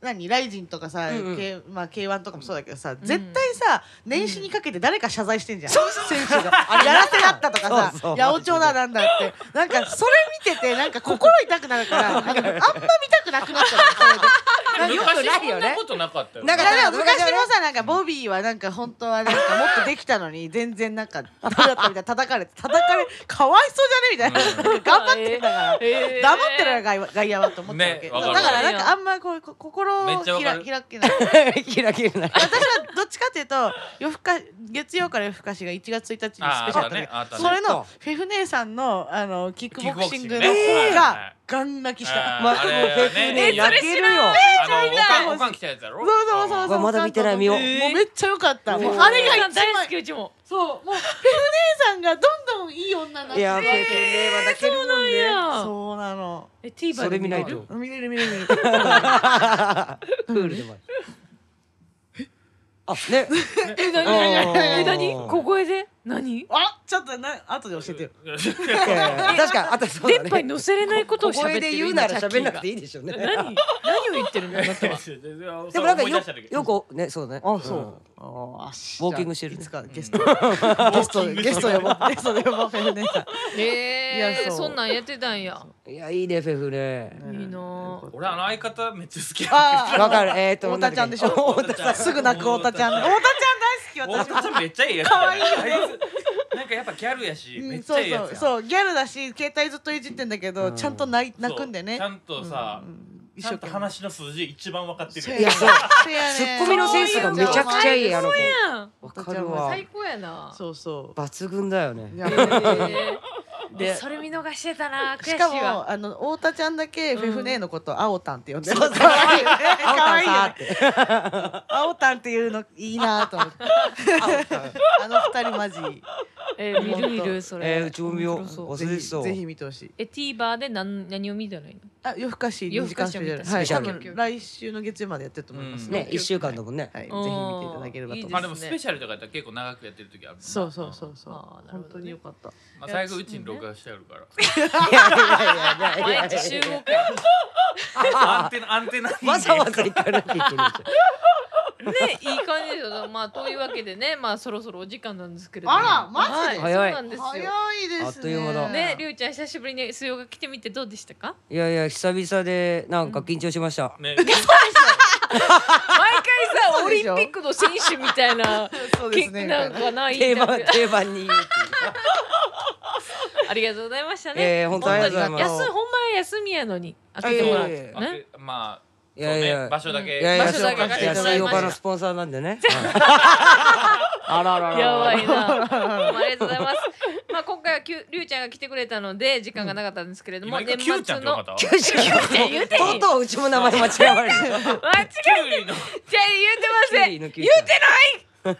[SPEAKER 2] 何ライジンとかさ、
[SPEAKER 4] うんうん
[SPEAKER 2] K まあ、K1 とかもそうだけどさ、絶対さ年始にかけて誰か謝罪してんじゃん、選手が
[SPEAKER 4] あれ
[SPEAKER 2] やらせだったとかさ
[SPEAKER 4] そうそう
[SPEAKER 2] 八百長だなんだってなんかそれ見ててなんか心痛くなるからあのあんま見たくなくなっちゃうの
[SPEAKER 3] 昔
[SPEAKER 4] よくない
[SPEAKER 3] そ
[SPEAKER 4] よ
[SPEAKER 3] ん
[SPEAKER 4] ね
[SPEAKER 3] なことなかったよ
[SPEAKER 4] なんか
[SPEAKER 2] いやでも昔もさなんかボビーはなんか本当はなんかもっとできたのに全然なんかどうだったみたいな叩かれて叩かれかわいそうじゃねみたいな頑張ってんだから
[SPEAKER 1] え
[SPEAKER 2] 黙ってる外野外野はと思ったわけ、
[SPEAKER 3] ね
[SPEAKER 2] だ
[SPEAKER 3] わ
[SPEAKER 2] か
[SPEAKER 3] から
[SPEAKER 2] らなんかあんまこうこ心を
[SPEAKER 3] めっちゃわ
[SPEAKER 2] ひ
[SPEAKER 3] からる
[SPEAKER 2] 開けない
[SPEAKER 4] キラキラな
[SPEAKER 2] 私はどっちかっていうと夜更か月曜から夜更かしが1月1日にスペシ
[SPEAKER 3] あー
[SPEAKER 2] ャルだったけど
[SPEAKER 3] あったねあったね
[SPEAKER 2] それのフェフ姉さんのあのキックボクシングの
[SPEAKER 3] キックボクシング
[SPEAKER 2] 方
[SPEAKER 3] ねはいはい
[SPEAKER 2] がガン泣きした。
[SPEAKER 3] あーあれ
[SPEAKER 4] もうフェフねやけるよ
[SPEAKER 3] あのおかんおかん来たやつやろ
[SPEAKER 2] そうそうそうそう
[SPEAKER 4] わまだ見てない見よう
[SPEAKER 2] もうめっちゃ良かった。もうあ
[SPEAKER 1] あ
[SPEAKER 2] れ
[SPEAKER 1] れ
[SPEAKER 2] が一
[SPEAKER 1] が大
[SPEAKER 2] 番
[SPEAKER 1] 好きうちも
[SPEAKER 2] そうもうフェフ姉さんがどんどんいい女になって
[SPEAKER 4] いやフェフねは泣けるもん
[SPEAKER 1] い
[SPEAKER 4] ね
[SPEAKER 1] や
[SPEAKER 2] そうなの。
[SPEAKER 1] え TVer
[SPEAKER 4] そ
[SPEAKER 1] で
[SPEAKER 4] れ
[SPEAKER 1] 見
[SPEAKER 4] 見
[SPEAKER 1] な
[SPEAKER 4] ないい
[SPEAKER 1] と
[SPEAKER 4] と
[SPEAKER 2] 見れる見れる見れる。
[SPEAKER 4] プールでもあるあね
[SPEAKER 1] え何
[SPEAKER 4] あ
[SPEAKER 1] 何
[SPEAKER 4] ー
[SPEAKER 1] え何小声で何
[SPEAKER 2] あちょっとな後で教えてよ。
[SPEAKER 4] 確かにあとそうだ
[SPEAKER 1] 電
[SPEAKER 4] ね
[SPEAKER 1] 波に乗せれないことを喋っ
[SPEAKER 4] 声
[SPEAKER 1] てる
[SPEAKER 4] で言うなら喋んなくて
[SPEAKER 1] い
[SPEAKER 4] いいでしょうね
[SPEAKER 1] 何何を言ってるのあなた は
[SPEAKER 4] で
[SPEAKER 3] で
[SPEAKER 4] もなんかよよくねそうだね
[SPEAKER 2] あそう。あ
[SPEAKER 4] ウォーキングしてる
[SPEAKER 2] いつか ゲスト、ゲストゲスト呼ぼうゲスト呼 ぼうフェフ姉さん。
[SPEAKER 1] え
[SPEAKER 2] いや
[SPEAKER 1] ー
[SPEAKER 2] そう
[SPEAKER 1] そんなんやってたんや
[SPEAKER 4] いやいいねフェフね
[SPEAKER 1] いいなの
[SPEAKER 3] 俺あの相方めっちゃ好き
[SPEAKER 2] あー
[SPEAKER 4] わかるえっと
[SPEAKER 2] 太田ちゃんでしょ
[SPEAKER 4] なんだっけ太田ちゃん
[SPEAKER 2] すぐ泣く太田ちゃんね太田ちゃん大好き私
[SPEAKER 3] 大田ちゃんめっちゃいいやつ可愛いよねなんかやっぱギャルやし
[SPEAKER 2] う
[SPEAKER 3] めっ
[SPEAKER 2] ん
[SPEAKER 3] ちゃ
[SPEAKER 2] そう
[SPEAKER 3] いいや
[SPEAKER 2] そ
[SPEAKER 3] つや
[SPEAKER 2] うんそうギャルだし携帯ずっといじってんだけど、
[SPEAKER 4] うん
[SPEAKER 2] ちゃんと泣い泣くんでね
[SPEAKER 3] ちゃんとさ
[SPEAKER 2] うん
[SPEAKER 3] ちゃんと話の数字一番分かってる
[SPEAKER 2] そう
[SPEAKER 3] や
[SPEAKER 2] や
[SPEAKER 3] ん
[SPEAKER 2] ね
[SPEAKER 4] いやそう
[SPEAKER 2] そうやね
[SPEAKER 4] ツッコミのセンスがめちゃくちゃいいあの子
[SPEAKER 1] やん
[SPEAKER 4] わかるわ
[SPEAKER 1] 最高やな
[SPEAKER 2] そうそ
[SPEAKER 4] 抜群だよね
[SPEAKER 2] うい
[SPEAKER 1] え
[SPEAKER 2] や
[SPEAKER 1] ー
[SPEAKER 2] で
[SPEAKER 1] それ見逃してたな悔し
[SPEAKER 2] し
[SPEAKER 1] い
[SPEAKER 2] か
[SPEAKER 1] わ
[SPEAKER 2] もあの太田ちゃんだけ
[SPEAKER 1] うん
[SPEAKER 2] フェフネーのこと青タンって呼んでる
[SPEAKER 4] そうそう
[SPEAKER 2] かわいいよね
[SPEAKER 4] 青
[SPEAKER 2] かわ
[SPEAKER 4] 田
[SPEAKER 2] いいよね
[SPEAKER 4] さんって
[SPEAKER 2] 青タンっていうのいいなと思って
[SPEAKER 4] 青田
[SPEAKER 2] あの二人マジ
[SPEAKER 1] えー見る見るそれ
[SPEAKER 4] えーうちも見よう
[SPEAKER 1] 面白そ
[SPEAKER 4] お忘
[SPEAKER 2] ぜ
[SPEAKER 4] れて
[SPEAKER 2] ひ
[SPEAKER 4] そう
[SPEAKER 2] ぜひ見てほしい
[SPEAKER 1] え TVer で何何を見たらいいの
[SPEAKER 2] あ夜更かし
[SPEAKER 1] 夜
[SPEAKER 2] 2
[SPEAKER 1] 更
[SPEAKER 2] 時
[SPEAKER 1] か
[SPEAKER 2] 間
[SPEAKER 1] し
[SPEAKER 2] スペシャル
[SPEAKER 1] みたいな
[SPEAKER 2] はい
[SPEAKER 4] スペシャ
[SPEAKER 2] 多
[SPEAKER 4] ル
[SPEAKER 2] 分来週の月曜までやってると思います
[SPEAKER 3] うん
[SPEAKER 4] ね一週間だもんね
[SPEAKER 2] はい、
[SPEAKER 1] うん
[SPEAKER 2] ぜひ見ていただければと思いま
[SPEAKER 3] まあ
[SPEAKER 2] す
[SPEAKER 3] でもスペシャルとかやったら結構長くやってる時あるもんな
[SPEAKER 2] そうそうそうそう
[SPEAKER 1] あーなる
[SPEAKER 2] 本
[SPEAKER 1] ほどね
[SPEAKER 2] 当によかった
[SPEAKER 3] まあ最後うちに録画してある から
[SPEAKER 4] いやいやいやいや
[SPEAKER 1] 毎
[SPEAKER 4] いやいや
[SPEAKER 1] 日集合会
[SPEAKER 3] アンテナアンテナに
[SPEAKER 4] わざわざ行かなきゃいけないじゃん
[SPEAKER 1] ね、いい感じですよ。まあ、というわけでね、まあ、そろそろお時間なんですけれども。
[SPEAKER 2] あらマジで
[SPEAKER 1] はい、そうなんです
[SPEAKER 2] 早
[SPEAKER 1] よ。
[SPEAKER 2] いですね
[SPEAKER 4] あっという間だ
[SPEAKER 1] ね、りゅうちゃん、久しぶりに水曜が来てみて、どうでしたか。
[SPEAKER 4] いやいや久々でなんか緊張しました。
[SPEAKER 3] ね
[SPEAKER 1] 毎回さ、
[SPEAKER 2] そ
[SPEAKER 1] オ
[SPEAKER 2] う
[SPEAKER 1] リ
[SPEAKER 2] で
[SPEAKER 1] ン
[SPEAKER 2] しょ
[SPEAKER 1] ピックの選手みたい な。
[SPEAKER 2] そうで
[SPEAKER 1] け
[SPEAKER 2] すね
[SPEAKER 1] なんかないん
[SPEAKER 4] 定
[SPEAKER 1] だ
[SPEAKER 4] 番定番に言うっていう。
[SPEAKER 1] ありがとうございましたね。
[SPEAKER 4] えー本当ありがとうございます
[SPEAKER 1] 本当に休ほんまは休みやのに、当
[SPEAKER 4] い
[SPEAKER 1] てて
[SPEAKER 4] やい
[SPEAKER 1] も
[SPEAKER 4] や
[SPEAKER 1] らっ
[SPEAKER 4] い
[SPEAKER 1] て
[SPEAKER 4] や
[SPEAKER 1] ね。
[SPEAKER 3] あまあ
[SPEAKER 4] いやいや
[SPEAKER 3] そうね場所だけ
[SPEAKER 4] いやいや
[SPEAKER 1] 場所だけ
[SPEAKER 4] い
[SPEAKER 1] 貸していただ
[SPEAKER 4] や水
[SPEAKER 1] き
[SPEAKER 4] 曜
[SPEAKER 1] ました
[SPEAKER 4] 日のスポンサーなんでね。あらららら。
[SPEAKER 1] やばいな。どうもありがとうございます。まあ、今回はきゅ、りゅうちゃんが来てくれたので、時間がなかったんですけれども、
[SPEAKER 3] 今一回
[SPEAKER 1] 年
[SPEAKER 3] キュウちゃん
[SPEAKER 1] 末
[SPEAKER 3] ってよかっ
[SPEAKER 1] の。
[SPEAKER 3] た
[SPEAKER 4] 九州
[SPEAKER 1] ゃん言うてへん
[SPEAKER 4] とうとううちも名前間違えられる。
[SPEAKER 1] 間違
[SPEAKER 3] キュウリの
[SPEAKER 1] えちゃ言うてません。
[SPEAKER 4] 言うて
[SPEAKER 1] 今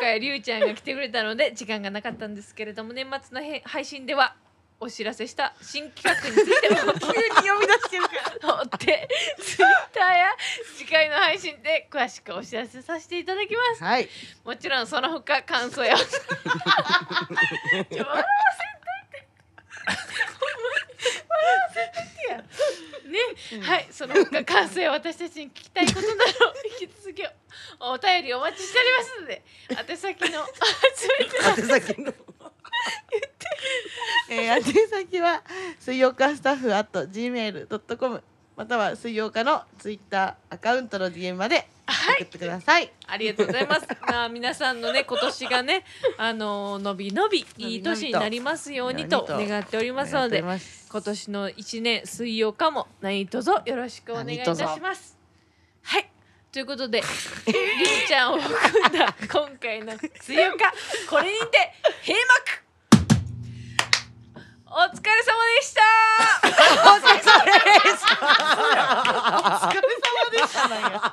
[SPEAKER 1] 回りゅうちゃんが来てくれたので時間がなかったんですけれども年末のへ配信ではお知らせした新企画についても
[SPEAKER 2] 急に呼び出してるから
[SPEAKER 1] 追ってツイッターや次回の配信で詳しくお知らせさせていただきます
[SPEAKER 2] はい
[SPEAKER 1] もちろんその他感想やちょ笑わせんといてほんまに笑わせんといてやね、はいその他感想や私たちに聞きたいこと など引き続きおお便りお待ちしておりますので宛先の 全 ての
[SPEAKER 4] る。宛先の
[SPEAKER 2] えー、宛先は水曜日スタッフ at gmail.com または水曜日のツイッターアカウントの DM まで送ってください、
[SPEAKER 1] ありがとうございます。まあ皆さんのね今年がねあのーのびのびいい年になりますようにと
[SPEAKER 2] のびのびと
[SPEAKER 1] 願っておりますので、今年の一年水曜日も何卒よろしくお願いいたし
[SPEAKER 2] 何
[SPEAKER 1] ます。はい。ということで、りゅうちゃんを含んだ今回の水曜日これにて閉幕。お疲れ様でした。
[SPEAKER 4] お疲れ様です。
[SPEAKER 2] お疲れ様でしたなんや